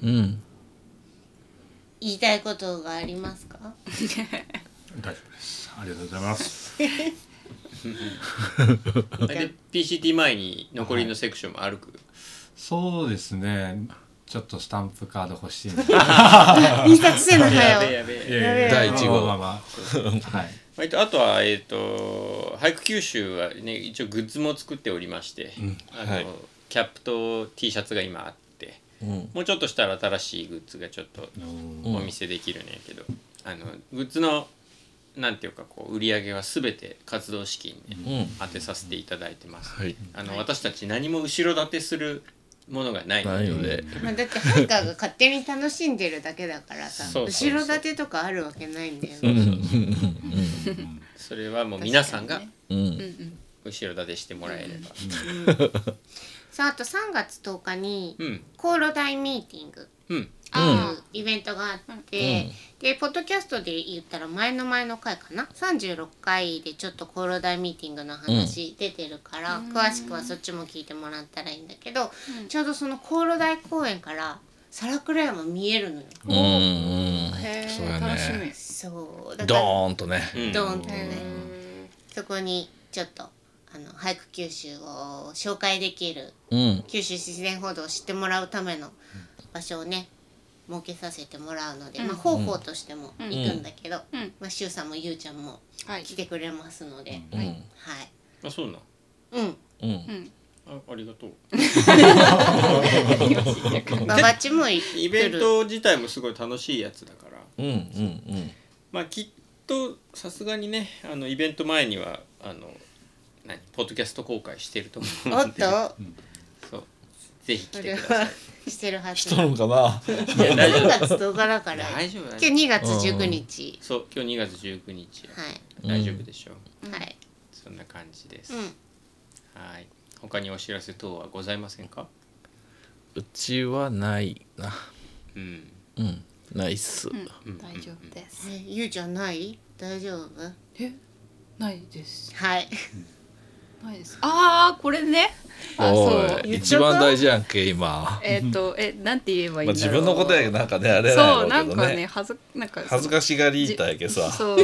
[SPEAKER 5] うん
[SPEAKER 3] 言いたいことがありますか
[SPEAKER 2] 大丈夫です。ありがとうございます。
[SPEAKER 1] で PCT 前に残りのセクションも歩く、
[SPEAKER 2] そうですね。ちょっとスタンプカード欲しいな。
[SPEAKER 3] 印刷せなは
[SPEAKER 1] やべえ
[SPEAKER 3] よ
[SPEAKER 1] やべえ
[SPEAKER 2] いやいや
[SPEAKER 5] 第一号
[SPEAKER 2] まあまあまあはい。
[SPEAKER 1] 割とあとはえっ、と俳句九州はね一応グッズも作っておりまして、あの
[SPEAKER 6] はい
[SPEAKER 1] キャップと T シャツが今あって
[SPEAKER 5] うん
[SPEAKER 1] もうちょっとしたら新しいグッズがちょっとお見せできるんやけど、あのグッズのなんていうかこう売り上げは全て活動資金に、
[SPEAKER 5] うん
[SPEAKER 1] 当てさせていただいてます、
[SPEAKER 5] はい
[SPEAKER 1] あの私たち何も後ろ盾するものがないの
[SPEAKER 5] な
[SPEAKER 1] で
[SPEAKER 5] いので
[SPEAKER 3] まあだってハイカーが勝手に楽しんでるだけだからさ
[SPEAKER 1] そうそうそう
[SPEAKER 3] 後ろ盾とかあるわけないんだよ
[SPEAKER 5] うんう
[SPEAKER 3] ね
[SPEAKER 5] ん
[SPEAKER 1] それはもう皆さんが
[SPEAKER 5] うん
[SPEAKER 4] うんうん
[SPEAKER 1] 後ろ盾してもらえれば、
[SPEAKER 3] さああと3月10日に
[SPEAKER 1] うん
[SPEAKER 3] 航路大ミーティング
[SPEAKER 1] うん
[SPEAKER 4] あ
[SPEAKER 3] っていうイベントがあって、でポッドキャストで言ったら前の前の回かな36回でちょっと厚労大ミーティングの話出てるから、詳しくはそっちも聞いてもらったらいいんだけど、ちょうどその厚労大公園から皿倉山見えるのよ。
[SPEAKER 5] うんうん
[SPEAKER 4] あへ
[SPEAKER 5] そうや
[SPEAKER 4] え
[SPEAKER 5] ね
[SPEAKER 4] 楽しみ
[SPEAKER 3] そうだ
[SPEAKER 5] ド
[SPEAKER 3] から
[SPEAKER 5] ーンとね
[SPEAKER 1] うん
[SPEAKER 3] ドーンとねそこにちょっとあの俳句九州を紹介できる
[SPEAKER 5] うん
[SPEAKER 3] 九州自然報道を知ってもらうための場所をね設けさせてもらうので、まあ方法としても行くんだけど、
[SPEAKER 4] うん
[SPEAKER 3] まあしゅうさんもゆうちゃんも
[SPEAKER 4] はい
[SPEAKER 3] 来てくれますので、
[SPEAKER 5] う
[SPEAKER 3] はい、
[SPEAKER 5] ん
[SPEAKER 1] あそうなん
[SPEAKER 3] うん、
[SPEAKER 5] うん
[SPEAKER 4] うん
[SPEAKER 1] あありがとう
[SPEAKER 3] ババチもい
[SPEAKER 1] イベント自体もすごい楽しいやつだから
[SPEAKER 5] うんうん
[SPEAKER 1] まあきっとさすがにねあのイベント前にはあの何ポッドキャスト公開してると思う
[SPEAKER 3] お
[SPEAKER 1] の
[SPEAKER 3] っ
[SPEAKER 1] で
[SPEAKER 3] と
[SPEAKER 1] そうぜひ来
[SPEAKER 3] そ
[SPEAKER 1] て
[SPEAKER 3] れ
[SPEAKER 1] くださ
[SPEAKER 3] はいしてるはず
[SPEAKER 6] 人のかな
[SPEAKER 3] 3月10日だから
[SPEAKER 1] 大丈夫大丈
[SPEAKER 3] 今
[SPEAKER 1] 夫
[SPEAKER 3] 日2月19日
[SPEAKER 1] そう今日2月19日、
[SPEAKER 3] はい
[SPEAKER 1] 大丈夫でしょう、
[SPEAKER 3] はい
[SPEAKER 1] そんな感じです、
[SPEAKER 3] うん
[SPEAKER 1] はい他にお知らせ等はございませんか
[SPEAKER 5] うちはないな
[SPEAKER 1] うん
[SPEAKER 5] うんないっす
[SPEAKER 4] うん大丈夫です
[SPEAKER 3] ねゆうちゃんない大丈夫
[SPEAKER 4] えないです
[SPEAKER 3] はい
[SPEAKER 4] ないですああこれねあ
[SPEAKER 5] お
[SPEAKER 4] そう
[SPEAKER 5] い
[SPEAKER 3] 言っ
[SPEAKER 5] 一
[SPEAKER 3] ちゃった
[SPEAKER 5] 番大事やんけ今
[SPEAKER 4] えっ、とえなんて言えばいい
[SPEAKER 6] まあ
[SPEAKER 4] んだ
[SPEAKER 6] 自
[SPEAKER 4] ろう、
[SPEAKER 6] 分のことやけどなんかねあれなんや
[SPEAKER 4] そ
[SPEAKER 6] ろ
[SPEAKER 4] うな
[SPEAKER 6] うんけど
[SPEAKER 4] か
[SPEAKER 6] ね
[SPEAKER 4] ね恥ずなんか
[SPEAKER 6] 恥ずかしがりたいけさ
[SPEAKER 4] そう
[SPEAKER 6] だ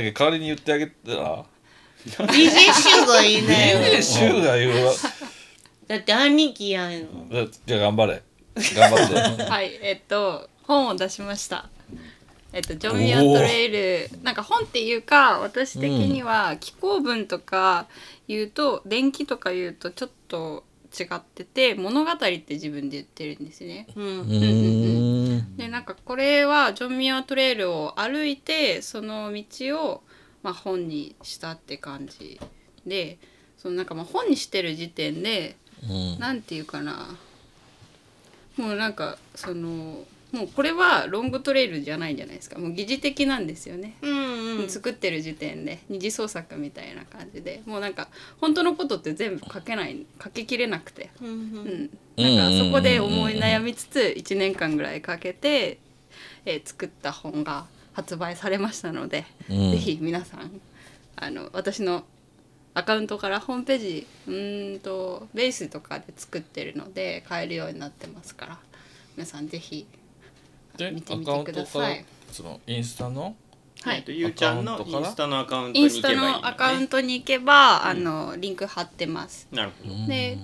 [SPEAKER 6] けど代わりに言ってあげたら
[SPEAKER 3] DJ 集合いいなよ
[SPEAKER 6] ね週が言うわ
[SPEAKER 3] だって兄貴やん
[SPEAKER 6] だじゃあ頑張れ頑張って
[SPEAKER 4] はいえっ、と本を出しましたえっ、とジョミアントレイルなんか本っていうか私的には気候文とか言うと、電気とか言うとちょっと違ってて物語って自分で言ってるんですね
[SPEAKER 3] うん
[SPEAKER 5] うーん
[SPEAKER 4] でなんかこれはジョンミアトレイルを歩いてその道を、まあ、本にしたって感じでそのなんかまあ本にしてる時点で
[SPEAKER 5] うん
[SPEAKER 4] なんていうかなもうなんかそのもうこれはロングトレイルじゃないじゃないですかもう疑似的なんですよね、
[SPEAKER 3] うんうん
[SPEAKER 4] 作ってる時点で二次創作みたいな感じでもうなんか本当のことって全部書けない書ききれなくて
[SPEAKER 3] うん
[SPEAKER 4] うん、なんかそこで思い悩みつつ1年間ぐらいかけて、えー作った本が発売されましたので、
[SPEAKER 5] うん
[SPEAKER 4] ぜひ皆さんあの私のアカウントからホームページうーんとベースとかで作ってるので買えるようになってますから皆さんぜひ
[SPEAKER 6] で
[SPEAKER 4] 見て
[SPEAKER 6] ア
[SPEAKER 4] み
[SPEAKER 6] カウン
[SPEAKER 4] てく
[SPEAKER 6] ト
[SPEAKER 4] だ
[SPEAKER 6] か
[SPEAKER 4] さ
[SPEAKER 6] ら
[SPEAKER 4] い
[SPEAKER 6] そのインスタの
[SPEAKER 4] は
[SPEAKER 1] えっ
[SPEAKER 4] い
[SPEAKER 1] と、ゆうちゃん
[SPEAKER 6] アカ
[SPEAKER 1] の
[SPEAKER 6] ウント
[SPEAKER 1] イ
[SPEAKER 6] か
[SPEAKER 1] ン
[SPEAKER 6] ら
[SPEAKER 1] スタのアカウント
[SPEAKER 4] イ
[SPEAKER 1] に行
[SPEAKER 4] ンス
[SPEAKER 1] けばいいん
[SPEAKER 4] タ
[SPEAKER 1] だね
[SPEAKER 4] のアカウントに行けば、あのリンク貼ってます
[SPEAKER 1] なるほど
[SPEAKER 4] で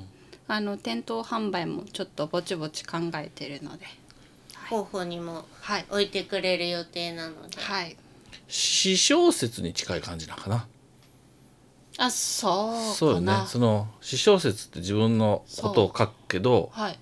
[SPEAKER 4] あの店頭販売もちょっとぼちぼち考えてるので
[SPEAKER 3] 候補にも
[SPEAKER 4] はい
[SPEAKER 3] 置いてくれる予定なので、
[SPEAKER 4] はい
[SPEAKER 5] 詩小説に近い感じなのかな
[SPEAKER 4] あそうかな
[SPEAKER 5] そうよねその詩小説って自分のことを書くけど
[SPEAKER 4] はい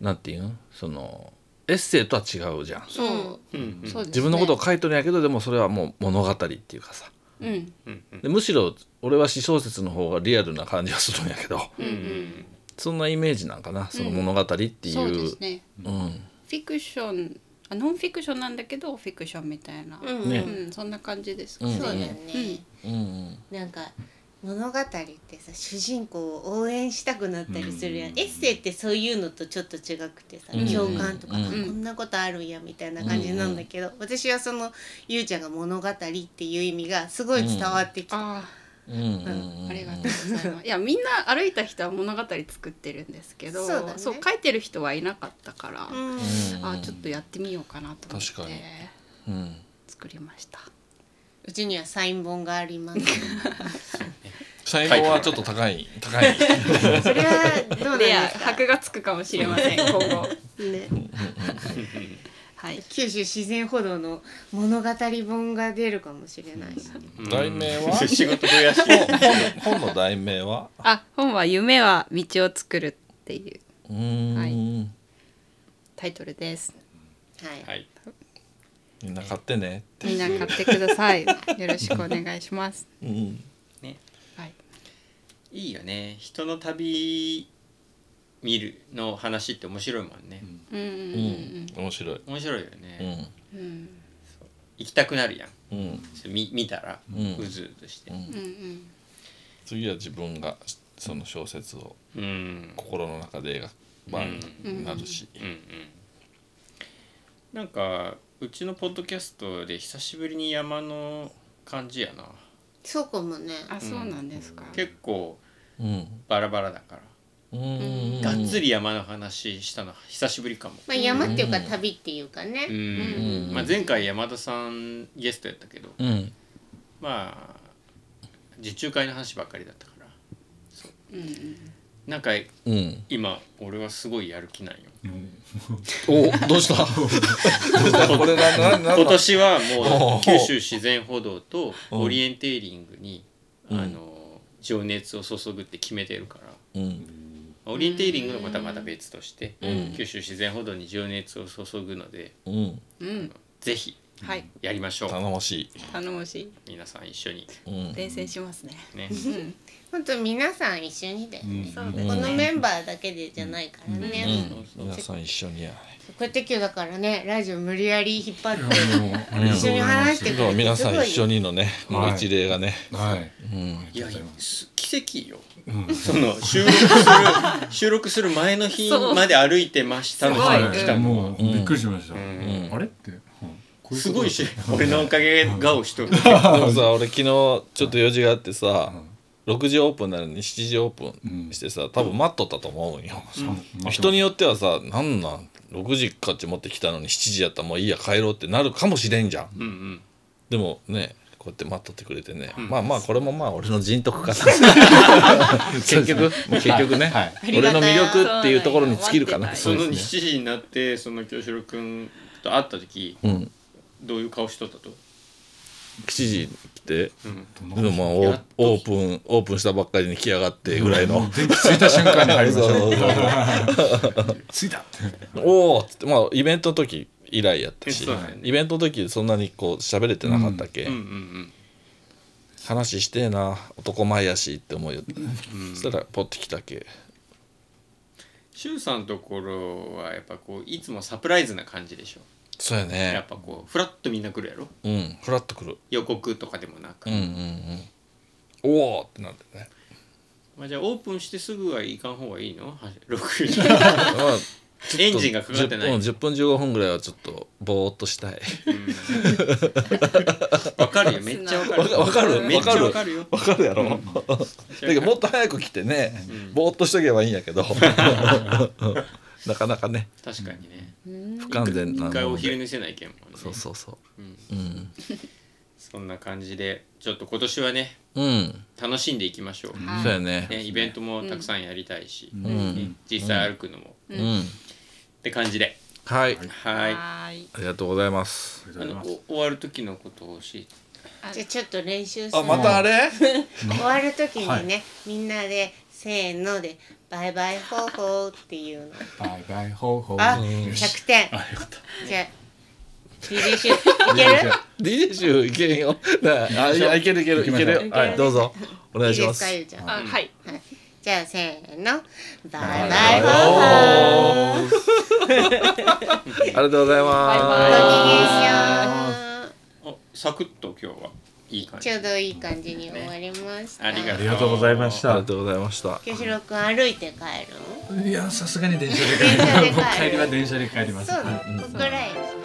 [SPEAKER 5] なんていうんそのエッセイとは違うじゃん
[SPEAKER 4] そう、
[SPEAKER 1] うんうん
[SPEAKER 4] そうです、ね、
[SPEAKER 5] 自分のことを書いとるんやけどでもそれはもう物語っていうかさ
[SPEAKER 4] うん
[SPEAKER 1] うんうん
[SPEAKER 5] でむしろ俺は詩小説の方がリアルな感じはするんやけど
[SPEAKER 4] うんうん
[SPEAKER 5] そんなイメージなんかなその物語っていう,、
[SPEAKER 4] そううんですねフィクションあノンフィクションなんだけどフィクションみたいな、
[SPEAKER 3] うんうん
[SPEAKER 5] ね
[SPEAKER 4] うんそんな感じですか
[SPEAKER 5] うん
[SPEAKER 3] そうだ
[SPEAKER 5] ん
[SPEAKER 3] よね、
[SPEAKER 5] うんうん
[SPEAKER 3] なんか物語ってさ主人公を応援したくなったりするやん、エッセイってそういうのとちょっと違くてさ、
[SPEAKER 5] うん
[SPEAKER 3] 共感とか、
[SPEAKER 5] うん
[SPEAKER 3] あこんなことあるんやみたいな感じなんだけど、私はそのゆうちゃんが物語っていう意味がすごい伝わってきた、
[SPEAKER 4] あ
[SPEAKER 5] うんうんうん
[SPEAKER 4] あありがとうございますいやみんな歩いた人は物語作ってるんですけど
[SPEAKER 3] そうだね
[SPEAKER 4] 書いてる人はいなかったから、
[SPEAKER 3] うん
[SPEAKER 4] あちょっとやってみようかなと思って
[SPEAKER 6] 確かに
[SPEAKER 5] うん
[SPEAKER 4] 作りました
[SPEAKER 3] うちにはサイン本があります
[SPEAKER 6] 最後はちょっと高い高い
[SPEAKER 3] それはどうなんで
[SPEAKER 4] レア
[SPEAKER 3] すか
[SPEAKER 4] 箔がつくかもしれません今後
[SPEAKER 3] <laughs> ね
[SPEAKER 4] <laughs> はい
[SPEAKER 3] 九州自然歩道の物語本が出るかもしれないし、
[SPEAKER 1] うん
[SPEAKER 6] 題名は
[SPEAKER 1] 仕事増やし
[SPEAKER 6] 本の題名は
[SPEAKER 4] あ本は「夢は道を作る」っていう
[SPEAKER 6] うーん、
[SPEAKER 4] はい
[SPEAKER 6] み
[SPEAKER 4] タイトルです
[SPEAKER 3] はい、
[SPEAKER 1] はい
[SPEAKER 6] んな買ってね
[SPEAKER 4] みんな買ってくださ <laughs> いよろしくお願いします
[SPEAKER 6] うん
[SPEAKER 1] ね
[SPEAKER 4] はい
[SPEAKER 1] いいよね人の旅見るの話って面白いもんね、
[SPEAKER 4] うん
[SPEAKER 6] う
[SPEAKER 4] う
[SPEAKER 6] ん
[SPEAKER 4] ん
[SPEAKER 6] 面白い
[SPEAKER 1] 面白いよ
[SPEAKER 6] う
[SPEAKER 1] ね、
[SPEAKER 6] ん
[SPEAKER 4] うんうん
[SPEAKER 1] 行きたくなるや
[SPEAKER 6] う
[SPEAKER 1] ん
[SPEAKER 6] ん
[SPEAKER 1] 見見たら、
[SPEAKER 6] う
[SPEAKER 1] うんずうずして
[SPEAKER 6] うん
[SPEAKER 4] うんうん
[SPEAKER 6] 次は自分がその小説を
[SPEAKER 1] うん、うん
[SPEAKER 6] 心の中で描く場合になるし、
[SPEAKER 1] うんなんかうちのポッドキャストで久しぶりに山の感じやな
[SPEAKER 3] そうかもね
[SPEAKER 4] あそうなんですか
[SPEAKER 1] 結構
[SPEAKER 6] うん
[SPEAKER 1] バラバラだから、
[SPEAKER 6] うんうん
[SPEAKER 1] がっつり山の話したの久しぶりかも、
[SPEAKER 3] まあ、山っていうか旅っていうかね、
[SPEAKER 1] うん
[SPEAKER 4] うん
[SPEAKER 1] まあ、前回山田さんゲストやったけど
[SPEAKER 5] うん
[SPEAKER 1] まあ受注会の話ばっかりだったから
[SPEAKER 4] うんうん
[SPEAKER 1] なんか
[SPEAKER 5] うん
[SPEAKER 1] 今俺はすごいやる気なんよ
[SPEAKER 5] おどうした
[SPEAKER 6] <laughs> これが何な
[SPEAKER 1] <laughs>
[SPEAKER 6] ん
[SPEAKER 1] 今
[SPEAKER 6] だ
[SPEAKER 1] 年はも
[SPEAKER 6] おー
[SPEAKER 1] う九州自然歩道と
[SPEAKER 6] うん
[SPEAKER 1] オリエンテーリングに、
[SPEAKER 6] うん
[SPEAKER 1] あの情熱を注ぐって決めてるから
[SPEAKER 6] うん
[SPEAKER 1] オリエンテーリングのことはまた別として、
[SPEAKER 6] うん
[SPEAKER 1] 九州自然歩道に情熱を注ぐので
[SPEAKER 6] うん
[SPEAKER 4] うん
[SPEAKER 1] ぜひ
[SPEAKER 4] はい
[SPEAKER 1] やりましょう
[SPEAKER 6] 頼もしい、
[SPEAKER 4] 頼もしい
[SPEAKER 1] 皆さん一緒に
[SPEAKER 6] うん、
[SPEAKER 4] 伝染しますね
[SPEAKER 1] ね
[SPEAKER 4] うん
[SPEAKER 3] 本当皆さん一緒にだよね、
[SPEAKER 4] そうで
[SPEAKER 3] この
[SPEAKER 4] すね
[SPEAKER 3] メンバーだけでじゃないからね、
[SPEAKER 6] うん、皆さん一緒にや
[SPEAKER 3] こうやって今日だからねラジオ無理やり引っ張って
[SPEAKER 2] 一
[SPEAKER 3] 一緒に話して
[SPEAKER 6] 今日は皆さん一緒にのねこの一例がね、
[SPEAKER 2] はい、
[SPEAKER 6] うん、
[SPEAKER 1] いやす奇跡よ
[SPEAKER 2] うん、
[SPEAKER 1] その収録する <laughs> 収録する前の日まで歩いてましたの人
[SPEAKER 4] そう
[SPEAKER 1] が
[SPEAKER 2] は
[SPEAKER 1] 来
[SPEAKER 2] い、
[SPEAKER 1] たの
[SPEAKER 2] もうびっくりしました、
[SPEAKER 1] ん
[SPEAKER 2] あれって、うんこううこと
[SPEAKER 1] すごいし俺のおかげ顔しとる
[SPEAKER 6] でもさ俺昨日ちょっと用事があってさ、6時オープンなのに7時オープンしてさ多分待っとったと思うんよ、人によってはさなんなん6時かっち持ってきたのに7時やったらもういいや帰ろうってなるかもしれんじゃん、
[SPEAKER 1] うんうん
[SPEAKER 6] でもねこうやって待っとってくれてね、まあまあこれもまあ俺の人徳かな
[SPEAKER 1] <laughs>
[SPEAKER 6] 結局結局ね、
[SPEAKER 2] はい
[SPEAKER 5] 俺の魅力っていうところに尽きるかな
[SPEAKER 1] その7時になってその京志郎君と会った時
[SPEAKER 5] うん
[SPEAKER 1] どういう顔しとったと、
[SPEAKER 5] 7時って
[SPEAKER 1] うん、
[SPEAKER 5] でもまあオーオープンオープンしたばっかりに来やがってぐらいの
[SPEAKER 2] 電気ついた瞬間に入りました
[SPEAKER 5] そうそう
[SPEAKER 2] ついたって
[SPEAKER 5] おおっつってまあイベントの時以来やったし、
[SPEAKER 1] そうだよね
[SPEAKER 5] イベントの時そんなにこう喋れてなかったっけ、
[SPEAKER 1] うんうん
[SPEAKER 5] 話してえな男前やしって思いよった、そしたらポッて来たっけ
[SPEAKER 1] シュウさんのところはやっぱこういつもサプライズな感じでしょ
[SPEAKER 5] そうや
[SPEAKER 1] や
[SPEAKER 5] ね
[SPEAKER 1] っぱこうフラッとみんな来るやろ
[SPEAKER 5] うんフラッとくる
[SPEAKER 1] 予告とかでもなく、
[SPEAKER 5] うんうんうんおおってなって
[SPEAKER 1] <laughs>
[SPEAKER 5] ね
[SPEAKER 1] まあ、じゃあオープンしてすぐはいかん方がいいのは6時
[SPEAKER 5] <laughs> まあ
[SPEAKER 1] エンジンがかかってない
[SPEAKER 5] 10分15分ぐらいはちょっとぼーっとしたい
[SPEAKER 1] わかるよめっちゃわかる
[SPEAKER 5] わかる
[SPEAKER 1] めっちゃわかるよ
[SPEAKER 5] <laughs> わかるやろ、 <laughs> だけどもっと早く来てね、ぼーっとしとけばいいんやけどなかなかね
[SPEAKER 1] 確かにね
[SPEAKER 5] 不完全な
[SPEAKER 1] 一
[SPEAKER 5] も
[SPEAKER 1] 回お
[SPEAKER 5] の
[SPEAKER 1] 昼
[SPEAKER 5] で
[SPEAKER 1] 寝せないけんもんね
[SPEAKER 5] そうそうそ
[SPEAKER 1] うん
[SPEAKER 5] ううん、
[SPEAKER 1] そんな感じでちょっと今年はね
[SPEAKER 5] うん、
[SPEAKER 1] 楽しんでいきましょう、
[SPEAKER 4] はい
[SPEAKER 5] そうやね
[SPEAKER 1] ね、イベントもたくさんやりたいし、
[SPEAKER 5] う
[SPEAKER 1] ね
[SPEAKER 5] ん、
[SPEAKER 1] 実際歩くのも、
[SPEAKER 5] う
[SPEAKER 1] っ
[SPEAKER 5] ん、
[SPEAKER 1] て感じで
[SPEAKER 5] はい
[SPEAKER 1] はい
[SPEAKER 4] はーい
[SPEAKER 5] ありがとうございます
[SPEAKER 2] <laughs> ありが
[SPEAKER 1] あ
[SPEAKER 2] とうござい
[SPEAKER 1] の
[SPEAKER 2] ます
[SPEAKER 1] お終わる時のことを教えて
[SPEAKER 3] じゃあちょっと練習す
[SPEAKER 5] あ
[SPEAKER 3] る
[SPEAKER 5] またあれ
[SPEAKER 3] <laughs> 終わる時にね、
[SPEAKER 2] はい
[SPEAKER 3] みんなでせーので「バイバイホーホー」っていうの
[SPEAKER 2] バイバイほうほう
[SPEAKER 3] あ
[SPEAKER 2] よし
[SPEAKER 3] 100点
[SPEAKER 2] あよかった
[SPEAKER 3] じゃあ DJ 集いける
[SPEAKER 5] DJ 集いけんよなあいやいけるいけるいけるよはいどうぞお願い
[SPEAKER 3] いい
[SPEAKER 5] し
[SPEAKER 3] で
[SPEAKER 5] ます
[SPEAKER 3] か
[SPEAKER 5] す
[SPEAKER 3] ゆうちゃん
[SPEAKER 4] あはい
[SPEAKER 3] じゃあせーのバイバ
[SPEAKER 5] バ
[SPEAKER 3] イ
[SPEAKER 5] イ
[SPEAKER 3] ホ
[SPEAKER 5] バ
[SPEAKER 3] ー
[SPEAKER 5] イ
[SPEAKER 3] ホー
[SPEAKER 5] <laughs> ありがとうござい
[SPEAKER 3] ご
[SPEAKER 5] ま
[SPEAKER 3] きげんよう
[SPEAKER 1] おサクッと今日はいい感じ
[SPEAKER 3] ちょうどいい感じに終わりました。
[SPEAKER 1] ありが
[SPEAKER 2] あ
[SPEAKER 1] と
[SPEAKER 2] りがとうございまし
[SPEAKER 5] すありが
[SPEAKER 2] た
[SPEAKER 5] とうございました
[SPEAKER 3] ケシロ君歩いて帰る
[SPEAKER 2] <laughs> いやさすがに電車で帰
[SPEAKER 3] 電車で帰る
[SPEAKER 2] 僕帰りは電車で帰ります
[SPEAKER 3] そうなの、ここらへん。